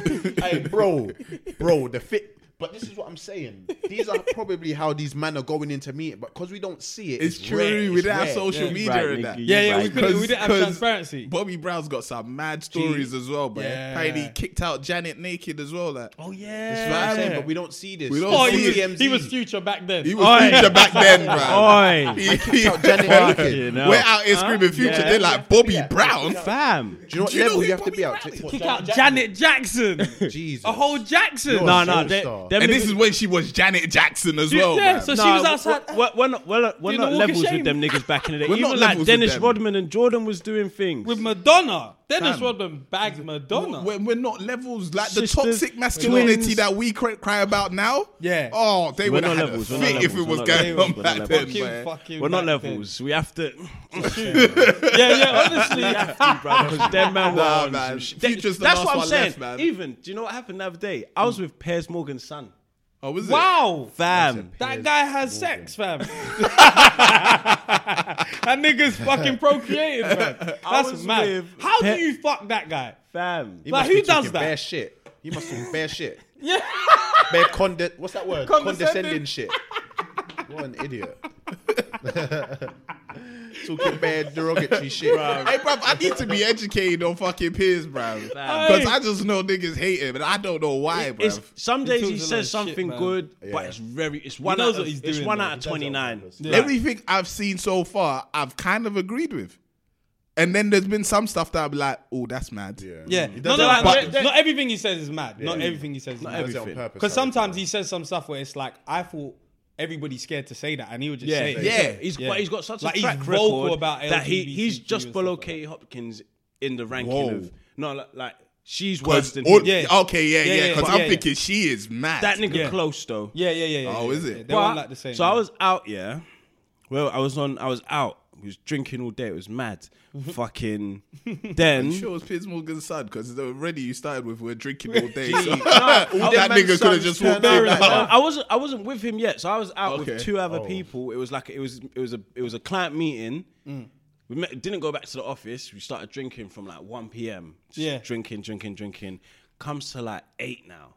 S8: hey, bro, bro, the fit. But this is what I'm saying. These are probably how these men are going into meeting, but because we don't see it,
S9: It's,
S8: it's,
S9: true.
S8: Rare,
S9: we
S8: it's
S9: didn't have
S8: rare.
S9: social
S6: Yeah.
S9: media
S6: Right,
S9: and
S6: nigga,
S9: that.
S6: you
S7: yeah, yeah, we
S6: Right,
S7: couldn't. We
S9: 'cause-
S7: didn't have
S9: 'cause
S7: transparency.
S9: Bobby Brown's got some mad stories as well, bro.
S7: Yeah.
S9: Apparently, he kicked out Janet naked as well. Like,
S7: Oh
S8: That's what I'm
S7: yeah.
S8: saying, but we don't see this.
S9: We don't
S7: Oh,
S9: see
S7: he was,
S9: it.
S8: TMZ.
S7: he was future back then.
S9: He was
S3: Oi.
S9: future back then, bro.
S3: Oi.
S9: He- he-
S8: Janet naked.
S9: We're
S3: Fucking hell.
S9: out here screaming future.
S3: Yeah.
S9: They're like Bobby Brown.
S3: Fam.
S8: Do you know what
S9: Do you know
S8: level
S9: who
S8: you have to
S9: Bobby
S8: be out?
S9: Brown is?
S8: What,
S7: Kick out Janet Jackson.
S8: Jesus.
S7: A whole Jackson.
S8: You're
S3: Nah,
S8: a
S3: nah.
S8: superstar.
S3: They, them
S9: And this
S3: niggas-
S9: is when she was Janet Jackson as well.
S7: yeah,
S9: man.
S7: so she
S3: Nah,
S7: was
S3: we're-
S7: outside.
S3: We're, we're not, we're, not- we're
S7: You
S3: not
S7: know, walk of
S3: levels with
S7: shame.
S3: them niggas back in the day.
S9: We're not
S3: Even
S9: levels
S3: like
S9: with
S3: Dennis
S9: them.
S3: Rodman and Jordan was doing things.
S7: with Madonna. Dennis
S9: Fam.
S7: Rodman bagged Madonna.
S9: When we're not levels like the
S3: Sisters,
S9: toxic masculinity
S3: twins.
S9: that we cry, cry about now.
S7: Yeah.
S9: Oh, they
S3: We're
S9: would have
S3: not
S9: had
S3: levels,
S9: a
S3: we're not
S9: fit if it
S3: levels,
S9: was
S3: we're not
S9: going
S3: levels,
S9: on
S3: we're
S9: back
S3: not
S9: then,
S3: levels.
S7: Fucking,
S9: man.
S7: fucking
S3: We're not
S7: back then.
S3: levels. We have to.
S7: Yeah, yeah. Honestly,
S3: Because them man were
S9: Nah,
S3: on
S9: man.
S3: some shit. They-
S9: Future's the
S3: That's
S9: last
S3: what I'm
S9: one
S3: saying.
S9: left, man.
S3: Even, do you know what happened the other day? I
S7: Mm.
S3: was with Piers Morgan's son.
S9: Oh, was it?
S7: wow.
S3: Fam.
S7: That guy has sex, fam. that nigga's fucking procreating, fam. That's
S3: was
S7: mad.
S3: with
S7: How
S3: Pe-
S7: do you fuck that guy?
S3: Fam.
S8: He
S7: Like,
S8: must be
S7: who does
S8: talking
S7: that?
S8: Bare shit. He must talk bare shit.
S7: Yeah.
S8: Bare conde- What's that word?
S7: Condescending.
S8: Condescending shit. What an idiot. talking bare derogatory shit.
S9: Hey, bruv, I need to be educated on fucking peers, bruv. Because I just know niggas hate him, and I don't know why, bruv.
S3: It's, some days he
S7: talks a lot of
S3: says something
S7: shit, man.
S3: good, but
S8: Yeah.
S3: it's very. It's one
S7: knows
S3: out. Of,
S7: what he's
S3: it's
S7: doing,
S3: one
S7: though.
S3: out of
S7: He
S3: twenty nine.
S8: Yeah.
S9: Everything I've seen so far, I've kind of agreed with. And then there's been some stuff that I'm like, oh, that's mad.
S7: Yeah.
S8: He
S7: No,
S8: does
S7: no,
S8: that on
S7: no,
S8: purpose.
S7: no, not everything he says is mad. Not everything he says is
S8: He
S7: mad.
S8: does it on purpose,
S7: Because
S8: I reckon.
S7: sometimes he says some stuff where it's like, I thought everybody's scared to say that, and he would just say it.
S9: Yeah.
S3: He's
S7: Yeah.
S3: but he's got such
S7: Like,
S3: a
S7: he's
S3: track
S7: vocal
S3: record
S7: about
S3: that he
S7: LGBTQ
S3: he's just
S7: and
S3: below
S7: stuff like
S3: Katie Hopkins in the ranking
S9: Whoa.
S3: of no like, like she's
S9: Because,
S3: worse than
S9: oh,
S3: him.
S7: Yeah.
S9: okay,
S7: Yeah,
S9: yeah, yeah.
S7: yeah,
S9: Because
S7: yeah,
S9: I'm
S7: yeah.
S9: thinking she is mad.
S3: That nigga
S7: Yeah.
S3: close though.
S7: Yeah, yeah, yeah. yeah
S9: Oh,
S7: yeah,
S9: is
S7: yeah.
S9: it?
S7: They
S3: But-
S7: weren't like the same.
S3: So I
S7: yeah.
S3: was out, yeah. Well, I was on. I was out. I was drinking all day. It was mad.
S7: Mm-hmm.
S3: Fucking. Then.
S9: Sure, it's Piers Morgan's son because already you started with we're drinking all day. so
S8: them
S9: that
S8: man's
S9: nigga could have
S8: sons
S9: just
S8: turn
S9: walked in.
S3: No, I wasn't. I wasn't with him yet. So I was out
S9: Okay.
S3: with two
S6: Oh.
S3: other people. It was like it was. It was a. It was a client meeting.
S6: Mm.
S3: We met, didn't go back to the office. We started drinking from like one p.m. Just
S7: Yeah.
S3: drinking, drinking, drinking. Comes to like eight now.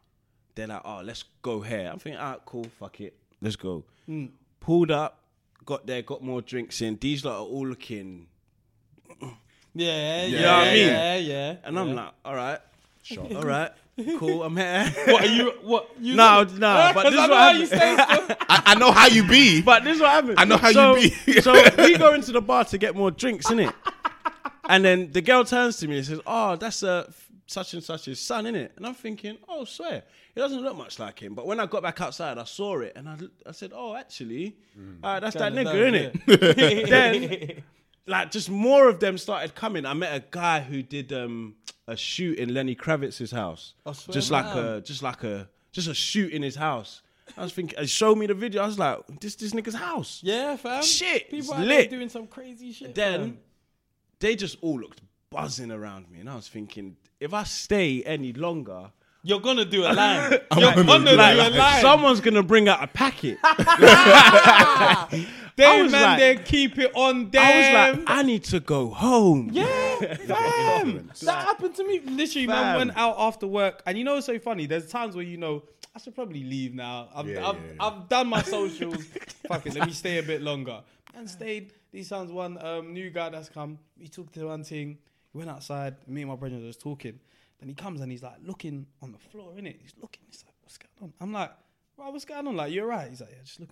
S3: They're like, oh, let's go here. I'm thinking, alright, cool, fuck it, let's go.
S6: Mm.
S3: Pulled up, got there, got more drinks in. These lot are all looking
S7: Yeah, yeah,
S6: know what I
S7: yeah,
S6: mean?
S7: yeah, yeah.
S6: And I'm like, all right, all right, cool, I'm here.
S7: what are you? What you?
S6: No, no, but this is
S7: I
S6: what
S7: know how you
S6: happened.
S7: say stuff.
S9: I, I know how you be.
S6: But this is what happened.
S9: I know how you
S6: so,
S9: be.
S6: so we go into the bar to get more drinks, innit? And then the girl turns to me and says, "Oh, that's uh, f- such and such's son, innit?" And I'm thinking, "Oh, swear, it doesn't look much like him." But when I got back outside, I saw it, and I, l- I said, "Oh, actually, uh, that's that nigga, innit?" then, like, just more of them started coming. I met a guy who did um, a shoot in Lenny Kravitz's house,
S7: swear
S6: just
S7: to
S6: like
S7: God.
S6: a, just like a, just a shoot in his house. I was thinking, show me the video. I was like, "This, this nigga's house."
S7: Yeah, fam.
S6: Shit, it's
S7: people out there
S6: lit.
S7: doing some crazy shit.
S6: then
S7: fam.
S6: they just all looked buzzing around me, and I was thinking, if I stay any longer,
S7: you're gonna do a line. you're gonna do a line.
S6: someone's gonna bring out a packet. I
S7: They
S6: was
S7: man,
S6: like-
S7: they keep it on
S6: I was like,
S7: them.
S6: I need to go home.
S7: yeah, fam. that happened to me. Literally, man
S6: Fam.
S7: went out after work, and you know, it's so funny. There's times where you know I should probably leave now. I've
S8: Yeah,
S7: I've,
S8: yeah, yeah.
S7: I've done my socials. Fuck it, let me stay a bit longer. And stayed. These times, one um, new guy that's come. We talked to one thing. We went outside. Me and my brother was talking. Then he comes and he's like looking on the floor, innit? He's looking. He's like, what's going on? I'm like, bro, what's going on? Like, you're right. He's like, yeah, just look.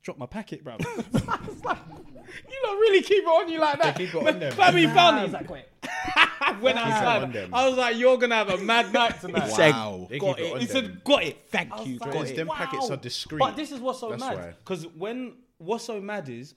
S7: Drop my packet, bro. I was like, you don't really keep it on you like that.
S8: keep it on
S7: Man,
S8: them,
S7: fam, he
S8: man.
S7: found it. He's like, wait. when I
S8: Keep it
S7: had
S8: on them.
S7: I was like, you're gonna have a mad night tonight.
S9: Wow.
S8: They
S7: Got
S8: keep
S7: it.
S8: on
S7: He
S8: them.
S7: said, got it. Thank you.
S8: like,
S7: got
S8: it's
S7: it.
S8: them packets are discreet.
S7: But this is what's so
S8: That's
S7: mad.
S8: why.
S7: Because when what's so mad is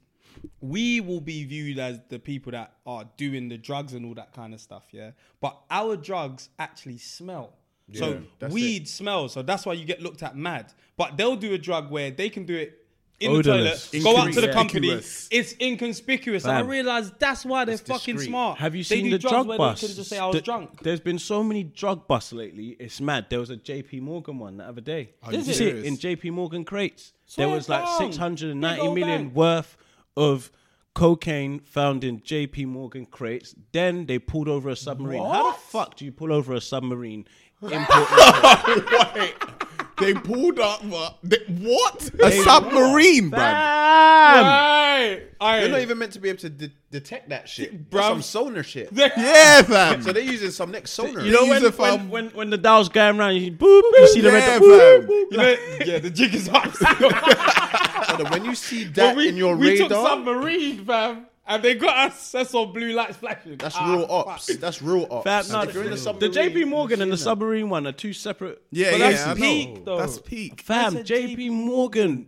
S7: we will be viewed as the people that are doing the drugs and all that kind of stuff, yeah. But our drugs actually smell.
S8: Yeah,
S7: so
S8: that's
S7: weed smells, so that's why you get looked at mad. But they'll do a drug where they can do it in
S6: Odorless.
S7: the toilet, go out to the
S9: Inconspicuous.
S7: company. It's inconspicuous. And I
S6: Fam.
S7: realize that's why they're fucking
S8: discreet.
S7: smart.
S6: Have you
S7: They
S6: seen
S7: do
S6: the
S7: drugs
S6: drug
S7: where
S6: bus?
S7: They can just say I was
S6: Th-
S7: drunk.
S6: There's been so many drug busts lately. It's mad. There was a J.P. Morgan one the other day.
S9: you
S6: Is it?
S9: serious?
S6: in J.P. Morgan crates?
S7: Swear
S6: there was like
S7: down.
S6: 690
S7: Big old
S6: million
S7: bang.
S6: worth of cocaine found in J.P. Morgan crates. Then they pulled over a submarine. How the fuck do you pull over a submarine? in Portland?
S9: Wait. They pulled up. What? They, what? A submarine, bruv.
S6: Fam!
S7: Right. All
S8: They're not
S7: right.
S8: even meant to be able to de- detect that shit.
S7: Bruv.
S8: That's some sonar shit.
S9: Yeah, fam.
S8: So they're using some next sonar.
S9: You know
S6: When,
S9: when,
S6: when, when, when the dial's going around, you, boop, you see the
S9: Yeah,
S6: red. boop,
S9: fam.
S6: boop,
S7: You know- yeah, the jig is up.
S8: Brother, when you see that in your
S7: we
S8: radar,
S7: took submarine, fam, and they got us. That's on blue lights flashing.
S8: that's
S7: Ah,
S8: real
S7: fuck.
S8: ops. That's real ops.
S6: Fam, no,
S8: if you're in the
S6: the,
S8: submarine,
S6: J.P. Morgan and the submarine one are two separate.
S9: Yeah,
S7: But
S9: yeah.
S7: that's
S9: I know.
S7: peak, though.
S9: That's peak.
S6: Fam,
S7: That's a
S6: JP Morgan.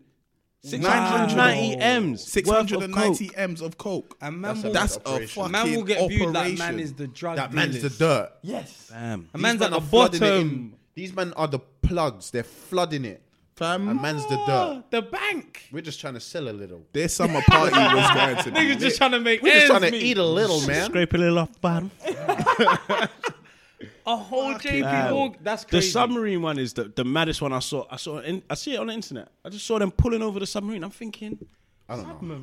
S6: 690 M's.
S10: 690
S6: 690
S10: M's of coke.
S7: And man, will,
S9: That's a
S8: Operation.
S9: fucking
S7: man will get
S9: operation.
S7: viewed like man is the drug.
S8: that man's the
S7: dealers.
S8: dirt.
S7: Yes.
S6: Fam.
S7: A man's
S8: These
S7: at
S8: men
S7: the
S8: are flooding it
S7: bottom.
S8: in. These men are the plugs. They're flooding it.
S9: Fam.
S8: And man's the
S7: Ah,
S8: dirt.
S7: The bank.
S8: We're just trying to sell a little.
S9: Their summer party was going to be
S7: Niggas just
S9: lit.
S7: trying to make
S8: We're just
S7: ends
S8: trying to
S7: meet.
S8: eat a little, man.
S6: Scrape a little off the bottom.
S7: a whole JP
S6: Fam.
S7: Morgan. That's
S6: The
S7: crazy.
S6: submarine one is the, the maddest one I saw. I saw in, I see it on the internet. I just saw them pulling over the submarine. I'm thinking,
S8: I don't know.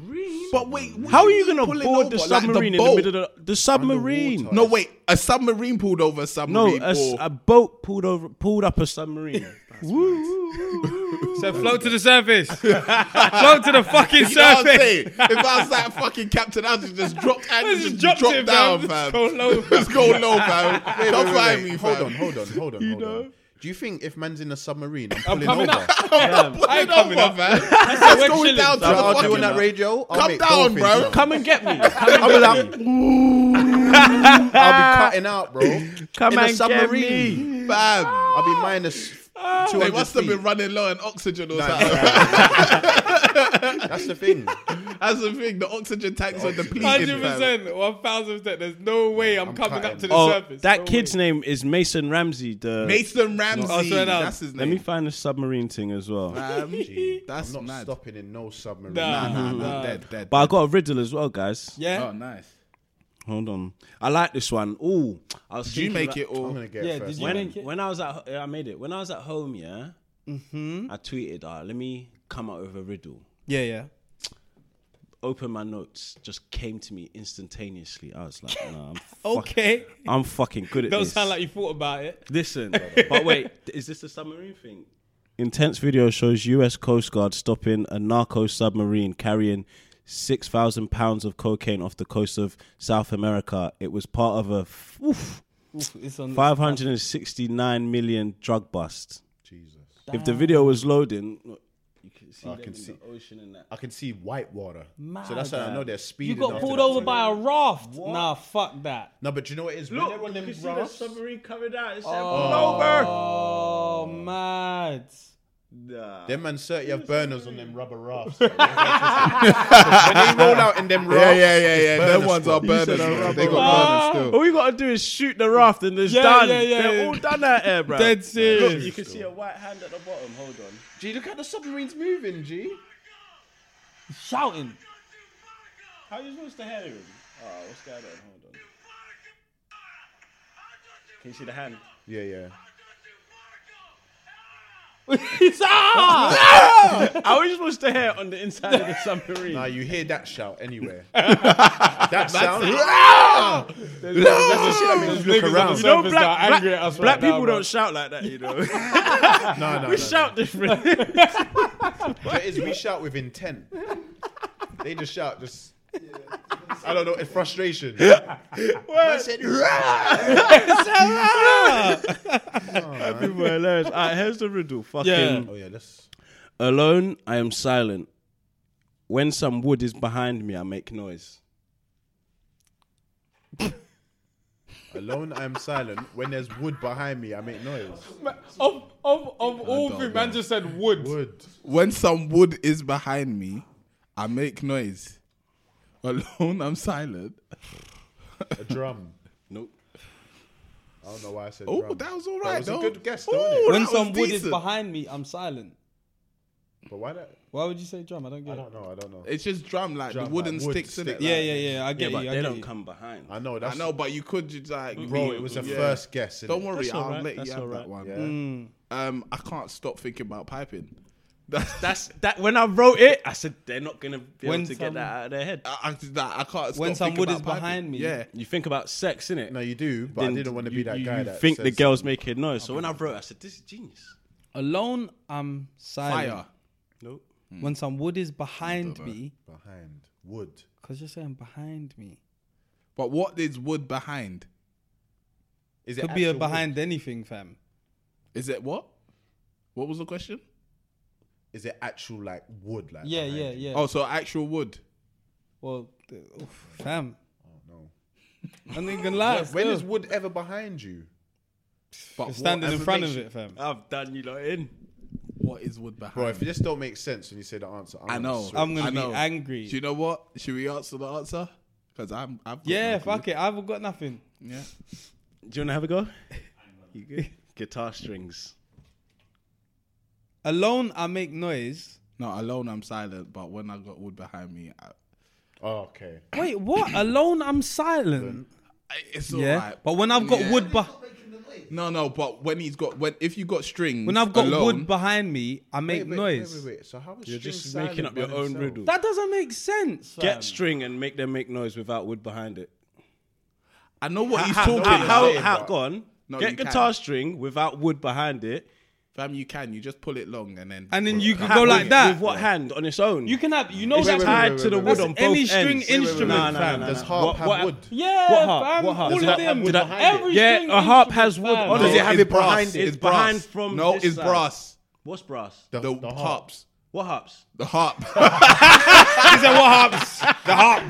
S9: But wait, what
S6: how are you gonna
S9: pulling
S6: board
S9: over?
S6: the
S9: Like
S6: submarine
S9: boat?
S6: in the middle of the, the submarine?
S8: Underwater.
S9: No, wait. A submarine pulled over a
S6: No,
S9: submarine.
S6: a, s-
S9: or-
S6: a boat pulled over, pulled up a submarine.
S7: So float to the surface. float to the fucking
S9: You know what I'm
S7: surface.
S9: saying? If I was that fucking captain, I'd have just dropped and
S7: Let's
S9: just,
S7: just
S9: drop
S7: drop it,
S9: down,
S7: fam. Just
S9: fam.
S7: go low, fam.
S9: Just go low, fam.
S8: Wait,
S9: Don't
S8: wait,
S9: find
S8: wait.
S9: me,
S8: Hold
S9: fam.
S8: on, hold on, hold on, hold on. Do you think if man's in a submarine, I'm pulling
S7: coming
S8: over?
S9: Put
S7: I
S9: it
S7: ain't coming
S9: over,
S7: up.
S9: fam.
S7: we're
S9: Let's go
S7: chilling.
S9: down to
S8: Bro,
S9: the
S8: I'll do on
S9: fucking.
S8: that radio. I'll
S9: Come
S8: make
S9: down,
S8: dolphins
S9: bro.
S8: up.
S6: Come and get me. Come,
S8: I'll be like, ooh. I'll be cutting out, bro.
S6: come
S8: in a
S6: and get
S8: submarine.
S6: me.
S9: Fam.
S8: I'll be minus
S9: They
S8: 200
S9: must have
S8: feet.
S9: been running low on oxygen or
S8: Nah,
S9: something.
S8: That's the thing.
S9: That's the thing. The oxygen tanks are depleted,
S7: Hundred
S9: fam.
S7: percent, one thousand percent. There's no way I'm,
S8: I'm
S7: coming
S8: cutting.
S7: up to the
S6: Oh,
S7: surface.
S6: that
S7: No
S6: kid's
S7: way.
S6: name is Mason Ramsey. The
S9: Mason Ramsey.
S7: I swear down.
S9: That's his
S6: let
S9: name.
S6: me find the submarine thing as well.
S9: Fam, That's
S8: I'm not
S9: mad.
S8: stopping in no submarine.
S7: Nah.
S9: Nah, nah, dead, dead.
S6: But I got a riddle as well, guys.
S7: Yeah,
S9: Oh, nice.
S6: Hold on. I like this one. Ooh, I was
S9: Do you
S6: thinking
S9: make
S6: like-
S9: it
S8: I'm
S9: all?
S8: gonna get
S7: Yeah,
S8: it first.
S7: did you-
S6: when
S7: make it?
S6: when I was at ho- yeah, I made it when I was at home. Yeah, mm-hmm. I tweeted, uh, "Let me come out with a riddle."
S7: yeah, yeah.
S6: Open my notes. Just came to me instantaneously. I was like, "Nah, I'm,
S7: Okay,
S6: I'm fucking good at
S7: don't
S6: this."
S7: sound like you thought about it.
S6: Listen, but wait, is this the submarine thing? Intense video shows U.S. Coast Guard stopping a narco submarine carrying
S4: six thousand pounds of cocaine off the coast of South America. It was part of a five hundred and sixty nine million drug bust.
S8: Jesus.
S4: If the video was loading, look, you could see
S8: I
S4: them
S8: can
S4: in
S8: see-
S4: the ocean and that.
S8: I can see white water. so that's how I know they're
S7: You
S8: speeding.
S7: got
S8: after
S7: pulled
S8: that
S7: over
S8: time.
S7: by a raft. Nah, fuck that.
S8: No, but you know what it is? When
S6: Look,
S8: they're on
S6: you
S8: them
S6: can see the
S8: rafts-
S6: submarine coming out. It's oh.
S7: Oh, mad.
S8: Them man certainly have burners on them rubber rafts. when they roll out in them
S9: Yeah,
S8: rafts.
S9: yeah, yeah, yeah.
S8: burner
S9: Them ones are
S8: squad.
S9: burners. man. They got burners
S6: over.
S9: still.
S6: All you gotta do is shoot the raft and it's
S7: Yeah,
S6: done.
S7: yeah, yeah,
S6: They're
S7: yeah.
S6: all done out here, bro.
S7: Dead
S6: Look, you
S7: serious.
S6: can see a white hand at the bottom. Hold on.
S8: G, look how the submarine's moving, G.
S7: Shouting.
S6: How are you supposed to hear him? Oh, what's going on? Hold on. Can you see the hand?
S8: Yeah, yeah.
S6: How are you supposed to hear on the inside of the submarine?
S8: Now you hear that shout anywhere. that sound. There's look around.
S6: you know,
S7: Surface
S6: black,
S7: are
S6: black,
S7: angry at us
S6: black
S7: right now,
S6: people
S7: bro.
S6: don't shout like that, you know.
S8: No, no, no,
S6: we
S8: no.
S6: shout different.
S8: That is, we shout with intent. They just shout, just. I don't know, it's frustration. Man said, "Rah!"
S6: people are hilarious. All right, here's the riddle. Fucking
S7: Yeah.
S8: oh yeah, let's.
S4: Alone, I am silent. When some wood is behind me, I make noise.
S8: Alone, I am silent. When there's wood behind me, I make noise.
S7: Of of of all things, man just said wood.
S8: Wood.
S9: When some wood is behind me, I make noise. Alone, I'm silent.
S8: A drum.
S4: Nope.
S8: I don't know why I said
S9: Oh,
S8: drum.
S9: that was all right,
S8: was a
S9: though.
S8: good guess,
S9: Ooh,
S8: though, innit?
S9: that
S7: When
S9: was
S7: some wood is
S9: decent.
S7: behind me, I'm silent.
S8: But why that?
S7: Why would you say drum? I don't get
S8: I
S7: it.
S8: don't know. I don't know.
S9: It's just drum, like
S8: Drum,
S9: the wooden
S8: like wood
S9: sticks in
S8: stick,
S9: it.
S8: like-
S7: Yeah, yeah, yeah. I get
S4: Yeah,
S7: you.
S4: but
S7: I
S4: they
S7: get
S4: don't
S7: you.
S4: come behind.
S8: I know.
S9: I
S8: That's,
S9: know, but you could just like.
S8: Bro, it was a
S9: Yeah.
S8: first guess. innit?
S9: Don't worry,
S6: That's all
S9: I'll
S6: right,
S9: let
S6: that's
S9: you have
S6: all right.
S9: that one.
S8: Yeah.
S7: Mm.
S9: Um, I can't stop thinking about piping.
S6: That's that. When I wrote it, I said they're not gonna be
S7: When
S6: able to get
S7: some-
S6: that out of their head.
S9: I, I, just- like, I can't.
S7: When
S9: stop
S7: some
S9: thinking
S7: wood
S9: about
S7: is
S9: piping.
S7: behind me.
S9: Yeah,
S4: You think about sex, innit?
S8: No, you do, but I
S4: Then
S8: didn't want to be
S4: you-
S8: that
S4: you-
S8: guy.
S4: You
S8: that
S4: think the
S8: says-
S4: girl's making noise. So when I wrote, it, I said, "This is genius."
S7: Alone, I'm silent.
S9: fire.
S4: Nope.
S7: When some wood is behind me,
S8: behind wood?
S7: because you're saying behind me,
S9: But what is wood behind?
S8: Is
S7: could be a
S8: actual
S7: behind anything, fam.
S9: Is it what? What was the question?
S8: Wood? Is it actual like wood? Like
S7: Yeah,
S8: behind
S7: yeah,
S8: you?
S7: yeah.
S9: Oh, so actual wood.
S7: Well, th- oof, fam.
S8: No.
S7: I'm not even gonna lie.
S8: When
S7: still.
S8: is wood ever behind you?
S9: But
S7: You're
S9: what
S7: standing in front of
S9: information-
S7: it, fam?
S6: I've done you lot in.
S9: What is wood behind?
S8: Bro, if this don't make sense when you say the answer, I'm
S9: I
S8: gonna
S9: know.
S8: swear.
S7: I'm gonna
S9: I
S7: be
S9: know.
S7: angry.
S9: Do you know what? Should we answer the answer? Because I'm. I've got
S7: yeah,
S9: no clue.
S7: fuck it. I've got nothing.
S9: Yeah.
S4: Do you want to have a go? You good? Guitar strings.
S7: Alone, I make noise.
S9: No, alone I'm silent. But when I got wood behind me, I,
S8: Oh, okay.
S7: Wait, what? Alone, I'm silent.
S9: I- it's alright.
S7: Yeah, but when I've got
S9: Yeah.
S7: wood behind.
S9: No, no. But when he's got when if you got strings,
S7: When I've got
S9: alone,
S7: wood behind me, I make
S8: wait,
S7: noise.
S8: Wait, wait, wait. So how is
S4: You're
S8: string
S4: just
S8: silent
S4: making up
S8: by
S4: your own
S8: themselves?
S4: riddle.
S7: That doesn't make sense.
S4: Get
S7: fam.
S4: string and make them make noise without wood behind it.
S9: I know what he's
S8: how-
S9: talking.
S8: how-
S9: about.
S4: How?
S8: saying
S4: How?
S8: that.
S4: Go on.
S9: No,
S4: Get
S9: you can.
S4: guitar string without wood behind it.
S9: Fam, you can. You just pull it long and then.
S7: and then you could
S4: Ha-
S7: go
S4: with-
S7: like that.
S4: With what hand on its own?
S7: You can have, you know,
S4: It's
S7: that
S8: wait, wait,
S4: tied
S8: wait,
S4: to the
S8: wait,
S4: wood
S8: wait.
S4: on both
S7: Any
S4: ends.
S7: string instrument,
S4: Nah, nah, nah,
S7: fam.
S4: nah,
S8: Does
S4: nah.
S8: harp
S4: What-
S8: have
S4: what-
S8: wood?
S7: Yeah,
S4: What harp?
S7: fam.
S4: What
S7: All
S4: harp? Does
S7: of
S4: that
S7: them.
S8: have wood behind it?
S7: Every
S4: Yeah,
S7: string
S4: a harp has
S7: instrument,
S4: wood
S7: fam.
S4: on
S9: No,
S4: Does it have
S9: it's
S4: it
S9: brass.
S4: behind it?
S9: It's
S4: It's behind
S9: brass.
S4: from
S9: No,
S4: this
S9: it's
S4: side.
S9: brass.
S4: What's brass?
S8: The,
S9: The,
S8: the harp.
S9: harps.
S4: What harps?
S9: The harp.
S7: He said, what harps? The harp.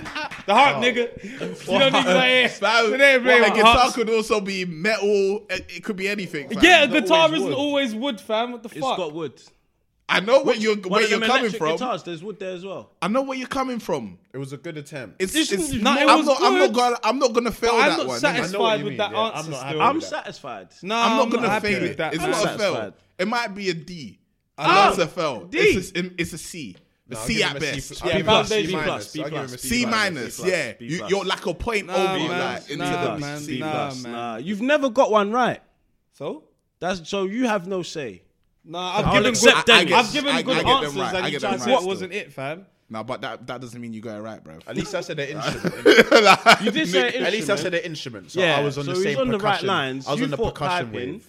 S7: The harp, nigga. You don't need to
S9: Fam,
S7: So they ain't playing
S9: well, a
S7: with
S9: guitar
S7: harps.
S9: could also be metal. It, it could be anything. Fam.
S7: Yeah, a guitar
S8: always
S7: isn't
S8: wood.
S7: always wood, fam. What the
S4: It's
S7: fuck?
S4: got wood.
S9: I know where you're
S4: One
S9: where
S4: of
S9: you're
S4: them
S9: coming
S4: electric
S9: from.
S4: guitars. There's wood there as well.
S9: I know where you're coming from.
S8: It was a good attempt.
S9: It's,
S7: This
S9: it's
S7: is not- it
S9: I'm
S7: was
S9: not. I'm
S7: good.
S9: not gonna. I'm not gonna fail
S7: I'm
S9: that
S7: not
S9: one.
S7: satisfied.
S8: I know what you
S7: with
S8: mean,
S7: that
S8: yeah. I'm
S7: answer
S8: not happy
S7: still.
S8: with
S4: I'm
S8: that.
S4: satisfied.
S7: No,
S9: I'm not
S7: not
S9: gonna
S7: happy
S9: fail
S7: with
S9: it.
S7: That.
S9: It's
S7: I'm
S9: not a
S7: satisfied.
S9: fail.
S4: satisfied.
S9: It might be a D.
S7: Ah,
S9: That's a fail.
S7: D.
S9: It's a, s- in- it's a C. A
S8: I'll
S9: C
S8: give
S9: at
S8: him a C
S9: best.
S8: plus.
S9: B
S8: I'll give him
S7: plus,
S8: a C
S7: B
S8: minus.
S4: plus, B
S8: I'll give him a
S4: plus.
S8: C
S9: C
S4: B
S9: minus,
S4: B plus,
S9: yeah.
S4: B
S9: You,
S4: plus.
S9: you're like a point
S7: Nah,
S9: over,
S7: man.
S9: like into
S7: Nah,
S9: the
S7: man.
S9: C.
S7: Nah,
S9: plus.
S7: man.
S4: Nah, uh, you've never got one right.
S7: So?
S4: That's so you have no say.
S7: Nah, I've
S4: I'll
S7: given
S4: accept
S7: good,
S4: them.
S7: I've
S4: I- I
S7: given
S9: get
S7: good
S9: them
S7: answers
S9: right. I
S7: and you
S9: get them
S7: tried to
S9: right
S7: what
S9: still.
S7: wasn't it, fam.
S9: No, but that, that doesn't mean you got it right, bro.
S8: At least I said an instrument.
S4: You did say
S8: At least I said
S4: instrument.
S8: an instrument. So
S4: Yeah,
S8: I was on
S4: so
S8: the
S4: he's
S8: same
S4: on the right
S8: percussion.
S4: lines.
S8: I was
S4: You
S8: on the
S4: thought
S8: percussion
S4: piping.
S8: wave.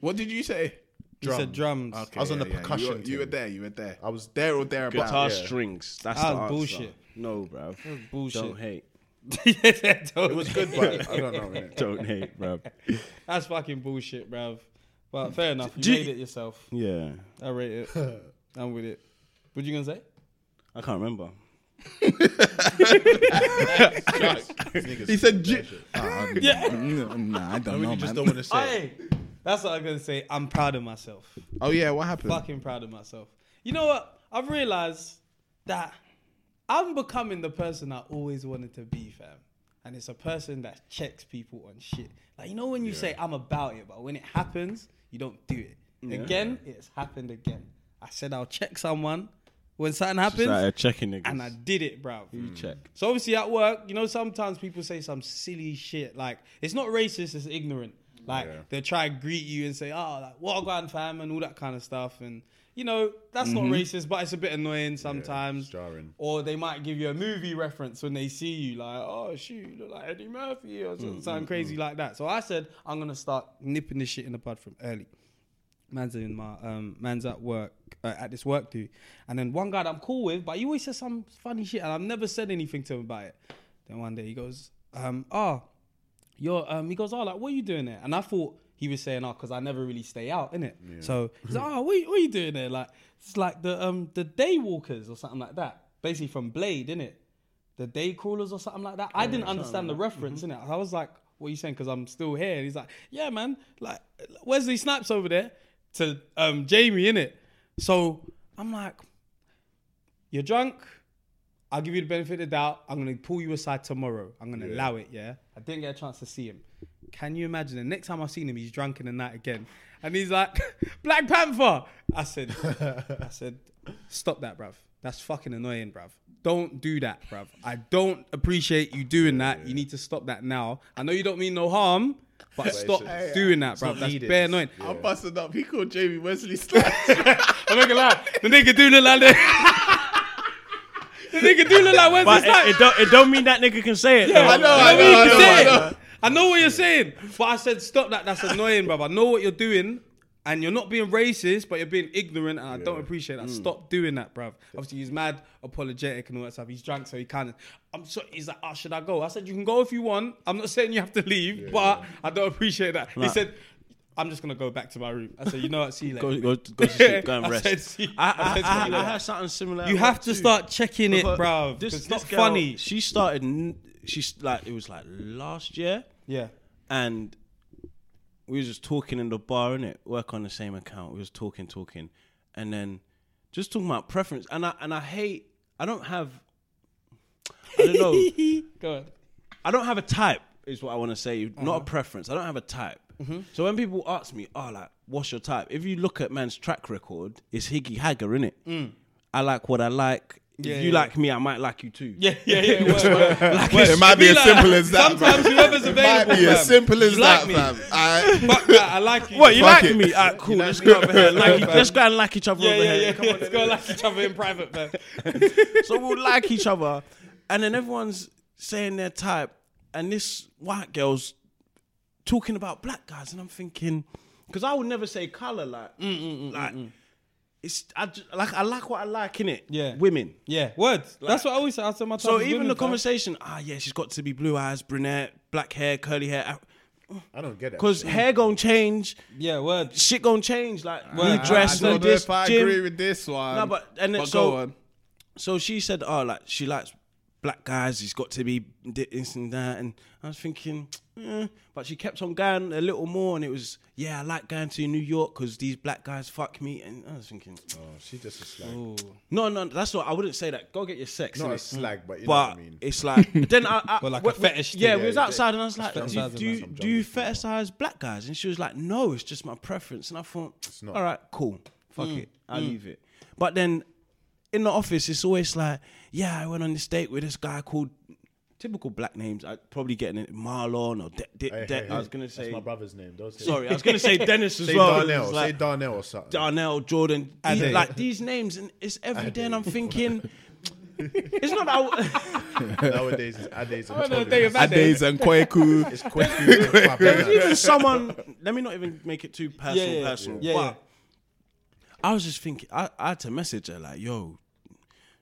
S9: What did you say?
S7: He said drums.
S8: I
S9: Okay,
S8: was on the
S9: yeah, yeah.
S8: percussion
S9: You were, you were
S8: team.
S9: there. You were there.
S8: I was
S9: there or there
S11: Guitar
S9: about.
S11: strings. That's
S7: That
S11: the
S7: was
S11: answer.
S7: bullshit.
S11: No, bro.
S7: Bullshit.
S11: Don't hate.
S7: yeah, don't
S8: It was good, but I don't know. innit?
S6: Don't hate, bro.
S7: That's fucking bullshit, bruv. But fair enough. You
S11: Do you-
S7: made it yourself.
S6: Yeah,
S7: I rate it. I'm with it. What you gonna say?
S6: I can't remember.
S9: He said, "Ju- Ah, yeah. Nah, I don't know,
S8: You just
S9: man.
S8: don't want to say. it.
S7: Hey, that's what I'm gonna say. I'm proud of myself.
S9: Oh yeah, what happened?
S7: Fucking proud of myself. You know what? I've realized that I'm becoming the person I always wanted to be, fam. And it's a person that checks people on shit. Like you know when you say I'm about it, but when it happens, you don't do it. Again, it's happened again. I said I'll check someone when something happens,
S6: Started checking niggas.
S7: and I did it, bruv.
S6: check.
S7: So obviously at work, you know, sometimes people say some silly shit. Like it's not racist, it's ignorant. Like they'll try and greet you and say, "Oh, like what a grand fam" and all that kind of stuff. And you know that's not racist, but it's a bit annoying sometimes.
S8: it's jarring.
S7: Or they might give you a movie reference when they see you, like, "Oh shoot, you look like Eddie Murphy" or something, something crazy like that. So I said I'm gonna start nipping this shit in the bud from early man's in my um, man's at work uh, at this work do, and then one guy that I'm cool with, but he always says some funny shit, and I've never said anything to him about it. Then one day he goes, um, "Ah, you're," um, he goes, "Oh, like what are you doing there?" And I thought he was saying, "Oh, because I never really stay out, innit?" So he's like, "Oh, what, you- what are you doing there?" Like it's like the um the day walkers or something like that, basically from Blade, innit? the day crawlers or something like that. I didn't understand the reference in it. I was like, "What are you saying?" Because I'm still here. And he's like, "Yeah, man. Like Wesley Snipes over there to um, Jamie in it." So I'm like, "You're drunk. I'll give you the benefit of the doubt. I'm gonna pull you aside tomorrow. I'm gonna allow it. Yeah. I didn't get a chance to see him. Can you imagine? The next time I've seen him, he's drunk in the night again, and he's like, "Black Panther." I said, "I said, stop that, bruv. That's fucking annoying, bruv. Don't do that, bruv. I don't appreciate you doing that. You need to stop that now. I know you don't mean no harm, but stop
S8: it's-
S7: doing that, bruv.
S8: not
S7: That's
S8: needed.
S7: bare annoying.
S9: I busted up. He called Jamie Wesley Snipes.
S7: I'm not gonna lie. The nigga do look like that. the nigga do look like Wesley
S11: But
S7: Snipes.
S11: it, it don't, it don't mean that nigga can say it. though.
S9: I know,
S7: You
S9: I
S7: what
S9: know,
S7: mean?
S9: I
S7: You
S9: know,
S7: say
S9: I
S7: it.
S9: know.
S7: I know what you're saying, but I said stop that. That's annoying, brother. I know what you're doing, and you're not being racist, but you're being ignorant, and I don't appreciate
S9: Mm.
S7: that. Stop doing that, bruv. Obviously, he's mad, apologetic, and all that stuff. He's drunk, so he can't. I'm sorry. He's like, oh, should I go? I said, you can go if you want. I'm not saying you have to leave, but I don't appreciate that. He said. I'm just gonna go back to my room. I said, you know what, see you later.
S6: Go, go, go to sleep. Go and
S7: I
S6: rest.
S7: said, see-
S11: I,
S7: I said, see
S11: I, I,
S7: you
S11: I
S7: later.
S11: had something similar.
S7: you have to start checking it,
S11: But
S7: bruv. 'cause it's not
S11: girl,
S7: funny.
S6: She started. n- She's like it was like last year,
S7: Yeah.
S6: and we was just talking in the bar, innit? Work on the same account. We was talking, talking, and then just talking about preference. And I and I hate. I don't have. I don't know.
S7: Go ahead.
S6: I don't have a type, is what I want to say. Not a preference. I don't have a type. So when people ask me, oh, like, what's your type? If you look at man's track record, it's Higgy Hagger, innit? I like what I like.
S7: Yeah,
S6: if you
S7: yeah.
S6: like me, I might like you too.
S7: Yeah, yeah, yeah. Word, word.
S9: it might be
S7: be
S9: as
S7: like-
S9: simple as that.
S7: Sometimes
S9: fam.
S7: whoever's
S9: Might
S7: available,
S9: be as
S7: fam.
S9: simple as
S7: You like
S9: that,
S7: me.
S9: fam. I,
S7: Fuck that, I like you.
S6: What, you
S9: Fuck
S6: like
S9: it.
S6: me? Ah, cool. Let's go over here. and Like,
S7: Yeah,
S6: let's go and like each other
S7: yeah,
S6: over
S7: yeah,
S6: here.
S7: yeah. yeah. Let's go like each other in private, man.
S6: so we'll like each other. And then everyone's saying their type, and this white girl's talking about black guys, and I'm thinking, because I would never say color, like, like it's I ju- like I like what I like in it.
S7: Yeah.
S6: women.
S7: Yeah, words. That's what I always say. I tell my
S6: So
S7: type is
S6: even
S7: women,
S6: the
S7: fam.
S6: conversation, ah, yeah, she's got to be blue eyes, brunette, black hair, curly hair,
S8: I don't get it.
S6: because hair gonna change,
S7: Yeah, words.
S6: shit gonna change, like
S7: Well,
S6: new dress,
S9: I
S6: new
S9: don't know
S6: this,
S9: if I
S6: gym.
S9: agree with this one.
S6: No, but and then,
S9: Um, But
S6: so
S9: go on.
S6: so she said, oh, like she likes black guys. He's got to be this and that. And I was thinking, eh. but she kept on going a little more, and it was, yeah, I like going to New York because these black guys fuck me. And I was thinking,
S8: Oh, she just a slag.
S6: no, no, that's not. I wouldn't say that. Go get your sex.
S8: Not a
S6: innit?
S8: slag, but you know
S6: But
S8: what I mean.
S6: it's like then I, I
S7: Well, like a
S6: we- we-
S7: fetish thing,
S6: Yeah,
S8: yeah,
S6: we was
S8: yeah.
S6: outside and I was like, do, you-
S7: fetishism,
S6: do, you-
S8: some
S6: do you
S8: jungle thing.
S6: fetishize black guys? And she was like, no, it's just my preference. And I thought,
S8: not.
S6: all right, cool, fuck
S7: Mm,
S6: it, I leave it. But then in the office, it's always like, yeah, I went on this date with this guy called typical black names. I probably getting it Marlon or De- De-
S8: Hey,
S6: De-
S8: hey,
S6: I
S8: hey,
S6: was gonna
S8: that's
S6: say.
S8: my brother's name. Don't say
S6: Sorry, I was gonna say Dennis as
S8: Say
S6: well.
S8: Darnell.
S6: It's
S8: Say
S6: like-
S8: Darnell or something.
S6: Darnell, Jordan,
S7: Ade.
S6: these- like these names, and it's every day, and I'm thinking, it's not that. I w-
S8: Nowadays, it's Ades and
S7: know,
S8: Tobias.
S7: they imagine-
S9: Ades and Kwaku.
S8: It's quick. it's quick,
S6: There's even someone. Let me not even make it too personal.
S7: Yeah, yeah,
S6: personal.
S7: yeah. Yeah,
S6: but
S4: I was just thinking, I, I had to message her like, "Yo,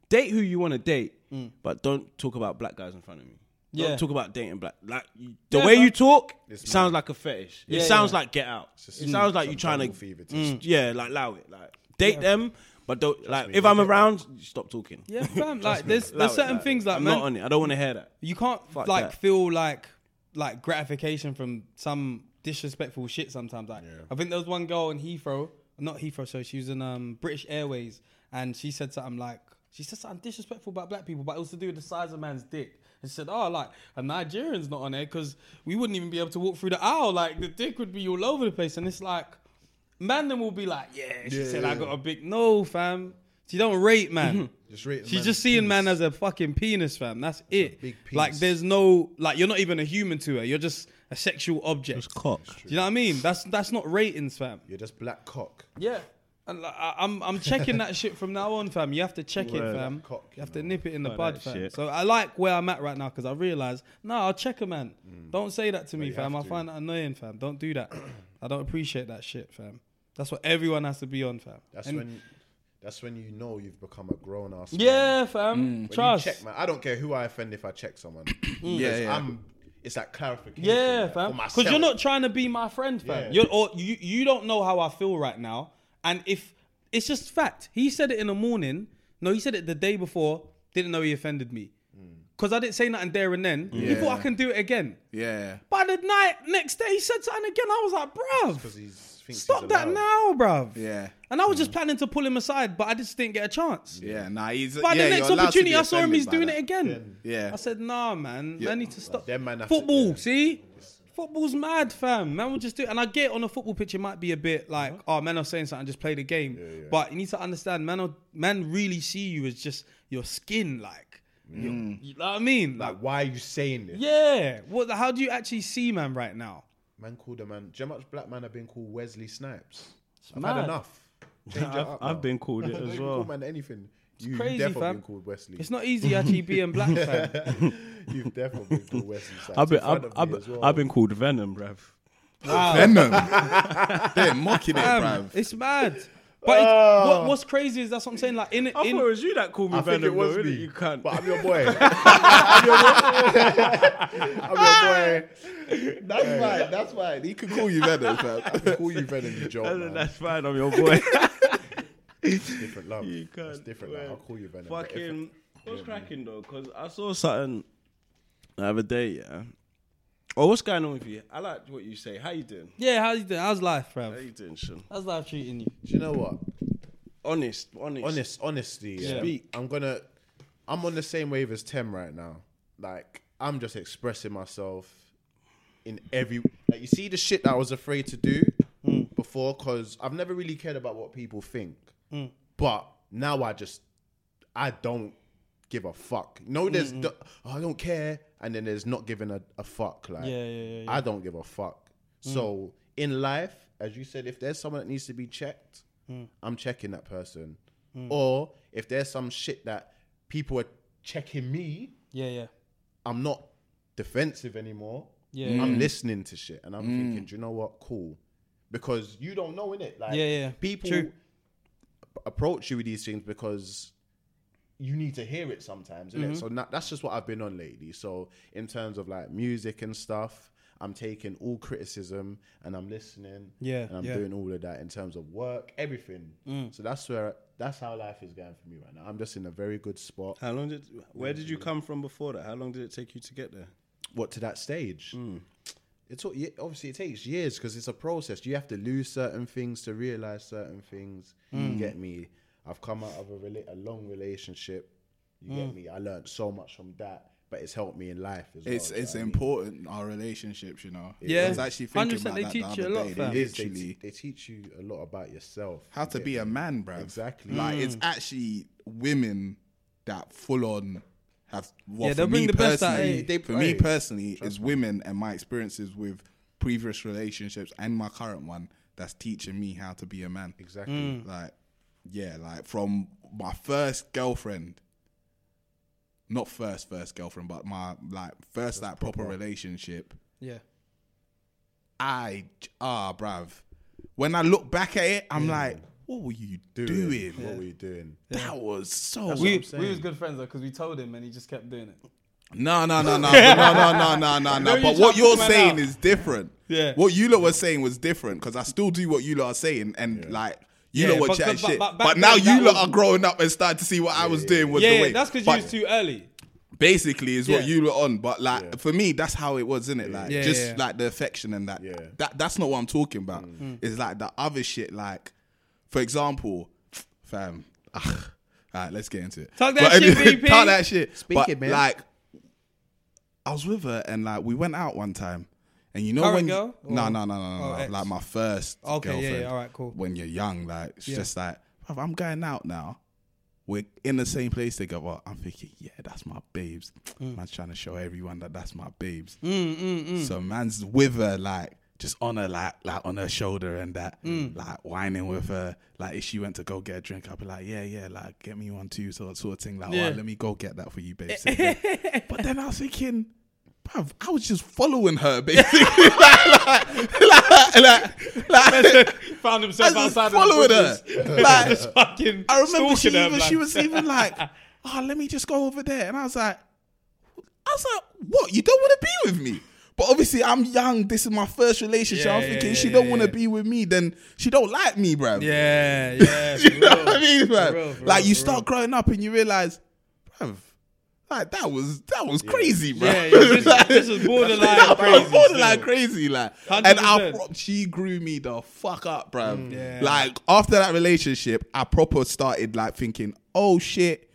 S4: date who you want to date, but don't talk about black guys in front of me. Don't
S7: Mm. Yeah.
S4: talk about dating black. Like you- the way you talk sounds like a fetish. It
S7: Yeah,
S4: sounds
S7: yeah.
S4: like get out. It sounds like you trying to,
S8: fever
S4: Mm, yeah, like allow it. Like date them, but don't like if I'm around, stop talking.
S7: Yeah, fam. Like there's
S4: Allow
S7: there's
S4: it,
S7: certain things like
S4: I'm
S7: man,
S4: not on it. I don't want to hear that.
S7: you can't
S4: Fuck
S7: like
S4: that.
S7: feel like like gratification from some disrespectful shit sometimes. Like I think there was one girl in Heathrow, not Heathrow, so she was in um, British Airways, and she said something like she said something disrespectful about black people, but it was to do with the size of man's dick. And she said, "Oh, like a Nigerian's not on there because we wouldn't even be able to walk through the aisle. Like the dick would be all over the place." And it's like, man, then will be like, "Yeah," she said, "I got a big no, fam." She don't rate man.
S8: Just rate a
S7: She's
S8: man's
S7: just seeing man
S8: penis.
S7: as a fucking penis, fam. That's it.
S8: big
S7: Like
S8: penis.
S7: there's no like you're not even a human to her. You're just a sexual object.
S4: Cock.
S7: Do you know what I mean? That's that's not ratings, fam.
S8: You're just black cock.
S7: Yeah. And like, I, I'm I'm checking that shit from now on, fam. You have to check it, fam.
S8: Cock,
S7: you have
S8: you
S7: to nip it in the bud, fam.
S4: shit.
S7: So I like where I'm at right now because I realize, no, I'll check a man. Don't say that to me, fam.
S8: Mm. have
S7: I
S8: to.
S7: find that annoying, fam. Don't do that. I don't appreciate that shit, fam. That's what everyone has to be on, fam.
S8: That's
S7: And-
S8: when. That's when you know you've become a grown ass.
S7: yeah, fam. Trust. Mm.
S8: Check, man. I don't care who I offend if I check someone.
S9: Yeah, yeah.
S8: I'm. It's that clarification.
S7: Yeah,
S8: like,
S7: fam.
S8: for
S7: Because you're
S8: myself.
S7: not trying to be my friend, fam.
S8: Yeah.
S7: You're, or you you don't know how I feel right now. And if it's just fact, he said it in the morning. No, he said it the day before. Didn't know he offended me
S9: Mm.
S7: because I didn't say nothing there and then. He thought I can do it again.
S9: Yeah.
S7: By the night next day, he said something again. I was like, bruv,
S8: He's- thinks
S7: stop
S8: he's
S7: that now,
S8: allowed.
S7: bruv.
S9: Yeah. Mm.
S7: And I was just planning to pull him aside, but I just didn't get a chance.
S9: Yeah. Nah, he's.
S7: By
S9: yeah,
S7: the next
S9: you're allowed to
S7: opportunity,
S9: be
S7: I saw him.
S9: offended
S7: He's
S9: by
S7: doing
S9: that.
S7: it again.
S9: Yeah.
S7: I said, nah, man. Man, I need to stop.
S8: Them man have to-
S7: Football,
S8: yeah.
S7: see? Football's mad, fam. Man will just do it. And I get on a football pitch, it might be a bit like,
S6: Uh-huh.
S7: oh, man, I'm saying something, just play the game. But you need to understand, man, will- man really see you as just your skin, like.
S6: Mm.
S7: your- You know what I mean? Like,
S8: Like, why are you saying this?
S7: yeah. What? the- How do you actually see man right now?
S8: Man called a man. Do you know how much black man have been called Wesley Snipes? I've
S7: mad.
S8: had enough. Change it up now.
S4: I've been called it
S8: Don't
S4: as
S8: even
S4: well.
S8: Call man anything. You've
S7: crazy,
S8: definitely
S7: fam.
S8: been called Wesley.
S7: It's not easy actually being black, fam.
S8: You've definitely been called Wesley Snipes.
S4: I've been,
S8: in front of
S4: I've,
S8: me
S4: I've,
S8: as well.
S4: I've been called Venom, bruv.
S10: Venom. They're mocking it,
S7: Fam,
S10: bruv.
S7: It's mad. But it's, what, what's crazy is that's what I'm saying. Like in,
S6: Ah. I
S7: in
S6: thought it was you that called me
S8: I think it
S6: Venom,
S8: was
S6: though,
S8: me.
S6: innit? You can't.
S8: But I'm your boy. I'm your boy. I'm your boy.
S9: That's fine. That's fine. He could call you Venom, fam.
S8: Call you Venom, you joke, man.
S4: That's fine. I'm your boy.
S8: different love. You
S4: can't
S8: That's different. Like, I'll call you Venom. but if-
S4: Fucking, what's cracking though? Because I saw something the other day, yeah. Oh, what's going on with you? I like what you say. How you doing?
S7: yeah, how you doing? How's life, fam?
S4: How you doing, Sean?
S7: How's life treating you?
S8: Do you know what?
S4: Honest, honest.
S8: Honest, honestly, yeah.
S7: Speak.
S8: I'm gonna. I'm on the same wave as Tem right now. Like I'm just expressing myself in every. Like you see the shit that I was afraid to do before because I've never really cared about what people think. But now I just I don't give a fuck. No, there's the- "Oh, I don't care, and then there's not giving a, a fuck. Like
S7: Yeah, yeah, yeah, Mm. yeah.
S8: I don't give a fuck. So in life, as you said, if there's someone that needs to be checked,
S7: Mm.
S8: I'm checking that person. Or if there's some shit that people are checking me,
S7: Yeah, yeah.
S8: I'm not defensive anymore.
S7: Yeah. Mm.
S8: I'm listening to shit and I'm thinking, do you know what? Cool. Because you don't know, innit? Like
S7: Yeah, yeah.
S8: people
S7: True.
S8: approach you with these things because you need to hear it sometimes,
S7: Mm-hmm.
S8: innit? So na- that's just what I've been on lately. So in terms of like music and stuff, I'm taking all criticism and I'm listening.
S7: Yeah,
S8: And I'm
S7: yeah. Mm.
S8: doing all of that in terms of work, everything. So that's where that's how life is going for me right now. I'm just in a very good spot.
S4: How long did? Where did you come from before that? How long did it take you to get there?
S8: what to that stage.
S9: Hmm.
S8: It took ye- obviously it takes years because it's a process. You have to lose certain things to realize certain things.
S9: Hmm.
S8: You get me? I've come out of a, rela- a long relationship. You
S9: Hmm.
S8: get me? I learned so much from that, but it's helped me in life as well.
S9: It's
S8: do you
S9: it's
S8: know what I mean?
S9: important our relationships, you know.
S7: Yeah.
S9: I was actually thinking
S7: 100%
S9: about
S7: they
S9: that
S7: teach
S9: the
S7: you a
S9: other
S7: lot,
S9: day.
S7: fam.
S8: It
S9: They
S8: is. They,
S9: literally
S8: te- they teach you a lot about yourself.
S9: how
S8: you
S9: to
S8: get
S9: be
S8: me?
S9: a man, bruv.
S8: Exactly.
S9: Like it's actually women that full on have. Well,
S7: Yeah,
S9: for
S7: they'll bring
S9: me
S7: the best out of
S9: personally-
S7: you.
S8: They-
S9: for me
S8: hey,
S9: personally, is women and my experiences with previous relationships and my current one that's teaching me how to be a man.
S8: Exactly.
S9: Like, yeah, like from my first girlfriend, not first first girlfriend, but my like first like proper relationship.
S7: Yeah.
S9: I ah, bruv. When I look back at it, I'm like,
S10: what were you doing?
S8: What were you doing?
S10: That was so.
S7: We, we was good friends though because we told him and he just kept doing it.
S9: No, no, no, no, no, no, no, no, no, no.
S7: you
S9: But what
S7: talk
S9: you're
S7: to man
S9: saying
S7: out.
S9: is different.
S7: Yeah.
S9: What you lot were saying was different because I still do what you lot are saying and like. You
S7: Yeah,
S9: lot were
S7: but-
S9: chatting
S7: but-
S9: shit,
S7: but
S9: but,
S7: back
S9: now
S7: then that
S9: you lot
S7: was-
S9: are growing up and starting to see what I was doing was
S7: Yeah,
S9: the
S7: yeah,
S9: way.
S7: that's because you
S9: But
S7: was too early.
S9: basically is what
S7: Yeah.
S9: you were on. But like for me, that's how it was, innit? Like
S7: Yeah,
S9: just
S7: yeah.
S9: like the affection and that.
S8: Yeah. Mm.
S9: That that's not what I'm talking about.
S7: Mm.
S9: It's like the other shit. Like for example, fam. All right, let's get into it.
S7: Talk that shit, BP.
S9: Talk that shit.
S8: Speak
S9: but
S8: it, man.
S9: like, I was with her and like we went out one time, and you know
S7: Current
S9: when
S7: girl
S9: no
S7: or-
S9: no no no no,
S7: or
S9: no,
S7: ex? Oh,
S9: like my first
S7: Okay, yeah, yeah,
S9: girlfriend.
S7: alright, cool.
S9: When you're young, like it's just like "Bruv, I'm going out now we're in the same place together. I'm thinking, yeah, that's my babes.
S7: Mm.
S9: Man's trying to show everyone that that's my babes. So man's with her, like just on her, like like on her shoulder and that,
S7: Mm.
S9: like whining with her. Like if she went to go get a drink, I'd be like, yeah, yeah, like get me one too, sort sort of thing. Like,
S7: Yeah.
S9: "Alright, let me go get that for you, babe. Same thing. but then I was thinking. Bruv, I was just following her, basically. like, like, like, like,
S7: Found himself
S9: I was
S7: outside of
S9: just
S7: the
S9: following
S7: bushes.
S9: her. Like,
S7: Just fucking
S9: I remember she
S7: stalking her,
S9: even, she
S7: man.
S9: was even like, oh, let me just go over there. And I was like, I was like, what? You don't want to be with me? But obviously, I'm young. This is my first relationship.
S7: Yeah,
S9: I'm
S7: yeah,
S9: thinking
S7: yeah,
S9: she
S7: yeah,
S9: don't want to
S7: yeah.
S9: be with me, then she don't like me, bruv.
S7: Yeah, yeah.
S9: you know what I mean, bruv?
S7: real, for
S9: like
S7: real,
S9: you
S7: for
S9: start
S7: real.
S9: growing up and you realize, bruv, like that was that was crazy, bruv.
S7: Yeah, yeah, this,
S9: Like,
S7: this is borderline
S9: that
S7: crazy.
S9: was borderline
S7: still.
S9: crazy, like,
S7: 100%.
S9: and I, pro- she grew me the fuck up, bruv.
S7: Mm, Yeah.
S9: Like after that relationship, I proper started like thinking, oh shit,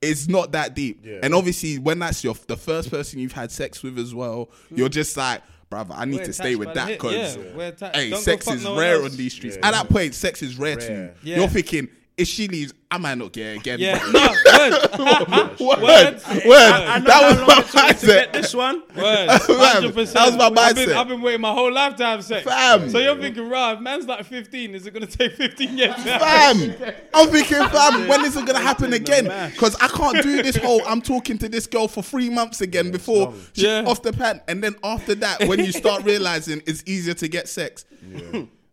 S9: it's not that deep. And obviously, when that's your the first person you've had sex with as well, you're just like, bruv, I need
S7: Mm. We're
S9: to stay
S7: attached
S9: with
S7: by the
S9: that
S7: hip,
S9: because
S7: yeah, we're attached.
S9: hey,
S7: Don't go
S9: sex
S7: fuck
S9: is
S7: no one
S9: rare
S7: else.
S9: on these streets. At that point, sex is rare, to you.
S8: Rare.
S7: Yeah.
S9: You're thinking. If she leaves, I'm not gay again.
S7: Yeah, no, word,
S9: Word,
S7: Word.
S9: word.
S7: I- I know
S9: that was my mindset.
S6: This one,
S7: word,
S9: Fam,
S7: 100%.
S9: that was my
S7: I've been,
S9: mindset.
S7: I've been waiting my whole life to have sex.
S9: Fam.
S7: So you're thinking, right, if man's like 15, is it going to take 15 years? to have
S9: fam. I'm thinking, fam, when is it gonna happen again? Because I can't do this whole I'm talking to this girl for three months again before she
S7: Yeah.
S9: off the pan. And then after that, when you start realizing it's easier to get sex.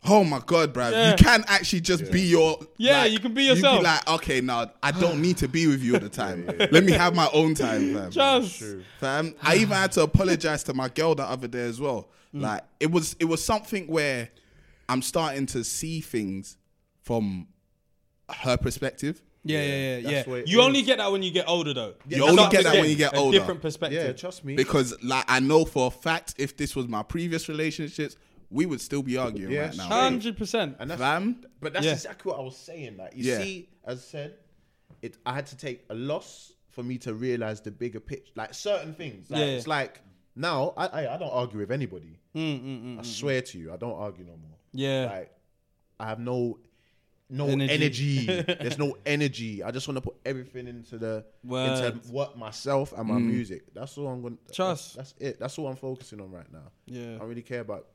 S9: Oh my god, bruv.
S7: Yeah.
S9: You can actually just be your
S7: Yeah, you can be
S9: you'd
S7: yourself.
S9: like, okay, now I don't need to be with you all the time. Let me have my own time, fam.
S7: Just-
S9: Fam, I even had to apologize to my girl the other day as well. Like it was it was something where I'm starting to see things from her perspective.
S7: Yeah, yeah, yeah, yeah.
S8: that's what it
S7: You
S8: is.
S7: only get that when you get older, though.
S9: You only
S7: Start
S9: get
S7: to
S9: that when you get
S7: a
S9: older.
S7: Different perspective.
S8: Yeah, trust me.
S9: Because like I know for a fact if this was my previous relationships, we would still be arguing
S8: Yeah,
S9: right now.
S8: straight.
S7: Hundred percent.
S8: And that's,
S9: Fam?
S8: But that's
S7: Yeah.
S8: exactly what I was saying. Like you
S9: Yeah.
S8: see, as said, it I had to take a loss for me to realize the bigger picture. Like certain things. Like,
S7: Yeah. Mm,
S8: It's like now I, I I don't argue with anybody. I swear to you, I don't argue no more.
S7: Yeah.
S8: Like I have no no
S7: Energy.
S8: energy. There's no energy. I just want to put everything into the
S7: Word. Mm.
S8: into what myself and my music. That's all I'm gonna
S7: Trust.
S8: That's, that's it. That's all I'm focusing on right now.
S7: Yeah.
S8: I don't really care about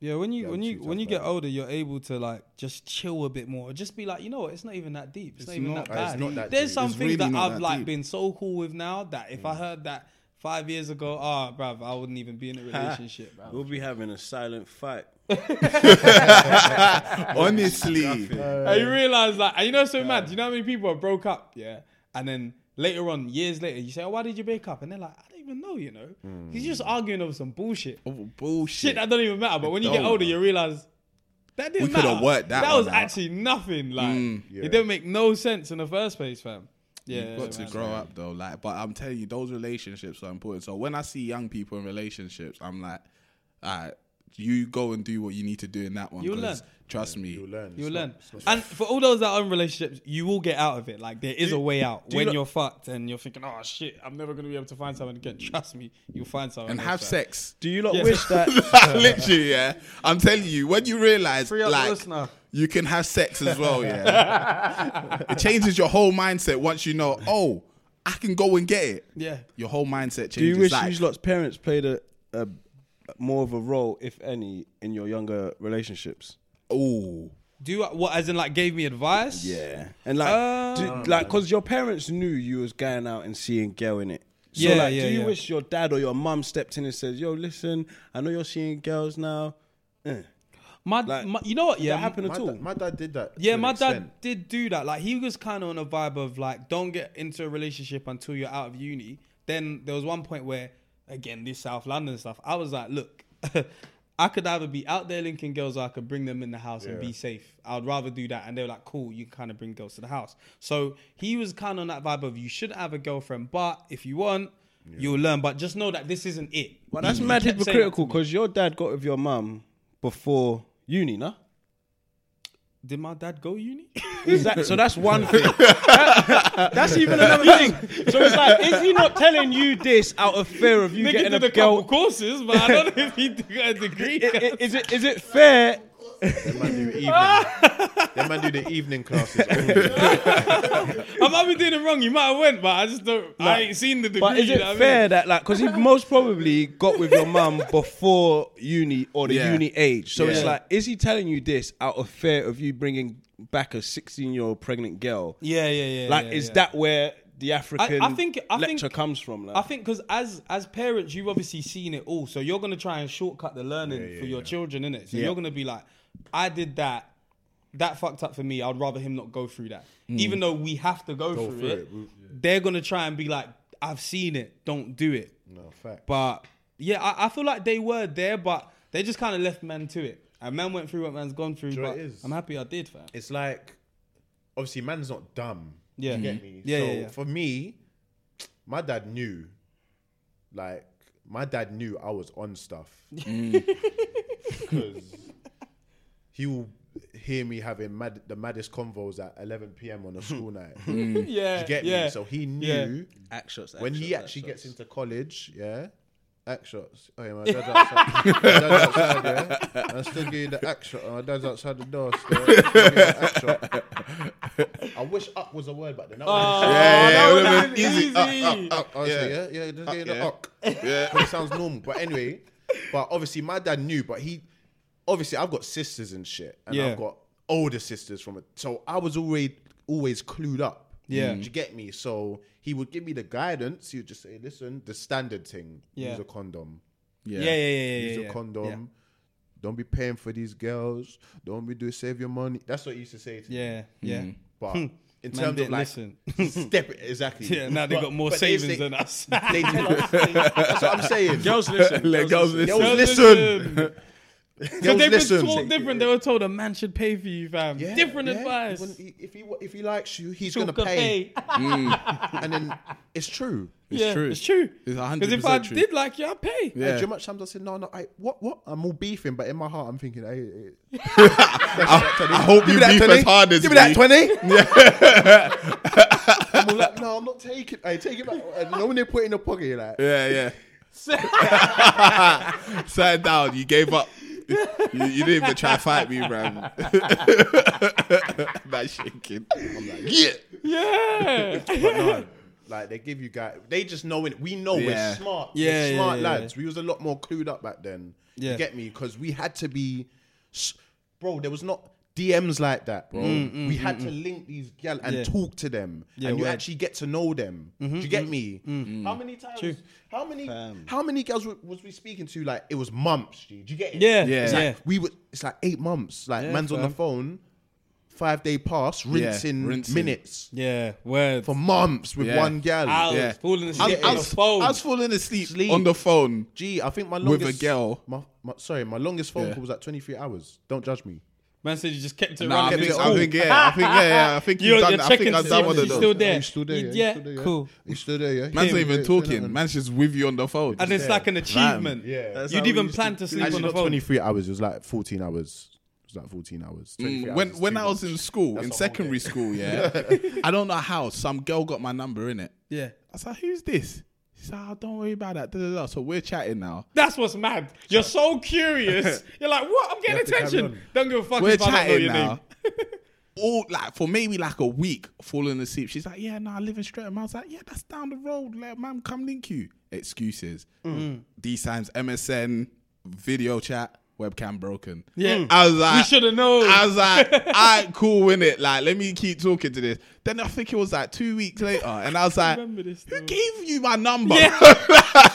S7: Yeah, when you
S8: Yeah,
S7: when
S8: I'm
S7: you
S8: too
S7: when
S8: tough
S7: you get
S8: about it.
S7: older, you're able to like just chill a bit more. Just be like, you know what? It's not even that deep. It's, not even that
S9: not
S8: that
S7: bad.
S8: deep. It's not that
S7: There's
S8: deep.
S7: some
S9: It's
S7: things
S9: really
S7: that
S9: not
S7: I've
S9: that
S7: like
S9: deep.
S7: been so cool with now that if I heard that five years ago, ah, oh, bruv, I wouldn't even be in a relationship, bruv.
S6: we'll be having a silent fight.
S9: Honestly.
S7: And you realize like, and you know, so mad. You know how many people are broke up, yeah, and then later on, years later, you say, oh, why did you break up? And they're like, I don't even know, you know. He's just arguing over some bullshit. shit
S9: Oh, Bullshit.
S7: that don't even matter. But when you get
S9: don't.
S7: older, you realize that didn't
S9: We
S7: matter.
S9: coulda worked that
S7: That
S9: one
S7: was
S9: out. Mm.
S7: actually nothing. Like
S8: Yeah.
S7: it didn't make no sense in the first place, fam. Yeah,
S9: You've got to
S7: man.
S9: grow up though, like. But I'm telling you, those relationships are important. So when I see young people in relationships, I'm like, all right, you go and do what you need to do in that one.
S7: You'll
S9: 'cause
S7: learn.
S9: Trust me.
S8: you learn.
S7: You'll
S8: It's
S7: learn.
S8: not-
S7: And for all those that are in relationships, you will get out of it. Like there is a way out when
S6: lo-
S7: you are fucked and you're thinking, oh shit, I'm never gonna be able to find someone again. Trust me, you'll find someone
S9: and
S7: else,
S9: have
S7: fam.
S9: sex.
S6: Do you not
S7: Yeah.
S6: wish that?
S9: Literally, yeah. I'm telling you, when you realize,
S7: Free up the
S9: like,
S7: listener.
S9: you can have sex as well, yeah. it changes your whole mindset once you know, oh, I can go and get it.
S7: Yeah.
S9: Your whole mindset changes.
S6: Do you wish
S9: like,
S6: these lot's parents played a, a more of a role, if any, in your younger relationships?
S9: oh,
S7: Do you, what? As in, like, gave me advice.
S6: Yeah, and like,
S7: Um,
S6: do, like, cause your parents knew you was going out and seeing girl in it. So
S7: Yeah,
S6: like,
S7: yeah,
S6: do you
S7: yeah.
S6: wish your dad or your mum stepped in and says, "Yo, listen, I know you're seeing girls now. Eh,
S7: My, my you know what? Yeah,
S6: that happen
S8: my
S6: at all.
S8: dad- my dad did that. to
S7: Yeah,
S8: an
S7: my
S8: extent.
S7: dad did do that. Like he was kind of on a vibe of like, don't get into a relationship until you're out of uni. Then there was one point where, again, this South London stuff. I was like, look, I could either be out there linking girls, or I could bring them in the house and be safe. I'd rather do that. And they were like, cool, you kind of bring girls to the house. So he was kind of on that vibe of you should have a girlfriend, but if you want, you'll learn. But just know that this isn't it.
S6: But that's
S7: He
S6: mad
S7: Mm. kept saying that to
S6: hypocritical
S7: me.
S6: because your dad got with your mum before uni, nah?
S7: Did my dad go uni?
S6: Exactly. So that's one thing. That- that's even another thing. So it's like, is he not telling you this out of fear of you
S7: Nigga
S6: getting
S7: did
S6: a
S7: a couple
S6: girl?
S7: courses, but I don't know if he got a degree.
S6: I- i- Is it is it fair?
S8: That man do evening. that man do the evening classes. Only.
S7: I might be doing it wrong. You might have went, but I just don't. I ain't seen the degree.
S6: But is
S7: you
S6: it
S7: know what I mean?
S6: fair that like because he most probably got with your mum before uni or the
S9: Yeah.
S6: uni age? So it's
S9: Yeah.
S6: like, is he telling you this out of fear of you bringing back a sixteen-year-old pregnant girl?
S7: Yeah, yeah, yeah.
S6: Like,
S7: yeah,
S6: is
S7: yeah.
S6: that where the African
S7: I think- I think-
S6: lecture comes from? Like?
S7: I think because as as parents, you've obviously seen it all, so you're gonna try and shortcut the learning for your children, innit? So you're gonna be like, I did that. That fucked up for me. I'd rather him not go through that, even though we have to go, through,
S8: through
S7: it.
S8: it, we- yeah.
S7: They're gonna try and be like, I've seen it. Don't do it.
S8: No fact.
S7: But yeah, I, I feel like they were there, but they just kind of left men to it. And man went through what man's gone through.
S8: you know
S7: But
S8: what it is?
S7: I'm happy I did, fam.
S8: it's like obviously man's not dumb. Do
S7: Yeah.
S8: You
S7: Mhm.
S8: get me?
S7: Yeah,
S8: so
S7: yeah, yeah.
S8: for me, my dad knew. Like my dad knew I was on stuff.
S7: Mm.
S8: Because he will hear me having mad, the maddest convos at 11 p.m. on a school night. Do
S7: Yeah,
S8: you get
S7: yeah.
S8: me? So he knew
S7: Yeah.
S8: when he actually gets into college, yeah. Act shots. Oh yeah, my dad's outside. my dad's outside, yeah. I still give you the act shot. My dad's outside the door. Still. I'll give you the act shot. I wish up was a word, but then that was
S9: yeah, yeah,
S7: Oh,
S9: yeah,
S7: that
S9: yeah,
S7: would've been
S9: easy.
S7: easy.
S8: I was like, yeah, yeah,
S7: Uh,
S8: just give you the
S9: yeah.
S8: uck. But it sounds normal. But anyway, but obviously my dad knew, but he obviously I've got sisters and shit. And
S7: Yeah.
S8: I've got older sisters from it. So I was already always clued up.
S7: Yeah.
S8: Do you get me? So he would give me the guidance. He would just say, listen, the standard thing.
S7: Yeah.
S8: Use a condom.
S7: Yeah, yeah, yeah, yeah.
S8: Use
S7: yeah.
S8: a condom. Don't be paying for these girls. Don't be doing save your money. That's what he used to say to me.
S7: Yeah, yeah.
S8: But in terms of
S7: Hmm. didn't
S8: like
S7: listen.
S8: step exactly.
S7: Yeah, now they
S8: But-
S7: got more
S8: but they
S7: savings
S8: say-
S7: than us.
S8: they tell us. they- that's what I'm saying. Girls listen.
S9: Let go of this.
S8: Girls
S7: Girls
S8: listen.
S7: Because
S8: Girls
S7: they were
S8: listen.
S7: told different. They were told a man should pay for you, fam.
S8: Yeah,
S7: different
S8: yeah.
S7: advice.
S8: When he- if he wa- if he likes you, he's
S7: Took
S8: gonna
S7: a
S8: pay. and then it's true.
S7: It's yeah,
S9: true.
S7: It's true.
S9: It's 100%
S7: Because if I
S9: true.
S7: did like you, I'd pay.
S8: Like,
S9: Yeah.
S8: do you know how much times I said no, no, I what what? I'm all beefing, but in my heart I'm thinking, hey, hey.
S9: I hope you beef as hard as
S8: give me that
S9: me.
S8: twenty. I'm all like, no, I'm not taking. I take it back. And you know when they put it in your pocket, you're like,
S9: Yeah, yeah. Sat down. You gave up. You, you didn't even try to fight me, bro. That shaking. I'm like, yeah.
S7: Yeah.
S8: But no, like they give you guys, they just know it. We know
S9: Yeah.
S8: we're smart.
S7: Yeah, yeah,
S8: we're smart
S7: yeah,
S8: lads. We was a lot more clued up back then.
S7: Yeah.
S8: You get me? Because we had to be, s- bro. There was not DMs like that, bro.
S7: Mm,
S8: we had to link these gal and talk to them, and you
S7: word.
S8: actually get to know them.
S7: Mm-hmm,
S8: Do you get me?
S7: mm.
S8: How many times? How many? How many girls wa- was we speaking to? Like it was months. G. Do you get it?
S7: Yeah,
S9: Yeah.
S8: It's
S7: yeah.
S8: like, we were. It's like eight months. Like man's on the phone. Five day pass, rinsing,
S9: rinsing.
S8: minutes
S7: Yeah, word.
S8: for months with
S9: Yeah.
S8: one gal.
S7: Hours,
S9: Yeah.
S7: falling asleep
S9: I,
S7: on
S9: I,
S7: the
S9: was,
S7: phone.
S9: I was falling asleep
S8: Sleep.
S9: on the phone.
S8: Gee, I think my
S9: With a
S8: longest
S9: girl.
S8: My, my, sorry, my longest phone
S9: Yeah.
S8: call was at 23 hours. Don't judge me.
S7: Man said you just kept it
S9: Nah, I
S7: running.
S9: think,
S7: It's
S9: I
S7: cool.
S9: think, yeah, I think, yeah, yeah, I think
S7: You're,
S9: you've done.
S7: you're
S9: I
S7: checking
S9: think
S7: to
S9: I've
S7: see
S9: done one
S7: if
S9: of
S7: she's still
S9: those.
S7: there.
S8: You still there,
S7: You-
S8: yeah, you
S7: Yeah,
S8: still there, yeah.
S7: cool.
S8: You still there, yeah?
S9: Man's not
S8: Yeah,
S9: even
S8: yeah, yeah,
S9: talking.
S8: yeah.
S9: Man's just with you on the phone.
S7: And it's like an achievement.
S8: Yeah. That's
S7: You'd even plan to sleep
S8: Actually,
S7: on the
S8: not
S7: phone.
S8: 23 hours. It was like 14 hours. It was like 14 hours. 23 hours
S9: Mm, when
S8: is
S9: when
S8: too
S9: I was
S8: much.
S9: in school, in
S8: a whole
S9: secondary school, yeah, I don't know how some girl got my number in it.
S7: Yeah.
S9: I was like, "Who's this?" She said, oh, "Don't worry about that." Da, da, da. So we're chatting now.
S7: That's what's mad. You're so curious. You're like, what? I'm getting
S8: have to carry
S7: attention.
S8: on.
S7: Don't give a fuck
S9: We're
S7: if I don't know
S9: chatting
S7: your name.
S9: now. All like for maybe like a week, falling asleep. She's like, "Yeah, no, I live in Streatham." I was like, "Yeah, that's down the road. Like, man, Mm. come link you." Excuses. These times, MSN video chat. webcam broken.
S7: Yeah.
S9: I was like,
S7: We shoulda known.
S9: I was like, all right, cool, innit? Like, let me keep talking to this. Then I think it was like two weeks later, and I was like, who gave you my number?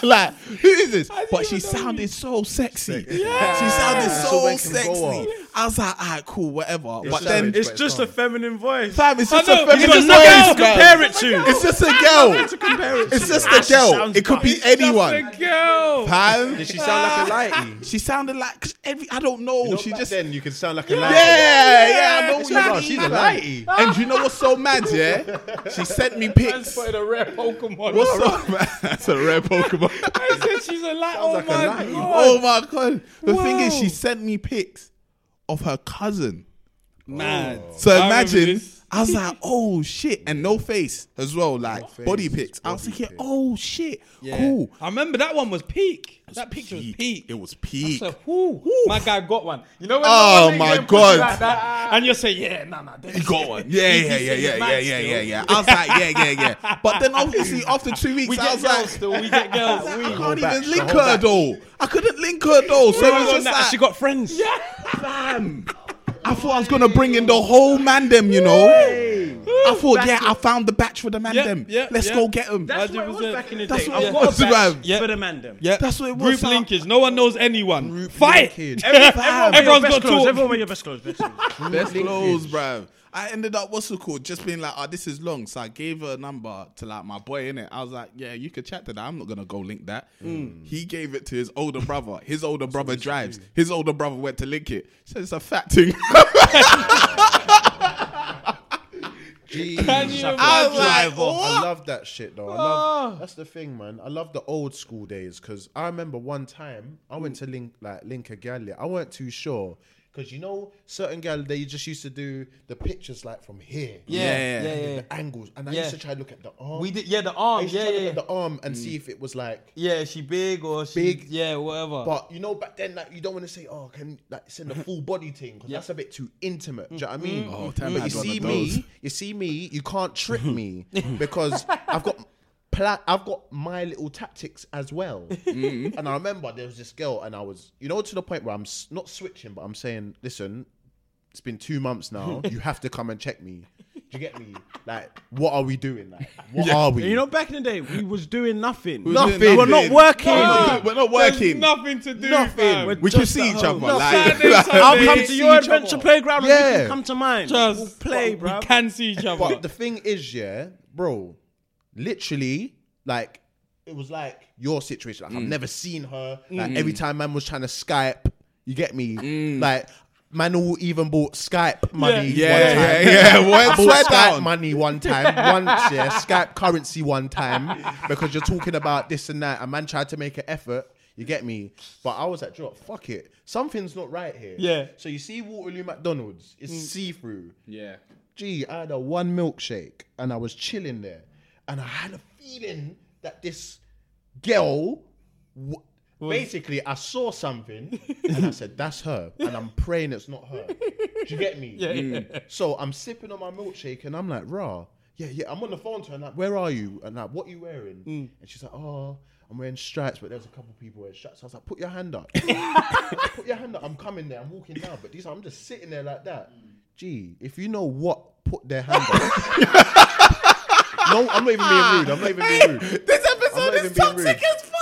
S9: like, who is this? But she sounded so sexy. She sounded so
S8: when can go
S9: sexy. I was like, all right, cool, whatever. but
S8: just
S9: then,
S8: savage.
S6: It's just a feminine voice.
S9: fam, it's just
S7: know,
S9: a
S7: you
S9: feminine
S7: got no girl
S9: voice.
S7: to
S9: girl.
S6: Compare it to.
S9: It's just a girl.
S6: compare it
S9: It's just a girl.
S4: sounds
S9: It could be
S4: nice.
S9: anyone.
S7: Girl.
S9: Fam,
S8: She sound like a lighty.
S9: she sounded like, cause every, I don't know. she just
S8: then you can sound like a lighty.
S9: Yeah, yeah, I know
S8: She's a
S9: what you
S8: lighty.
S9: mean.
S8: She's a lighty.
S9: And you know what's so mad, yeah? She sent me pics.
S7: Put a rare Pokemon.
S9: What's so mad? That's a rare Pokemon.
S7: I said she's a light. Oh
S8: like a
S7: my
S8: light.
S7: god.
S9: oh my god. The thing is, she sent me pics of her cousin.
S7: Mad.
S9: So
S7: I remember
S9: imagine,
S7: this.
S9: I was like, oh shit. And no face as well, like body pics. I was thinking, oh shit. Cool.
S7: I remember that one was peak. That picture was peak.
S9: It was peak.
S7: So, whoo, my guy got one. You know when
S9: Oh,
S7: someone
S9: my
S7: get pushed
S9: God.
S7: like that, and you say, yeah, nah, nah,
S9: He got one. Yeah, yeah, yeah, yeah, yeah, yeah, yeah, yeah. I was like, yeah, yeah, yeah. But then obviously after two weeks,
S7: we
S9: I
S7: get
S9: was
S7: girls
S9: like,
S7: still. We get girls.
S9: I
S7: we.
S9: can't even
S8: back,
S9: link
S8: the whole
S9: her
S8: back.
S9: though. I couldn't link her though. So it was just like,
S6: She got friends.
S9: fam. I thought I was gonna bring in the whole man them, you know. I thought, yeah, I found the batch for the man
S7: Yeah,
S9: them.
S7: yeah,
S9: Let's
S7: yeah.
S9: go get them. That's,
S4: That's what it was
S7: 100%.
S4: back in the
S9: That's
S4: day.
S9: what
S4: I've
S9: it
S4: got
S9: was,
S4: a batch
S9: man.
S7: Yeah.
S4: for the man them.
S7: Yeah.
S9: That's what it
S7: Group
S9: was, huh?
S7: linkage. No one knows anyone. Fight.
S9: Fam.
S7: Everyone's got
S4: Best clothes.
S7: two.
S4: Everyone wear your best clothes. Best clothes.
S9: Best clothes, bruv. I ended up what's it called? Just being like, oh, this is long. So I gave her a number to like my boy in it. I was like, yeah, you could chat to that. I'm not gonna go link that. He gave it to his older brother. His older brother drives. His older brother went to link it. So it's a fat thing.
S7: Can you
S9: I
S7: imagine?
S9: was like,
S8: I
S9: what?
S8: love that shit though. I
S7: Ah.
S8: love that's the thing, man. I love the old school days because I remember one time I went to link like link a gal. yeah. I weren't too sure because you know certain gal they just used to do the pictures like from here,
S7: Yeah,
S9: Yeah.
S7: yeah, yeah.
S8: the angles, and I
S7: Yeah.
S8: used to try to look at the arm.
S7: We did. Yeah, the
S8: I
S7: arm.
S8: used to
S7: Yeah,
S8: try to
S7: yeah.
S8: look at the arm and see if it was like.
S7: Yeah, she big or she
S8: Big.
S7: Yeah, whatever.
S8: But you know, back then, like you don't want to say, "Oh, can like send a
S4: Mm-hmm.
S8: full body thing," because that's a bit too intimate. Do you know what I mean?
S9: Oh, Tam
S8: but you
S9: had one of
S8: see
S9: those.
S8: me, you see me, you can't trick
S4: Mm-hmm.
S8: me because I've got. Pla- I've got my little tactics as well,
S4: Mm-hmm.
S8: and I remember there was this girl, and I was, you know, to the point where I'm s- not switching, but I'm saying, listen, it's been two months now. You have to come and check me. Do you get me? Like, what are we doing? Like, what are we?
S4: You know, back in the day, we was doing nothing.
S8: Nothing.
S4: We're not working.
S9: No, We're not
S7: There's
S9: working.
S7: nothing to do.
S9: Nothing.
S7: fam.
S9: We can see each other. Like,
S7: Saturday,
S4: I'll
S7: Sunday.
S4: come to your adventure playground and you
S8: Yeah.
S4: can come to mine.
S7: Just
S4: we'll play,
S7: we
S4: bro.
S7: can see each other.
S8: But the thing is, yeah, bro, literally, like, it was like your situation. Like, I've
S9: Mm.
S8: never seen her. Like, every time man was trying to Skype, you get me? Like, man all even bought Skype money one time.
S9: Mm. yeah, yeah, yeah. One
S8: I bought
S9: sweat
S8: Skype
S9: down.
S8: money one time, once, yeah, Skype currency one time, because you're talking about this and that. A man tried to make an effort, you get me? But I was like, "Do you know what? fuck it. Something's not right here.
S7: Yeah.
S8: So you see Waterloo McDonald's, it's
S9: Mm.
S8: see through
S9: Yeah.
S8: gee, I had a one milkshake and I was chilling there, and I had a feeling that this girl, w- basically, I saw something and I said, "That's her," and I'm praying it's not her. Do you get me? So I'm sipping on my milkshake and I'm like, "Raw, yeah, yeah." I'm on the phone to her, and like, "Where are you?" And like, "What are you wearing?" And she's like, "Oh." I'm wearing stripes, but there's a couple people wearing stripes. I was like, put your hand up. put your hand up. I'm coming there. I'm walking down. But these, I'm just sitting there like that. Gee, if you know what, put their hand up. no, I'm not even being rude. I'm not even being rude.
S9: This
S8: I'm not
S9: episode
S8: even
S9: is
S8: being
S9: toxic
S8: rude.
S9: as fuck.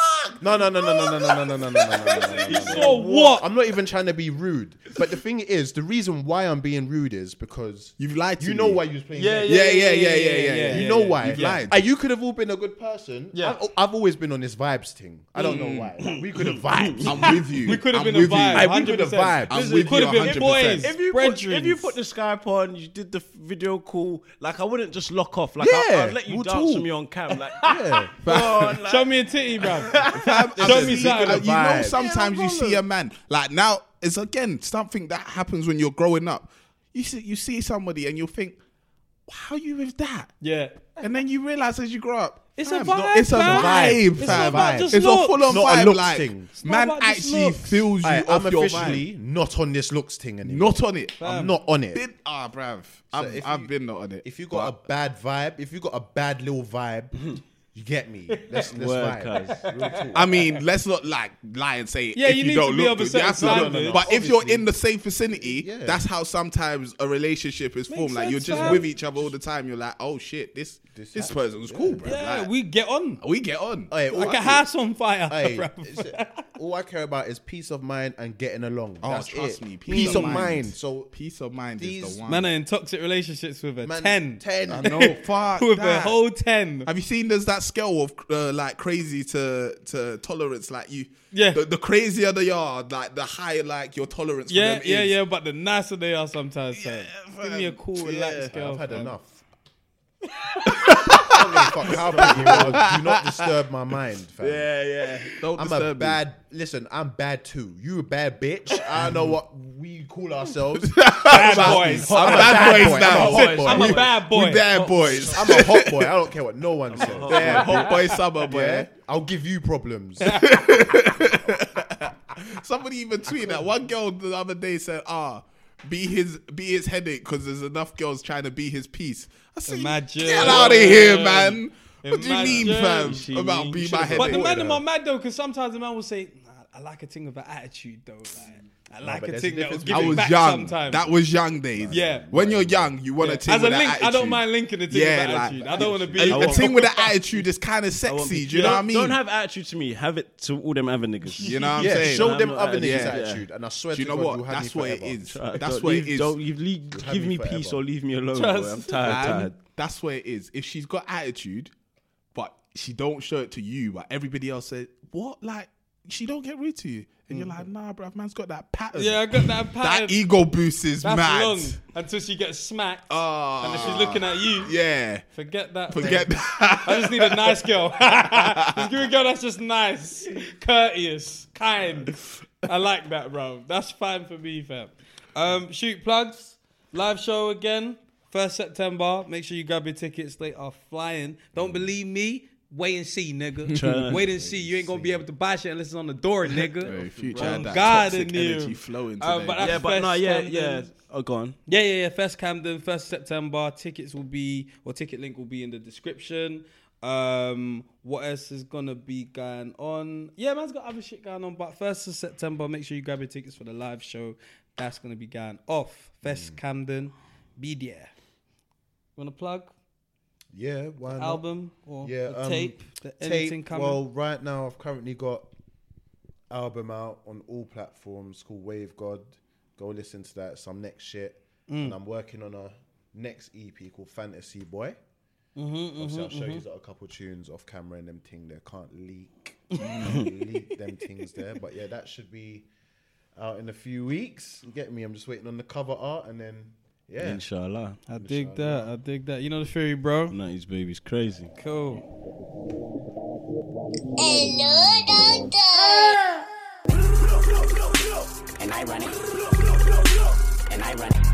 S8: No, no, no, no, no, no, no, no, no, no, no, no, no, no, no, no.
S7: so what?
S8: I'm not even trying to be rude. But the thing is, the reason why I'm being rude is because
S9: You've lied to
S8: you
S9: me.
S8: know why you was playing.
S7: Yeah,
S8: games.
S9: Yeah, yeah, yeah, yeah, yeah.
S7: yeah,
S9: yeah.
S8: You know why?
S9: You've lied.
S8: And you could have all been a good person.
S7: Yeah.
S8: I've, I've always been on this vibes thing. I don't know why. Like, we could have vibes.
S9: I'm with you.
S7: We could have
S9: I'm
S7: been a
S9: with you.
S7: vibe.
S8: Like, we could have
S7: 100%.
S8: vibed.
S9: I'm
S7: Listen,
S9: with
S7: it could
S9: you
S7: have been
S9: 100%.
S7: boys.
S4: If you,
S7: Spread
S4: put, if you
S7: drinks.
S4: put the Skype on, you did the video call, like I wouldn't just lock off. Like
S8: Yeah,
S4: I, I'd let you
S8: we'll
S4: dance
S8: talk.
S4: with me on cam. Like,
S8: Yeah.
S4: God, like-
S7: Show me a titty, bro.
S9: Fam, I'm
S7: Show
S9: just-
S7: me
S9: you
S7: something.
S9: know- You know,
S8: Vibe.
S9: sometimes you see a man like now. It's again something that happens when you're growing up. You see, you see somebody and you think, "How you with that?"
S7: yeah.
S9: And then you realize as you grow up,
S7: It's
S9: fam,
S7: a vibe,
S9: It's a
S7: fam.
S9: vibe.
S7: It's
S9: fam.
S7: not about just
S9: It's a
S7: looks.
S9: full-on
S8: Not a
S9: vibe.
S8: looks
S9: like
S8: thing.
S7: not
S9: man
S7: about just
S9: actually
S7: looks.
S9: feels you
S8: I,
S9: off
S8: I'm
S9: your
S8: officially
S9: vibe. um,
S8: not on this looks thing anymore.
S9: Not on it.
S8: I'm not on it.
S9: Been- Ah, bruv. I've,
S8: if
S9: I've
S8: you-
S9: been not on it.
S8: If you got a bad vibe, if you got a bad little vibe, You get me? Let's, let's
S4: Word,
S8: vibe. Real talk.
S9: I mean, let's not like lie and say.
S7: Yeah,
S9: if
S7: you
S9: you,
S7: need
S9: don't
S7: to be
S9: look
S7: of a
S9: good, you have
S7: certain
S9: to look
S7: standard.
S9: good. But if you're
S8: Obviously.
S9: in the same vicinity,
S8: Yeah.
S9: that's how sometimes a relationship is formed. Like you're
S7: sense,
S9: just
S7: fam.
S9: with each other all the time. You're like, oh shit, this this,
S8: This
S9: person's cool, bro.
S7: Yeah,
S9: Like,
S7: we get on.
S9: we get on.
S8: Aye, all
S7: Like a
S8: I-
S7: house on fire.
S8: Aye,
S7: bruv.
S8: it's- all I care about is peace of mind and getting along.
S9: Oh,
S8: That's
S9: trust
S8: it.
S9: me,
S8: Peace, of mind. So
S9: peace of mind is
S8: These
S9: the one.
S7: Man are in toxic relationships with a
S8: man,
S7: 10.
S8: ten. Oh,
S9: I know, fuck
S7: With a
S9: that.
S7: whole 10.
S9: Have you seen there's that scale of uh, like crazy to to tolerance? Like you,
S7: Yeah.
S9: The, the crazier they are, like the higher like your tolerance.
S7: Yeah,
S9: for them
S7: yeah,
S9: is.
S7: yeah, but the nicer they are sometimes. fam. Give me a cool, relaxed girl.
S8: I've had
S7: fam.
S8: enough. I don't give a fuck how big you are. Do not disturb my mind, fam.
S9: yeah, yeah. Don't
S8: I'm a
S9: disturb me.
S8: bad. Listen, I'm bad too. You a bad bitch. I don't know
S9: Mm.
S8: what we call ourselves.
S7: Bad boys.
S9: I'm, a
S8: bad boy.
S9: bad boys
S8: I'm a
S9: now.
S8: hot boy.
S7: I'm a bad boy.
S9: We bad boys.
S8: I'm a hot boy. I don't care what no one says.
S9: yeah, hot boy, summer boy.
S8: Yeah, I'll give you problems.
S9: Somebody even tweeted that one girl the other day said, "Ah, be his be his headache because there's enough girls trying to be his peace." I said,
S7: Imagine.
S9: get out of here, man. What do you
S7: Imagine.
S9: mean, fam,
S4: She
S9: about
S4: mean-
S9: be
S4: she
S9: my
S7: But the
S9: headache?
S7: man them are mad though, because sometimes the man will say, nah, I like a thing of an attitude though. Like, I like
S8: but
S7: a
S8: there's
S7: thing
S8: a
S7: that will
S8: difference
S7: give
S9: I
S7: it
S9: was
S7: back
S9: young.
S7: sometimes.
S9: That was young days.
S7: Yeah.
S9: When you're young, you want to ting
S7: As a
S9: with
S7: link,
S9: that
S7: I don't
S9: attitude.
S7: mind linking the thing
S9: Yeah,
S7: of an
S9: like-
S7: attitude. I don't want to be.
S9: A, a ting with an attitude is kind of sexy. Do you know what I mean?
S4: Don't have attitude to me. Have it to all them other niggas.
S9: you know what I'm
S8: yeah,
S9: saying?
S8: show
S4: I'm
S8: them
S4: not
S8: other
S4: adding-
S8: niggas
S4: yeah,
S8: attitude, and I swear
S9: Do you
S8: to
S9: know
S8: God,
S9: what?
S8: you'll have
S9: That's
S8: me
S9: what it
S8: forever.
S9: is.
S4: Uh,
S9: That's
S4: don't
S9: what
S4: leave,
S9: it is.
S4: Don't you leave,
S8: have
S4: give
S8: me
S4: me
S8: forever.
S4: peace or leave me alone. boy. I'm
S7: Trust.
S4: tired,
S9: Man,
S4: tired.
S9: That's what it is. If she's got attitude, but she don't show it to you, but everybody else said, "What? Like she don't get rude to you?"
S10: And
S4: Mm.
S10: you're like, nah, bruv, man's got that pattern.
S7: yeah, I got that pattern.
S9: That ego boost is
S7: That's
S9: mad.
S7: long until she gets smacked.
S9: Ah.
S7: and if she's looking at you,
S9: Yeah,
S7: forget that.
S9: forget that.
S7: I just need a nice girl. just give me a girl that's just nice, courteous, kind. I like that, bro. That's fine for me, fam. Um, shoot plugs. Live show again, first September. Make sure you grab your tickets. They are flying. Don't believe me? Wait and see, nigga. Wait and see. You ain't gonna be able to buy shit unless it's on the door, nigga.
S9: Future
S7: Oh,
S9: had that
S7: God,
S9: toxic
S7: in you.
S9: energy flowing
S7: Um,
S9: today.
S7: but that's
S4: Yeah, but no,
S7: first
S4: yeah,
S7: Camden.
S4: yeah. Oh, go on.
S7: Yeah, yeah, yeah. First Camden, first September. Tickets will be or ticket link will be in the description. Um, what else is gonna be going on? Yeah, man's got other shit going on, but first of September, make sure you grab your tickets for the live show. That's gonna be going off. First
S8: Mm.
S7: Camden, be there. Wanna plug
S8: Yeah, why not?
S7: album or
S8: Yeah,
S7: the
S8: um,
S7: tape? The
S8: tape,
S7: anything coming?
S8: Well, right now I've currently got album out on all platforms called Wave God. Go listen to that. Some next shit,
S7: Mm.
S8: and I'm working on a next EP called Fantasy Boy.
S7: Mm-hmm,
S8: Obviously, I'll show you a couple tunes off camera and them thing there can't leak, Can't leak them things there. But yeah, that should be out in a few weeks. You get me? I'm just waiting on the cover art and then yeah,
S4: Inshallah.
S7: I dig that. I dig that. You know the theory, bro.
S4: No, his baby's crazy.
S7: Cool.
S1: Hello, doctor.
S5: And I run it. And I run it.